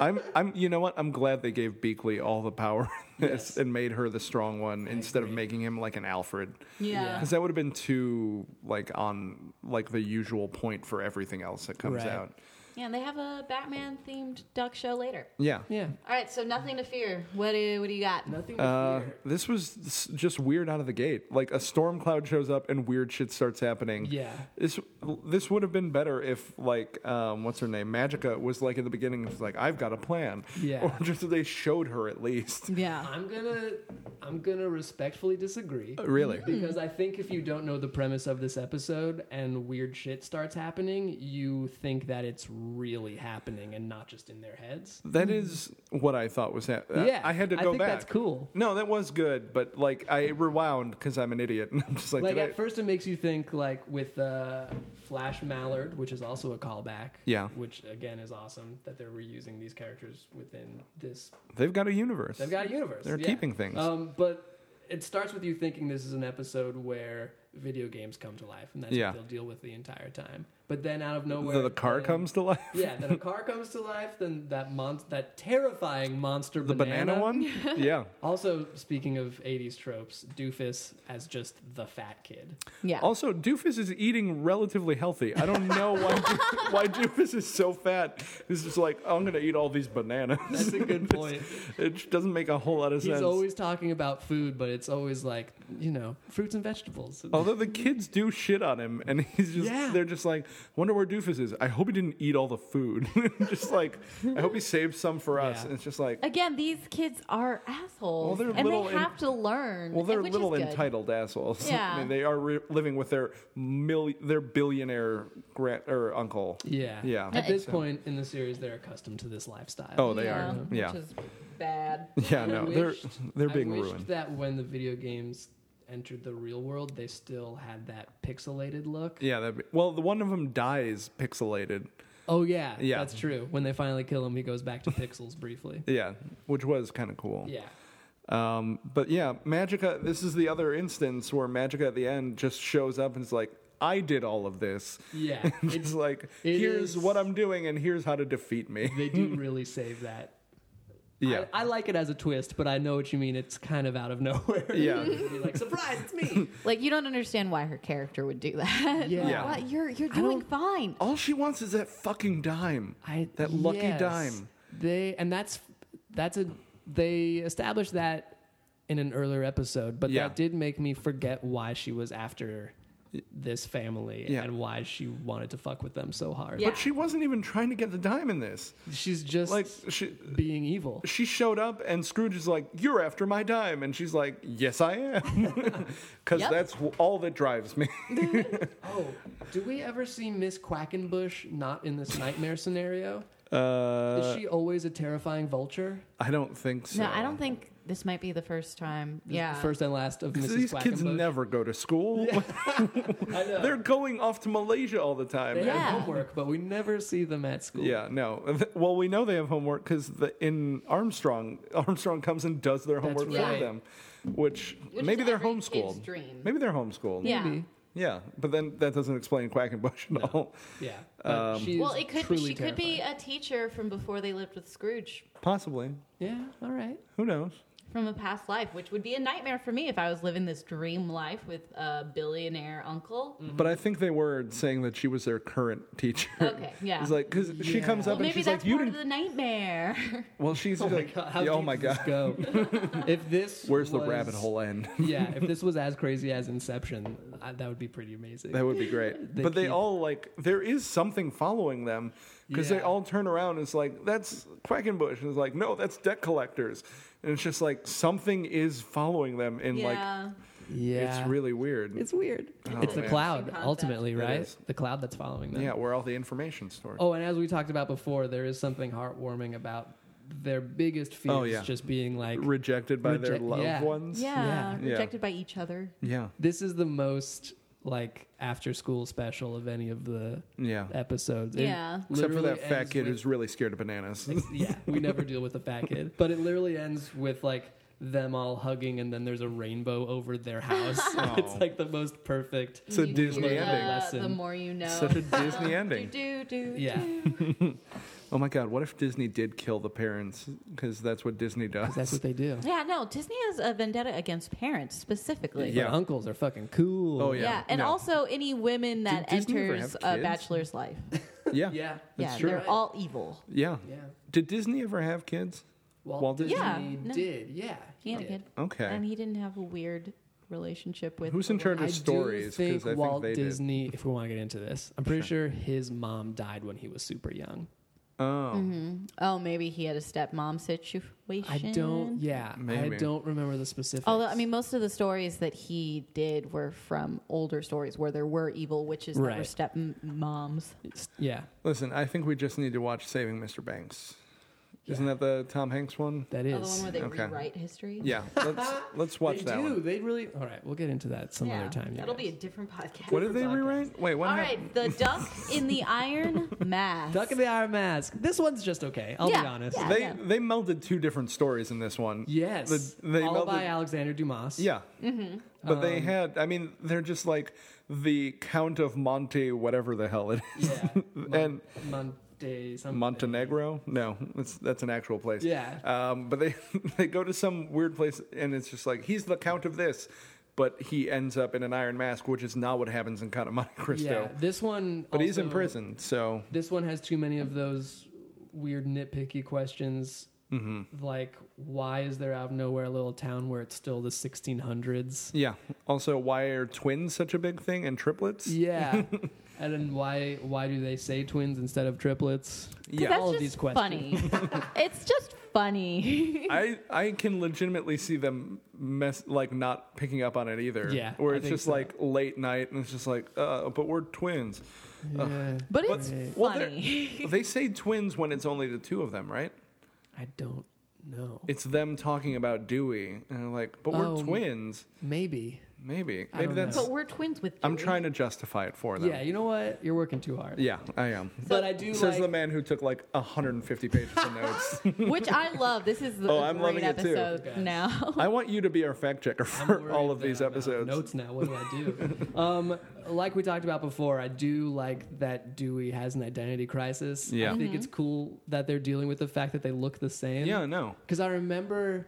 Speaker 3: I'm, I'm, you know what? I'm glad they gave Beakley all the power in this and made her the strong one instead of making him like an Alfred.
Speaker 4: Yeah.
Speaker 3: because that would have been too like on like the usual point for everything else that comes
Speaker 5: Right.
Speaker 3: out.
Speaker 4: Yeah, and they have a Batman themed duck show later.
Speaker 3: Yeah,
Speaker 5: Yeah.
Speaker 4: All right, so nothing to fear. What do, what do you got?
Speaker 5: Nothing to
Speaker 3: Uh,
Speaker 5: fear.
Speaker 3: this was s- just weird out of the gate. Like a storm cloud shows up and weird shit starts happening.
Speaker 5: Yeah.
Speaker 3: This this would have been better if like um, what's her name Magica was like in the beginning was like I've got a plan.
Speaker 5: Yeah.
Speaker 3: Or just they showed her at least.
Speaker 4: Yeah.
Speaker 5: I'm gonna I'm gonna respectfully disagree.
Speaker 3: Oh, Really.
Speaker 5: Because I think if you don't know the premise of this episode and weird shit starts happening, you think that it's really happening and not just in their heads.
Speaker 3: That is what I thought was happening.
Speaker 5: Yeah,
Speaker 3: I had to
Speaker 5: I
Speaker 3: go
Speaker 5: think
Speaker 3: back.
Speaker 5: that's cool.
Speaker 3: No, that was good, but like I rewound because I'm an idiot. And I'm just like,
Speaker 5: Like
Speaker 3: did I-
Speaker 5: at first, it makes you think like with uh, Flash Mallard, which is also a callback.
Speaker 3: Yeah.
Speaker 5: which again is awesome that they're reusing these characters within this
Speaker 3: they've got a universe.
Speaker 5: They've got a universe.
Speaker 3: They're
Speaker 5: yeah.
Speaker 3: keeping things.
Speaker 5: Um, but it starts with you thinking this is an episode where video games come to life, and that's
Speaker 3: Yeah.
Speaker 5: what they'll deal with the entire time. But then out of nowhere,
Speaker 3: the, the car
Speaker 5: then-
Speaker 3: comes to life.
Speaker 5: Yeah, then a car comes to life. Then that mon- that terrifying monster
Speaker 3: The banana,
Speaker 5: banana
Speaker 3: one. yeah.
Speaker 5: Also, speaking of '80s tropes, Doofus as just the fat kid.
Speaker 4: Yeah.
Speaker 3: Also, Doofus is eating relatively healthy. I don't know why why Doofus is so fat. He's just like, I'm gonna eat all these bananas.
Speaker 5: That's a good point.
Speaker 3: it just doesn't make a whole lot of
Speaker 5: He's
Speaker 3: sense.
Speaker 5: always talking about food, but it's always like you know fruits and vegetables.
Speaker 3: Although the kids do shit on him, and he's just
Speaker 5: Yeah.
Speaker 3: they're just like, wonder where Doofus is. I hope he didn't eat all the food. just like, I hope he saved some for us.
Speaker 5: Yeah.
Speaker 3: And it's just like,
Speaker 4: Again, these kids are assholes.
Speaker 3: Well, they're
Speaker 4: and
Speaker 3: little
Speaker 4: they
Speaker 3: en-
Speaker 4: have to learn.
Speaker 3: well, they're
Speaker 4: which is
Speaker 3: little
Speaker 4: good.
Speaker 3: entitled assholes.
Speaker 4: Yeah.
Speaker 3: I mean, they are re- living with their mil- their billionaire grand or uncle.
Speaker 5: Yeah.
Speaker 3: Yeah.
Speaker 5: At this
Speaker 3: So-
Speaker 5: point in the series, they're accustomed to this lifestyle.
Speaker 3: Oh, they are. Yeah.
Speaker 4: Which is bad.
Speaker 3: Yeah,
Speaker 5: I
Speaker 3: no,
Speaker 5: wished-
Speaker 3: they're they're
Speaker 5: I
Speaker 3: being
Speaker 5: wished
Speaker 3: ruined.
Speaker 5: that when the video games entered the real world, they still had that pixelated look.
Speaker 3: Yeah, that'd be, well, the one of them dies pixelated.
Speaker 5: Oh yeah,
Speaker 3: Yeah.
Speaker 5: that's true. When they finally kill him, he goes back to pixels briefly.
Speaker 3: Yeah, which was kind of cool.
Speaker 5: Yeah,
Speaker 3: Um, but yeah, Magica. This is the other instance where Magica at the end just shows up and is like, "I did all of this."
Speaker 5: yeah.
Speaker 3: It's
Speaker 5: It's,
Speaker 3: like,
Speaker 5: it
Speaker 3: "Here's
Speaker 5: is-
Speaker 3: what I'm doing, and here's how to defeat me."
Speaker 5: they do really save that.
Speaker 3: Yeah,
Speaker 5: I, I like it as a twist, but I know what you mean. It's kind of out of nowhere.
Speaker 3: Yeah.
Speaker 5: Be like surprise, it's me.
Speaker 4: Like, you don't understand why her character would do that.
Speaker 5: Yeah.
Speaker 3: Yeah. Oh,
Speaker 4: What? Uh, You're, you're doing fine.
Speaker 3: all she wants is that fucking dime.
Speaker 5: I
Speaker 3: that lucky
Speaker 5: yes.
Speaker 3: dime.
Speaker 5: They and that's that's a they established that in an earlier episode, but
Speaker 3: Yeah.
Speaker 5: that did make me forget why she was after this family
Speaker 3: Yeah.
Speaker 5: and why she wanted to fuck with them so hard.
Speaker 4: Yeah.
Speaker 3: But she wasn't even trying to get the dime in this.
Speaker 5: She's just
Speaker 3: Like she.
Speaker 5: being evil.
Speaker 3: She showed up and Scrooge is like, "You're after my dime," and she's like, "Yes, I am," because
Speaker 4: Yep.
Speaker 3: that's wh- all that drives me.
Speaker 5: Oh, do we ever see Miss Quackenbush not in this nightmare scenario?
Speaker 3: Uh,
Speaker 5: Is she always a terrifying vulture?
Speaker 3: I don't think so.
Speaker 4: No, I don't think this might be the first time. Yeah.
Speaker 5: First and last of Mrs.
Speaker 3: These
Speaker 5: Quackenbush.
Speaker 3: kids never go to school.
Speaker 5: I know.
Speaker 3: They're going off to Malaysia all the time.
Speaker 5: They
Speaker 4: Yeah.
Speaker 5: have homework, but we never see them at school.
Speaker 3: Yeah, no. Well, we know they have homework because in Armstrong, Armstrong comes and does their homework
Speaker 5: right.
Speaker 3: for them, which,
Speaker 4: Which
Speaker 3: maybe
Speaker 4: is
Speaker 3: they're
Speaker 4: every kid's
Speaker 3: homeschooled.
Speaker 4: dream.
Speaker 3: Maybe they're homeschooled.
Speaker 4: yeah.
Speaker 5: Maybe.
Speaker 3: Yeah, but then that doesn't explain Quackenbush at all.
Speaker 5: Yeah. But
Speaker 3: Um,
Speaker 5: she is
Speaker 4: Well, it could.
Speaker 5: truly
Speaker 4: She could be
Speaker 5: terrifying.
Speaker 4: a teacher from before they lived with Scrooge.
Speaker 3: Possibly.
Speaker 5: Yeah. All right.
Speaker 3: Who knows?
Speaker 4: from a past life, which would be a nightmare for me if I was living this dream life with a billionaire uncle.
Speaker 3: But I think they were saying that she was their current teacher.
Speaker 4: Okay, yeah.
Speaker 3: It's like because she
Speaker 5: Yeah.
Speaker 3: comes
Speaker 5: Well,
Speaker 3: up
Speaker 4: Well, maybe
Speaker 3: and she's
Speaker 4: that's
Speaker 3: like, "You
Speaker 4: part of
Speaker 3: didn't."
Speaker 4: the nightmare.
Speaker 3: Well, she's like,
Speaker 5: how
Speaker 3: "Yeah, "Oh
Speaker 5: deep
Speaker 3: my
Speaker 5: does
Speaker 3: god,
Speaker 5: this go? if this
Speaker 3: where's the
Speaker 5: was-
Speaker 3: rabbit hole end?"
Speaker 5: yeah, if this was as crazy as Inception, I, that would be pretty amazing.
Speaker 3: That would be great.
Speaker 5: They
Speaker 3: but they
Speaker 5: keep-
Speaker 3: all like there is something following them because they
Speaker 5: Yeah.
Speaker 3: all turn around and it's like that's Quackenbush and it's like no that's debt collectors and it's just like something is following them and like
Speaker 4: yeah.
Speaker 5: yeah,
Speaker 3: it's really weird.
Speaker 5: it's weird.
Speaker 3: Oh,
Speaker 5: it's the
Speaker 3: man.
Speaker 5: cloud
Speaker 4: Interesting
Speaker 5: ultimately,
Speaker 3: concept. It
Speaker 5: right?
Speaker 3: is.
Speaker 5: The cloud that's following them.
Speaker 3: yeah, where all the information stored.
Speaker 5: Oh, and as we talked about before, there is something heartwarming about their biggest fears
Speaker 3: Oh, yeah.
Speaker 5: just being like
Speaker 3: Rejected by their
Speaker 5: Reject-
Speaker 3: loved
Speaker 5: yeah.
Speaker 3: ones.
Speaker 4: yeah.
Speaker 5: Yeah.
Speaker 3: Yeah.
Speaker 4: Rejected by each other.
Speaker 3: Yeah.
Speaker 5: this is the most like after school special of any of the
Speaker 3: Yeah.
Speaker 5: episodes. It
Speaker 4: Yeah.
Speaker 3: Except for
Speaker 5: literally
Speaker 3: that fat
Speaker 5: ends
Speaker 3: kid
Speaker 5: with-
Speaker 3: who's really scared of bananas.
Speaker 5: yeah, we never deal with the fat kid. But it literally ends with like them all hugging, and then there's a rainbow over their house. it's like the most perfect.
Speaker 3: it's a
Speaker 4: You-
Speaker 3: Disney
Speaker 5: the-
Speaker 4: uh,
Speaker 3: ending.
Speaker 5: Lesson.
Speaker 4: The more you know.
Speaker 3: Such a Disney ending.
Speaker 4: Do, do, do,
Speaker 5: Yeah,
Speaker 3: Oh my god, what if Disney did kill the parents? Because that's what Disney does.
Speaker 5: that's what they do.
Speaker 4: Yeah, no, Disney has a vendetta against parents specifically.
Speaker 3: Yeah.
Speaker 5: But uncles are fucking cool.
Speaker 3: Oh,
Speaker 4: Yeah,
Speaker 3: yeah.
Speaker 4: and
Speaker 3: no.
Speaker 4: also any women that
Speaker 3: Did Disney ever
Speaker 4: enters
Speaker 3: have
Speaker 4: a
Speaker 3: kids?
Speaker 4: bachelor's life.
Speaker 3: Yeah.
Speaker 5: yeah,
Speaker 4: yeah,
Speaker 3: true.
Speaker 4: they're all evil.
Speaker 3: Yeah.
Speaker 5: yeah.
Speaker 3: Did Disney ever have kids?
Speaker 5: Walt,
Speaker 3: Walt
Speaker 5: Disney
Speaker 3: Disney
Speaker 4: Yeah, no.
Speaker 5: did. Yeah,
Speaker 4: He had a kid,
Speaker 3: Okay.
Speaker 4: and he didn't have a weird relationship with.
Speaker 3: Who's in
Speaker 4: the
Speaker 3: charge
Speaker 5: I
Speaker 3: of stories?
Speaker 5: do think
Speaker 3: Because I think
Speaker 5: Walt
Speaker 3: they did.
Speaker 5: Disney. If we want to get into this, I'm pretty sure his mom died when he was super young.
Speaker 3: Oh,
Speaker 4: woman. Oh, maybe he had a stepmom situation.
Speaker 5: I don't. Yeah,
Speaker 3: Maybe.
Speaker 5: I don't remember the specifics.
Speaker 4: Although, I mean, most of the stories that he did were from older stories where there were evil witches that were
Speaker 5: Right.
Speaker 4: stepmoms.
Speaker 5: It's- yeah,
Speaker 3: listen, I think we just need to watch Saving Mr. Banks. Isn't that the Tom Hanks one?
Speaker 5: that
Speaker 4: Oh, the one
Speaker 5: is.
Speaker 4: where they
Speaker 3: Okay.
Speaker 4: rewrite history.
Speaker 3: Yeah, let's let's watch
Speaker 5: they
Speaker 3: that
Speaker 5: do.
Speaker 3: one.
Speaker 5: They really. All right, we'll get into that some other time. you
Speaker 4: That'll
Speaker 5: guys.
Speaker 4: be a different podcast.
Speaker 3: What did they rewrite? Wait, what
Speaker 4: All
Speaker 3: happened?
Speaker 4: right, the duck in the iron mask.
Speaker 5: Duck in the Iron Mask. This one's just okay. I'll
Speaker 4: Yeah,
Speaker 5: be honest.
Speaker 4: yeah.
Speaker 3: They they melded two different stories in this one.
Speaker 5: Yes,
Speaker 3: The- they
Speaker 5: all
Speaker 3: melded,
Speaker 5: by Alexander Dumas.
Speaker 3: yeah. But they had. I mean, they're just like the Count of Monte, whatever the hell it is,
Speaker 5: yeah.
Speaker 3: and
Speaker 5: Monte something.
Speaker 3: Montenegro. No, that's that's an actual place.
Speaker 5: Yeah.
Speaker 3: Um, but they they go to some weird place and it's just like he's the count of this, but he ends up in an iron mask, which is not what happens in Count of Monte
Speaker 5: Yeah,
Speaker 3: Cristo.
Speaker 5: this one.
Speaker 3: But he's in
Speaker 5: also-
Speaker 3: prison, so
Speaker 5: This one has too many of those weird nitpicky questions.
Speaker 3: Mm-hmm.
Speaker 5: Like, why is there out of nowhere a little town where it's still the 1600s?
Speaker 3: yeah. Also, why are twins such a big thing and triplets?
Speaker 5: Yeah. and then why why do they say twins instead of triplets?
Speaker 4: Because
Speaker 3: Yeah.
Speaker 4: that's
Speaker 5: all of
Speaker 4: just
Speaker 5: these questions.
Speaker 4: Funny. it's just funny.
Speaker 3: I, I can legitimately see them mess like not picking up on it either.
Speaker 5: Yeah,
Speaker 3: where
Speaker 5: I
Speaker 3: it's
Speaker 5: think
Speaker 3: just
Speaker 5: so.
Speaker 3: like late night and it's just like, uh, but we're twins.
Speaker 5: Yeah.
Speaker 4: But it's
Speaker 3: Well, they're-
Speaker 4: funny.
Speaker 3: they say twins when it's only the two of them, right?
Speaker 5: I don't know.
Speaker 3: It's them talking about Dewey and they're like, but we're
Speaker 5: Oh.
Speaker 3: twins.
Speaker 5: Maybe.
Speaker 3: Maybe.
Speaker 5: I
Speaker 3: Maybe
Speaker 5: don't
Speaker 3: that's.
Speaker 5: know.
Speaker 4: but we're twins with.
Speaker 3: I'm
Speaker 4: Dewey.
Speaker 3: trying to justify it for them.
Speaker 5: Yeah, you know what? You're working too hard.
Speaker 3: Yeah, I am.
Speaker 5: But I do
Speaker 3: Says
Speaker 5: like
Speaker 3: the man who took like 150 pages of notes.
Speaker 4: which I love. This is the
Speaker 3: Oh, I'm
Speaker 4: great
Speaker 3: loving it too.
Speaker 4: episode
Speaker 5: Okay.
Speaker 4: now.
Speaker 3: I want you to be our fact checker
Speaker 5: I'm
Speaker 3: for
Speaker 5: worried
Speaker 3: all of
Speaker 5: that
Speaker 3: these
Speaker 5: I'm out of
Speaker 3: episodes.
Speaker 5: Notes now. What do I do? um, like we talked about before, I do like that Dewey has an identity crisis.
Speaker 3: Yeah.
Speaker 5: I think it's cool that they're dealing with the fact that they look the same.
Speaker 3: Yeah, no.
Speaker 5: Because I remember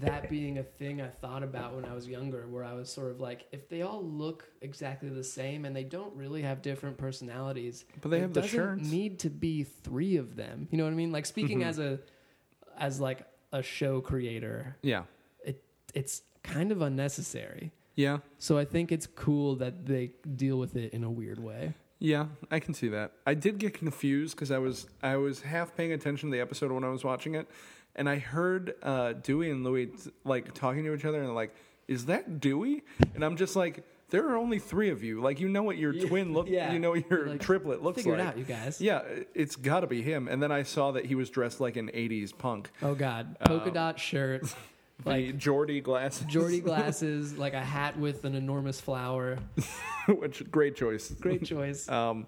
Speaker 5: that being a thing I thought about when I was younger, where I was sort of like, if they all look exactly the same and they don't really have different personalities,
Speaker 3: But they
Speaker 5: there
Speaker 3: have the
Speaker 5: doesn't
Speaker 3: shirts. Mm-hmm.
Speaker 5: Need to be three of them. You know what I mean? Like speaking as a as like a show creator,
Speaker 3: Yeah.
Speaker 5: it it's kind of unnecessary.
Speaker 3: Yeah.
Speaker 5: So I think it's cool that they deal with it in a weird way.
Speaker 3: Yeah, I can see that. I did get confused because I was I was half paying attention to the episode when I was watching it, and I heard uh, Dewey and Louie t- like talking to each other and like, "Is that Dewey?" And I'm just like, "There are only three of you. Like, you know what your twin look,
Speaker 5: yeah.
Speaker 3: you know what your
Speaker 5: Like,
Speaker 3: triplet looks
Speaker 5: figure it
Speaker 3: like.
Speaker 5: out, you guys.
Speaker 3: Yeah, i- it's got to be him." And then I saw that he was dressed like an '80s punk,
Speaker 5: Oh God,
Speaker 3: Um,
Speaker 5: polka dot shirt,
Speaker 3: like
Speaker 5: like
Speaker 3: Geordie glasses.
Speaker 5: Jordy glasses, like a hat with an enormous flower.
Speaker 3: which great choice.
Speaker 5: Great choice.
Speaker 3: Um,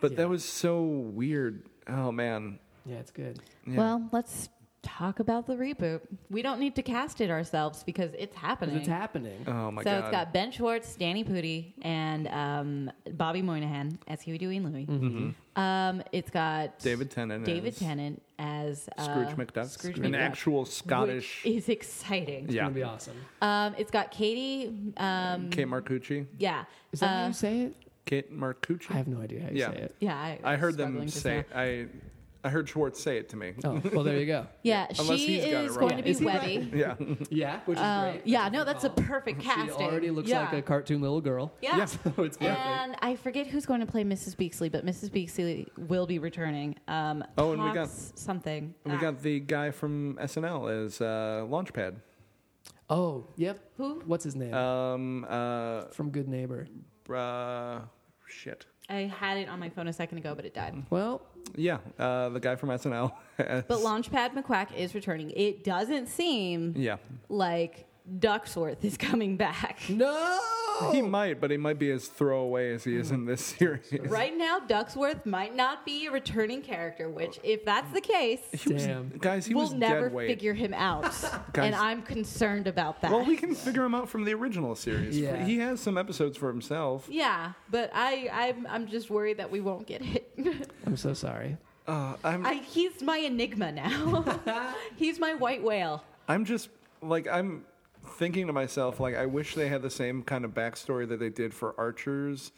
Speaker 3: but
Speaker 5: Yeah.
Speaker 3: that was so weird. Oh man,
Speaker 5: yeah, it's good.
Speaker 4: Well, let's talk about the reboot. We don't need to cast it ourselves because it's happening.
Speaker 5: It's happening.
Speaker 3: oh my
Speaker 4: so
Speaker 3: god.
Speaker 4: it's got Ben Schwartz, Danny Pudi, and um,
Speaker 5: Mm-hmm.
Speaker 4: Bobby Moynihan as Huey, Dewey, and Louie. Um, it's got
Speaker 3: David Tennant.
Speaker 4: David
Speaker 3: is-
Speaker 4: Tennant as uh,
Speaker 3: Scrooge McDuck,
Speaker 4: Scrooge
Speaker 3: an
Speaker 4: McDuck,
Speaker 3: actual Scottish.
Speaker 4: which is exciting.
Speaker 5: It's
Speaker 3: yeah,
Speaker 5: gonna be awesome.
Speaker 4: Um, it's got Katie. Um,
Speaker 3: Kate Marcucci.
Speaker 4: yeah,
Speaker 5: Is that how
Speaker 4: Uh,
Speaker 5: you say it?
Speaker 3: Kate Marcucci.
Speaker 5: I have no idea how you
Speaker 3: yeah.
Speaker 5: say it.
Speaker 4: yeah. I,
Speaker 3: I
Speaker 4: was
Speaker 3: heard
Speaker 4: struggling
Speaker 3: them
Speaker 4: just
Speaker 3: say.
Speaker 4: now.
Speaker 3: I I heard Schwartz say it to me.
Speaker 5: Oh, well, there you go.
Speaker 4: Yeah,
Speaker 3: Unless
Speaker 4: she
Speaker 3: he's got it
Speaker 4: is
Speaker 3: wrong.
Speaker 4: going to
Speaker 5: Yeah,
Speaker 4: be
Speaker 5: is he right?
Speaker 4: Webby.
Speaker 3: Yeah.
Speaker 5: Yeah, which is
Speaker 4: Uh,
Speaker 5: great.
Speaker 4: yeah, no, that's a perfect
Speaker 5: She
Speaker 4: casting.
Speaker 5: already looks
Speaker 4: Yeah.
Speaker 5: like a cartoon little girl.
Speaker 4: Yeah.
Speaker 3: Yeah.
Speaker 5: So it's perfect.
Speaker 4: And I forget who's going to play Mrs. Beaksley, but Mrs. Beaksley will be returning. Um,
Speaker 3: Oh, and we got-
Speaker 4: Cox something.
Speaker 3: And we
Speaker 4: Ah.
Speaker 3: got the guy from SNL as uh, Launchpad.
Speaker 5: Oh, yep.
Speaker 4: Who?
Speaker 5: What's his name?
Speaker 3: Um. Uh.
Speaker 5: From Good Neighbor.
Speaker 3: uh shit.
Speaker 4: I had it on my phone a second ago, but it died.
Speaker 5: Well,
Speaker 3: Yeah. Uh. The guy from SNL. as-
Speaker 4: But Launchpad McQuack is returning. It doesn't seem
Speaker 3: yeah.
Speaker 4: like Ducksworth is coming back.
Speaker 5: no.
Speaker 4: Oh.
Speaker 3: He might, but he might be as throwaway as he is in this series.
Speaker 4: Mm. Right now, Ducksworth might not be a returning character, which, if that's the case,
Speaker 3: He was-
Speaker 5: Damn.
Speaker 3: guys, he
Speaker 4: we'll
Speaker 3: was
Speaker 4: never
Speaker 3: dead weight.
Speaker 4: figure him out.
Speaker 3: Guys.
Speaker 4: and I'm concerned about that.
Speaker 3: Well, we can figure him out from the original series.
Speaker 5: Yeah.
Speaker 3: He has some episodes for himself.
Speaker 4: yeah, but I, I'm, I'm just worried that we won't get hit.
Speaker 5: I'm so sorry.
Speaker 3: Uh, I'm,
Speaker 4: I, he's my enigma now. he's my white whale.
Speaker 3: I'm just like I'm thinking to myself like I wish they had the same kind of backstory that they did for Archer's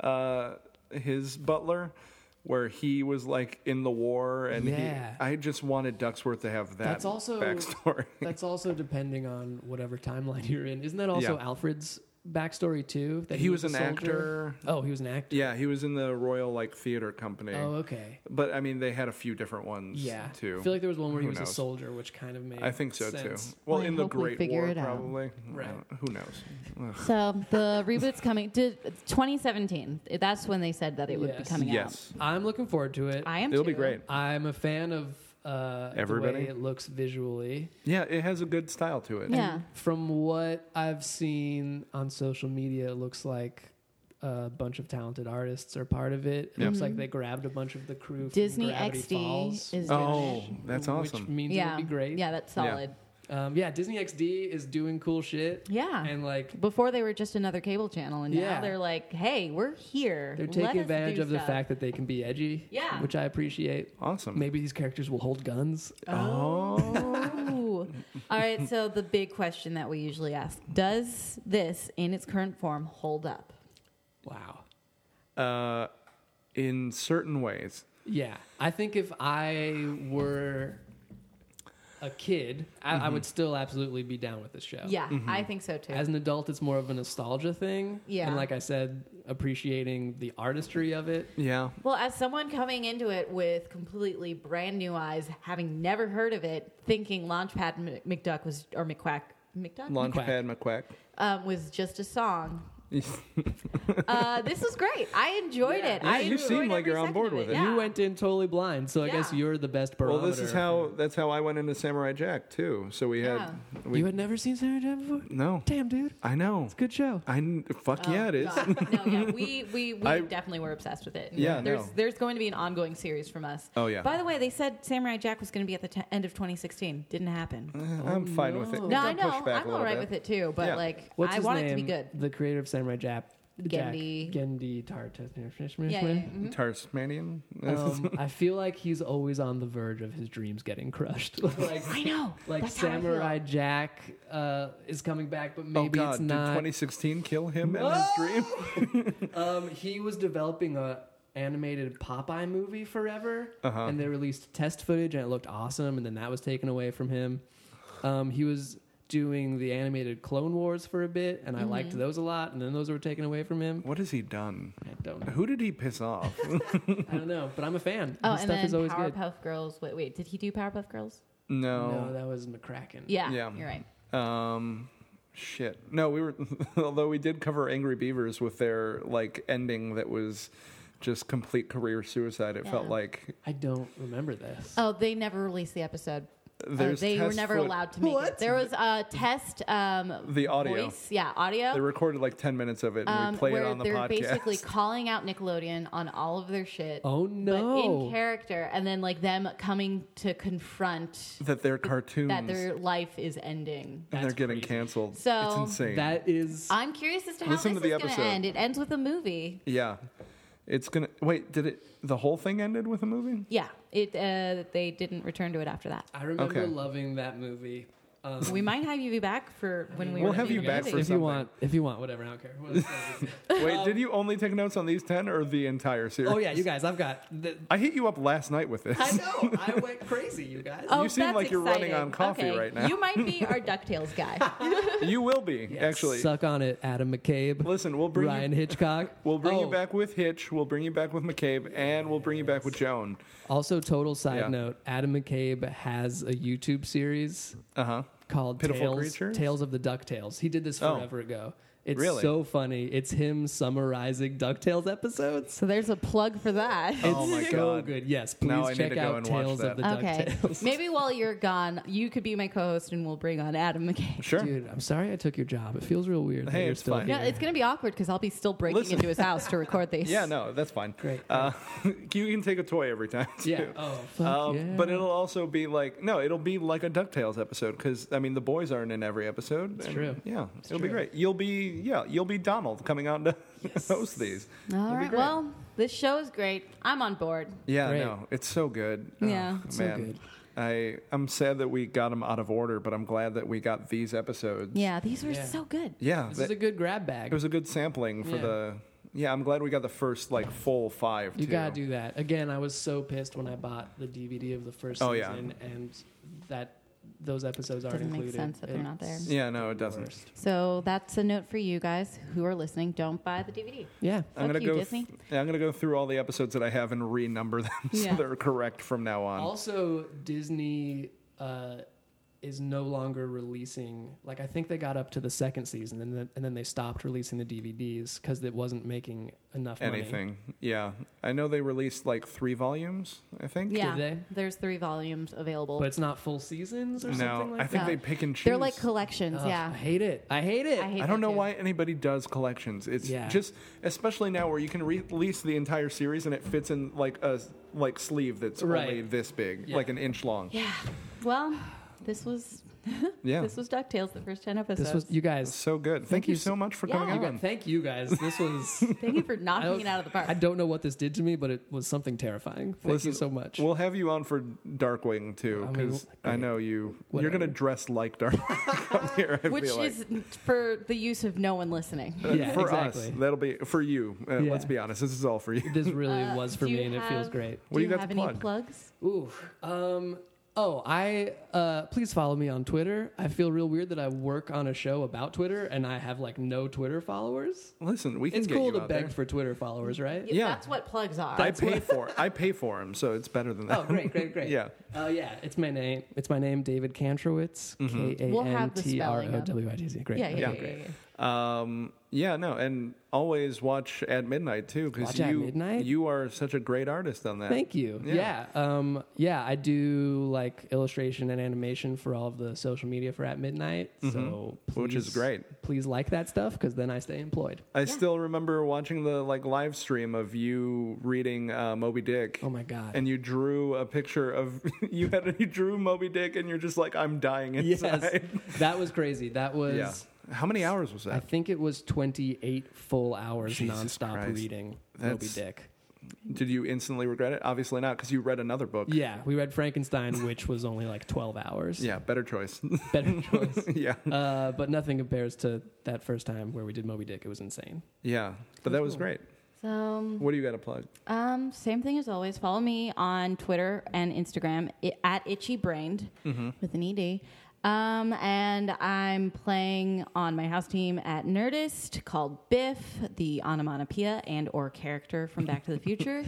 Speaker 3: uh his butler where he was like in the war and
Speaker 5: Yeah.
Speaker 3: he I just wanted Ducksworth to have that
Speaker 5: That's also
Speaker 3: backstory.
Speaker 5: That's also depending on whatever timeline you're in. Isn't that also
Speaker 3: Yeah.
Speaker 5: Alfred's backstory too? That
Speaker 3: He was
Speaker 5: a
Speaker 3: an actor.
Speaker 5: soldier? Oh, he was an actor.
Speaker 3: yeah, he was in the Royal like theater company.
Speaker 5: Oh, okay.
Speaker 3: But I mean they had a few different ones
Speaker 5: Yeah.
Speaker 3: too.
Speaker 5: I feel like there was one where he
Speaker 3: Who
Speaker 5: was a
Speaker 3: knows?
Speaker 5: soldier, which kind of made.
Speaker 3: I think so
Speaker 5: sense.
Speaker 3: too. Well,
Speaker 4: Well, I
Speaker 3: in the
Speaker 4: hope we
Speaker 3: Great
Speaker 4: figure
Speaker 3: War
Speaker 4: it out.
Speaker 3: probably.
Speaker 5: Right.
Speaker 3: Uh, Who knows? Ugh.
Speaker 4: So the reboot's coming to 2017. That's when they said that it would be
Speaker 5: Yes.
Speaker 4: coming
Speaker 3: Yes.
Speaker 5: I'm looking forward to it.
Speaker 4: out. I am.
Speaker 3: It'll be
Speaker 4: too.
Speaker 3: great.
Speaker 5: I'm a fan of uh,
Speaker 3: Everybody?
Speaker 5: The way it looks visually.
Speaker 3: Yeah, it has a good style to it.
Speaker 4: Yeah.
Speaker 5: From what I've seen on social media, it looks like a bunch of talented artists are part of it. It looks like they grabbed a bunch of the crew. From
Speaker 4: Mm-hmm. Disney
Speaker 5: Gravity
Speaker 4: XD
Speaker 5: Falls,
Speaker 4: is
Speaker 3: Oh,
Speaker 4: doing
Speaker 3: that's
Speaker 5: Which
Speaker 3: awesome.
Speaker 4: it.
Speaker 5: means
Speaker 4: Yeah.
Speaker 5: it'll be great.
Speaker 4: Yeah, that's
Speaker 3: Yeah.
Speaker 4: solid.
Speaker 5: Um, yeah, Disney XD is doing cool shit.
Speaker 4: Yeah.
Speaker 5: And like
Speaker 4: Before they were just another cable channel, and now
Speaker 5: Yeah.
Speaker 4: they're like, "Hey, we're here."
Speaker 5: they're
Speaker 4: Let us
Speaker 5: taking
Speaker 4: do
Speaker 5: advantage of the
Speaker 4: stuff."
Speaker 5: fact that they can be edgy.
Speaker 4: Yeah.
Speaker 5: Which I appreciate.
Speaker 3: Awesome.
Speaker 5: Maybe these characters will hold guns.
Speaker 4: Uh. Oh. All right. So the big question that we usually ask: Does this, in its current form, hold up?
Speaker 5: Wow.
Speaker 3: Uh, in certain ways.
Speaker 5: Yeah. I think if I were a kid, I, I
Speaker 3: Mm-hmm.
Speaker 5: would still absolutely be down with this show.
Speaker 3: Oh.
Speaker 4: Yeah, I think so too.
Speaker 5: As an adult, it's more of a nostalgia thing.
Speaker 4: Yeah.
Speaker 5: And like I said, appreciating the artistry of it.
Speaker 3: Yeah.
Speaker 4: Well, as someone coming into it with completely brand new eyes, having never heard of it, thinking Launchpad M- McDuck was or McQuack McDuck
Speaker 3: Launchpad McQuack.
Speaker 4: um, was just a song. uh, this was great. I enjoyed it.
Speaker 3: Yeah,
Speaker 4: I
Speaker 3: you seem
Speaker 4: enjoyed
Speaker 3: like
Speaker 4: every
Speaker 3: you're on
Speaker 4: second
Speaker 3: board
Speaker 4: of
Speaker 3: with it.
Speaker 4: Yeah.
Speaker 5: You went in totally blind, so I guess
Speaker 4: Yeah.
Speaker 5: you're the best barometer.
Speaker 3: Well, this is how that's how I went into Samurai Jack too. So we had we
Speaker 5: you had never seen Sarah Jam before.
Speaker 3: no.
Speaker 5: Damn, dude.
Speaker 3: I know.
Speaker 5: Good show.
Speaker 3: I kn- fuck yeah it is.
Speaker 4: God. no, yeah, we we, we
Speaker 3: I-
Speaker 4: definitely were obsessed with it.
Speaker 3: Yeah,
Speaker 4: there's
Speaker 3: no.
Speaker 4: there's going to be an ongoing series from us.
Speaker 3: Oh, yeah.
Speaker 4: By the way, they said Samurai Jack was going to be at the t- end of 2016. Didn't happen.
Speaker 3: I'm fine with it.
Speaker 5: no.
Speaker 3: It
Speaker 4: no,
Speaker 3: got
Speaker 4: I know.
Speaker 3: pushed back
Speaker 4: I'm
Speaker 3: a
Speaker 4: all
Speaker 3: little
Speaker 4: right
Speaker 3: bit.
Speaker 4: with it too. But
Speaker 3: Yeah.
Speaker 4: like,
Speaker 5: What's
Speaker 4: I
Speaker 5: his
Speaker 4: want
Speaker 5: name?
Speaker 4: it to be good.
Speaker 5: The creator of Samurai Jap. Jack-
Speaker 4: Gendy.
Speaker 5: Gendy Tartas.
Speaker 4: Yeah, yeah, yeah.
Speaker 3: Tasmanian.
Speaker 5: Um, I feel like he's always on the verge of his dreams getting crushed. like,
Speaker 4: I know.
Speaker 5: like
Speaker 4: That's how I feel.
Speaker 5: Samurai Jack uh, is coming back, but
Speaker 3: oh
Speaker 5: maybe
Speaker 3: god,
Speaker 5: it's
Speaker 3: did
Speaker 5: not.
Speaker 3: 2016 kill him in his dream?
Speaker 5: Um, he was developing a animated Popeye movie forever,
Speaker 3: Uh-huh.
Speaker 5: and they released test footage, and it looked awesome, and then that was taken away from him. Um, he was doing the animated Clone Wars for a bit, and I liked
Speaker 4: Mm-hmm.
Speaker 5: those a lot, and then those were taken away from him.
Speaker 3: What has he done?
Speaker 5: I don't know.
Speaker 3: Who did he piss off?
Speaker 5: I don't know, but I'm a fan.
Speaker 4: Oh,
Speaker 5: His
Speaker 4: and
Speaker 5: stuff
Speaker 4: then
Speaker 5: is always good.
Speaker 4: Powerpuff Girls. Wait, wait, did he do Powerpuff Girls?
Speaker 5: No,
Speaker 3: no.
Speaker 5: that was McCracken.
Speaker 4: Yeah,
Speaker 3: Yeah.
Speaker 4: you're right.
Speaker 3: Um, shit. No, we were. although we did cover Angry Beavers with their like ending that was just complete career suicide. It felt
Speaker 4: Yeah.
Speaker 3: like
Speaker 5: I don't remember this.
Speaker 4: Oh, they never released the episode. Uh,
Speaker 3: There's
Speaker 4: they were
Speaker 3: test
Speaker 4: never
Speaker 3: foot-
Speaker 4: allowed to make it.
Speaker 5: What?
Speaker 4: There was a test. Um,
Speaker 3: The audio.
Speaker 4: voice- yeah, audio.
Speaker 3: they recorded like ten minutes of it and
Speaker 4: um,
Speaker 3: we played
Speaker 4: where
Speaker 3: it on the
Speaker 4: they're
Speaker 3: podcast.
Speaker 4: basically calling out Nickelodeon on all of their shit.
Speaker 5: Oh,
Speaker 4: But
Speaker 5: no.
Speaker 4: in character, and then like them coming to confront
Speaker 3: that they're cartoons
Speaker 4: that their life is ending.
Speaker 3: and they're
Speaker 5: That's
Speaker 3: getting
Speaker 5: crazy.
Speaker 3: canceled. it's
Speaker 4: So-
Speaker 3: insane.
Speaker 5: That is
Speaker 4: I'm curious as to how
Speaker 3: Listen
Speaker 4: this
Speaker 3: to the
Speaker 4: is going
Speaker 3: episode.
Speaker 4: to end. It ends with a movie.
Speaker 3: yeah. It's gonna wait. Did it? The whole thing ended with a movie.
Speaker 4: Yeah, it. Uh, they didn't return to it after that.
Speaker 5: I remember
Speaker 3: Okay.
Speaker 5: loving that movie. Um,
Speaker 4: We might have you back for when we.
Speaker 3: We'll
Speaker 4: review
Speaker 3: have you
Speaker 4: the
Speaker 3: back
Speaker 4: movie.
Speaker 3: for
Speaker 5: if you
Speaker 3: something.
Speaker 5: want, if you want, whatever. I don't care. What else can I do?
Speaker 3: Wait, did you only take notes on these ten or the entire series?
Speaker 5: oh yeah, you guys, I've got. The,
Speaker 3: I hit you up last night with this.
Speaker 5: I know. I went crazy, you guys.
Speaker 4: Oh,
Speaker 3: You seem
Speaker 4: that's
Speaker 3: like you're running
Speaker 4: exciting.
Speaker 3: on coffee
Speaker 4: Okay,
Speaker 3: right now.
Speaker 4: You might be our Ducktales guy.
Speaker 3: you will be
Speaker 5: Yes,
Speaker 3: actually.
Speaker 5: suck on it, Adam McCabe.
Speaker 3: Listen, we'll bring
Speaker 5: Ryan
Speaker 3: you.
Speaker 5: Hitchcock.
Speaker 3: We'll bring you
Speaker 5: Oh,
Speaker 3: back with Hitch. We'll bring you back with McCabe, and we'll bring you back with Joan.
Speaker 5: Also, total side
Speaker 3: Yeah.
Speaker 5: note: Adam McCabe has a YouTube series
Speaker 3: Uh huh.
Speaker 5: called
Speaker 3: Pitiful
Speaker 5: Tales,
Speaker 3: Creatures?
Speaker 5: Tales of the DuckTales. He did this
Speaker 3: Oh.
Speaker 5: forever ago. It's
Speaker 3: Really?
Speaker 5: so funny. It's him summarizing DuckTales episodes.
Speaker 4: so there's a plug for that.
Speaker 5: It's
Speaker 3: Oh my
Speaker 5: so
Speaker 3: God.
Speaker 5: good. Yes, please
Speaker 3: Now I need
Speaker 5: check
Speaker 3: to go
Speaker 5: out
Speaker 3: and watch
Speaker 5: Tales
Speaker 3: that.
Speaker 5: of the
Speaker 4: Okay.
Speaker 5: DuckTales.
Speaker 4: Maybe while you're gone, you could be my co-host, and we'll bring on Adam McKay.
Speaker 3: Sure.
Speaker 5: Dude, I'm sorry I took your job. It feels real weird. that
Speaker 3: Hey,
Speaker 5: you're
Speaker 3: it's
Speaker 5: still
Speaker 3: fine.
Speaker 5: here.
Speaker 4: No, it's gonna be awkward because I'll be still breaking
Speaker 3: Listen.
Speaker 4: into his house to record these.
Speaker 3: Yeah, no, that's fine.
Speaker 5: Great.
Speaker 3: Uh, you can take a toy every time. Too.
Speaker 5: yeah. Oh, fuck
Speaker 3: Um,
Speaker 5: yeah.
Speaker 3: But it'll also be like no, it'll be like a Ducktales episode because I mean the boys aren't in every episode. That's
Speaker 5: true.
Speaker 3: Yeah, it'll be
Speaker 5: true.
Speaker 3: great. You'll be yeah, you'll be Donald coming out to host these.
Speaker 4: All
Speaker 3: It'll be
Speaker 4: right.
Speaker 3: great.
Speaker 4: Well, this show is great. I'm on board.
Speaker 3: yeah,
Speaker 5: Great.
Speaker 3: no, it's so good. Oh,
Speaker 4: Yeah.
Speaker 5: So
Speaker 3: man.
Speaker 5: good.
Speaker 3: I I'm sad that we got them out of order, but I'm glad that we got these episodes.
Speaker 4: Yeah, these were
Speaker 5: Yeah.
Speaker 4: so good.
Speaker 3: yeah.
Speaker 5: this
Speaker 3: that-
Speaker 5: is a good grab bag.
Speaker 3: it was a good sampling for
Speaker 5: Yeah.
Speaker 3: the. Yeah, I'm glad we got the first like full five.
Speaker 5: You
Speaker 3: too.
Speaker 5: gotta do that. Again, I was so pissed when I bought the DVD of the first
Speaker 3: Oh, yeah.
Speaker 5: season, and that those episodes aren't
Speaker 4: Doesn't make
Speaker 5: included.
Speaker 4: sense that they're not there.
Speaker 5: It's
Speaker 3: Yeah, no, it
Speaker 5: the
Speaker 3: doesn't.
Speaker 5: worst.
Speaker 4: So that's a note for you guys who are listening. Don't buy the DVD.
Speaker 5: Yeah,
Speaker 4: Fuck
Speaker 3: I'm gonna
Speaker 4: you,
Speaker 3: go.
Speaker 4: Disney.
Speaker 3: th- yeah, I'm gonna go through all the episodes that I have and renumber them so
Speaker 4: Yeah.
Speaker 3: they're correct from now on.
Speaker 5: Also, Disney uh, is no longer releasing. Like, I think they got up to the second season, and then and then they stopped releasing the DVDs because it wasn't making enough money.
Speaker 3: Anything? Yeah, I know they released like three volumes. I think.
Speaker 4: Yeah,
Speaker 5: they?
Speaker 4: there's three volumes available.
Speaker 5: But it's not full seasons or something
Speaker 3: No,
Speaker 5: like
Speaker 3: I think
Speaker 4: that?
Speaker 3: they pick and choose.
Speaker 4: They're like collections.
Speaker 5: that. Ugh, I
Speaker 4: yeah.
Speaker 5: hate it. I hate it.
Speaker 4: I hate
Speaker 3: I don't
Speaker 4: that
Speaker 3: know
Speaker 4: too.
Speaker 3: why anybody does collections. It's
Speaker 5: Yeah.
Speaker 3: just, especially now where you can release the entire series and it fits in like a s- like sleeve that's only
Speaker 5: Right.
Speaker 3: this big,
Speaker 5: Yeah.
Speaker 3: like an inch long.
Speaker 4: Yeah. Well, this was
Speaker 3: Yeah,
Speaker 4: this was Ducktales the first ten episodes.
Speaker 5: this was you guys.
Speaker 3: so good. Thank, you
Speaker 5: you
Speaker 3: so
Speaker 5: so-
Speaker 3: much for
Speaker 4: Yeah.
Speaker 3: coming
Speaker 4: You
Speaker 3: on.
Speaker 5: Thank you guys. This was.
Speaker 4: Thank you for
Speaker 5: I
Speaker 4: knocking
Speaker 5: don't-
Speaker 4: it out of the park.
Speaker 5: I don't know what this did to me, but it was something terrifying. Thank
Speaker 3: Listen,
Speaker 5: you so much.
Speaker 3: We'll have you on for Darkwing too,
Speaker 5: I mean,
Speaker 3: because I,
Speaker 5: great.
Speaker 3: know you. You're
Speaker 5: Whatever.
Speaker 3: gonna dress like Darkwing on here. I
Speaker 4: which
Speaker 3: feel like.
Speaker 4: is for the use of no one listening.
Speaker 5: yeah,
Speaker 3: for
Speaker 5: exactly.
Speaker 3: us, that'll be for you. Uh,
Speaker 5: Yeah.
Speaker 3: Let's be honest, this is all for you.
Speaker 5: This really
Speaker 4: Uh,
Speaker 5: was for
Speaker 4: do you
Speaker 5: me, and it feels
Speaker 4: have-
Speaker 5: great.
Speaker 3: What do you got
Speaker 4: have
Speaker 3: to
Speaker 4: any
Speaker 3: plug?
Speaker 4: plugs?
Speaker 5: Ooh. Um. Oh, I uh, please follow me on Twitter. I feel real weird that I work on a show about Twitter and I have like no Twitter followers.
Speaker 3: Listen, we can
Speaker 5: It's
Speaker 3: get
Speaker 5: cool
Speaker 3: you
Speaker 5: to
Speaker 3: out
Speaker 5: beg
Speaker 3: there.
Speaker 5: for Twitter followers, right?
Speaker 3: Yeah.
Speaker 4: That's what plugs are.
Speaker 3: I pay for I pay for him, so it's better than that.
Speaker 5: Oh, great, great, great.
Speaker 3: Yeah.
Speaker 5: Oh, yeah. It's my name. It's my name, David Kantrowitz.
Speaker 3: Mm-hmm.
Speaker 5: K
Speaker 4: We'll
Speaker 5: A
Speaker 4: have
Speaker 5: N
Speaker 4: the
Speaker 5: T R
Speaker 4: spelling
Speaker 5: O
Speaker 4: up.
Speaker 5: W I T Z. Great.
Speaker 4: yeah, yeah,
Speaker 5: Okay,
Speaker 4: yeah,
Speaker 5: great.
Speaker 4: yeah, yeah.
Speaker 3: Um, yeah, no, and always watch at midnight too, because
Speaker 5: Watch At
Speaker 3: you
Speaker 5: Midnight?
Speaker 3: you are such a great artist on that.
Speaker 5: Thank you.
Speaker 3: Yeah.
Speaker 5: Yeah. Um, yeah, I do like illustration and animation for all of the social media for At Midnight. So please,
Speaker 3: Mm-hmm. Which is great.
Speaker 5: Please like that stuff because then I stay employed.
Speaker 3: I still remember watching the like live stream of you reading uh, Moby Dick.
Speaker 5: Oh my God.
Speaker 3: And you drew a picture of you had you drew Moby Dick, and you're just like I'm dying
Speaker 5: yes.
Speaker 3: inside.
Speaker 5: that was crazy. That was,
Speaker 3: Yeah. How many hours was that?
Speaker 5: I think it was 28 full hours
Speaker 3: Jesus
Speaker 5: nonstop
Speaker 3: Christ.
Speaker 5: reading
Speaker 3: That's-
Speaker 5: Moby Dick.
Speaker 3: Did you instantly regret it? Obviously not, because you read another book.
Speaker 5: Yeah. We read Frankenstein, which was only like 12 hours.
Speaker 3: Yeah, better choice.
Speaker 5: Better choice.
Speaker 3: yeah,
Speaker 5: Uh, but nothing compares to that first time where we did Moby Dick. It was insane.
Speaker 3: yeah, but that was great.
Speaker 4: So, um,
Speaker 3: What do you got to plug?
Speaker 4: um, same thing as always. Follow me on Twitter and Instagram i- at itchybrained with an ed. Um, and I'm playing on my house team at Nerdist called Biff, the onomatopoeia and or character from Back to the Future.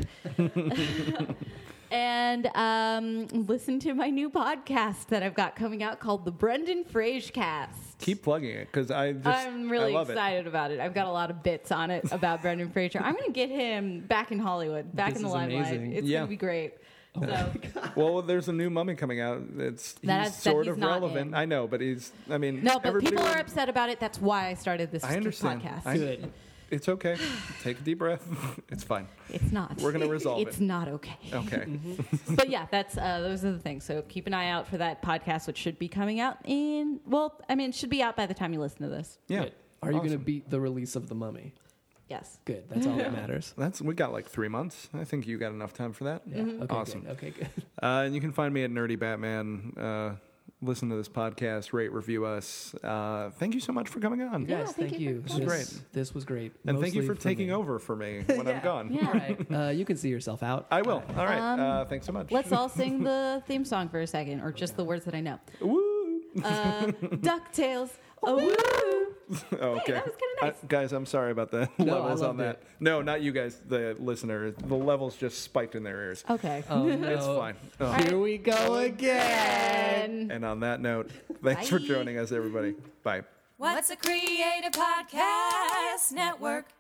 Speaker 4: and um, listen to my new podcast that I've got coming out called the Brendan Frage Cast.
Speaker 3: Keep plugging it because I just
Speaker 4: I'm really
Speaker 3: I love
Speaker 4: excited about it. I've got a lot of bits on it about Brendan Fraser. I'm going to get him back in Hollywood, back
Speaker 5: This
Speaker 4: in the
Speaker 5: is
Speaker 4: limelight.
Speaker 5: amazing.
Speaker 4: It's
Speaker 3: Yeah. Oh
Speaker 4: going to be great. so
Speaker 3: It. Well, there's a new mummy coming out. It's
Speaker 4: That
Speaker 3: he's
Speaker 4: has- that
Speaker 3: sort
Speaker 4: he's
Speaker 3: of
Speaker 4: not
Speaker 3: relevant.
Speaker 4: in.
Speaker 3: I know, but he's. I mean,
Speaker 4: no, but
Speaker 3: everybody
Speaker 4: people
Speaker 3: will-
Speaker 4: are upset about it. That's why I started this
Speaker 3: I understand.
Speaker 4: podcast.
Speaker 3: I-
Speaker 5: Good.
Speaker 3: It's okay. Take a deep breath. it's fine.
Speaker 4: it's not.
Speaker 3: We're gonna resolve
Speaker 4: It's
Speaker 3: it. Oh.
Speaker 4: not okay.
Speaker 3: Okay.
Speaker 4: but yeah, that's uh, those are the things. So keep an eye out for that podcast, which should be coming out in. Well, I mean, it should be out by the time you listen to this.
Speaker 3: Yeah.
Speaker 5: Good. Are you going
Speaker 3: Awesome.
Speaker 5: to beat the release of The Mummy?
Speaker 4: Yes.
Speaker 5: Good. That's all that matters.
Speaker 3: That's we got like three months. I think you got enough time for that.
Speaker 5: Yeah.
Speaker 4: Mm-hmm.
Speaker 5: Okay,
Speaker 3: Awesome.
Speaker 5: Good. Okay. Good.
Speaker 3: Uh, and you can find me at Nerdy Batman. Uh, listen to this podcast, rate, review us. Uh, thank you so much for coming on,
Speaker 4: Yeah,
Speaker 5: yes.
Speaker 4: thank
Speaker 5: Thank,
Speaker 4: you for This
Speaker 5: you.
Speaker 3: was
Speaker 5: This was great.
Speaker 3: and thank you for
Speaker 5: mostly
Speaker 3: taking
Speaker 5: me.
Speaker 3: over for me when I'm gone.
Speaker 4: Yeah.
Speaker 5: All right. Uh, you can see yourself out.
Speaker 3: I will. All right.
Speaker 4: Um,
Speaker 3: uh, thanks so much.
Speaker 4: Let's all sing the theme song for a second, or just the words that I know.
Speaker 3: Woo.
Speaker 4: Uh, Ducktales. Oh, woo.
Speaker 3: Oh, okay.
Speaker 4: Hey, that was kinda nice.
Speaker 3: I- guys, I'm sorry about the
Speaker 5: No, I
Speaker 3: levels on
Speaker 5: loved
Speaker 3: that.
Speaker 5: it.
Speaker 3: No, not you guys, the listener. The levels just spiked in their ears.
Speaker 4: Okay.
Speaker 5: Oh, no.
Speaker 3: It's fine. Oh.
Speaker 5: Here we go again.
Speaker 4: And-
Speaker 3: And on that note, thanks for
Speaker 4: Bye.
Speaker 3: joining us, everybody. Bye.
Speaker 1: What's a Creative Podcast Network?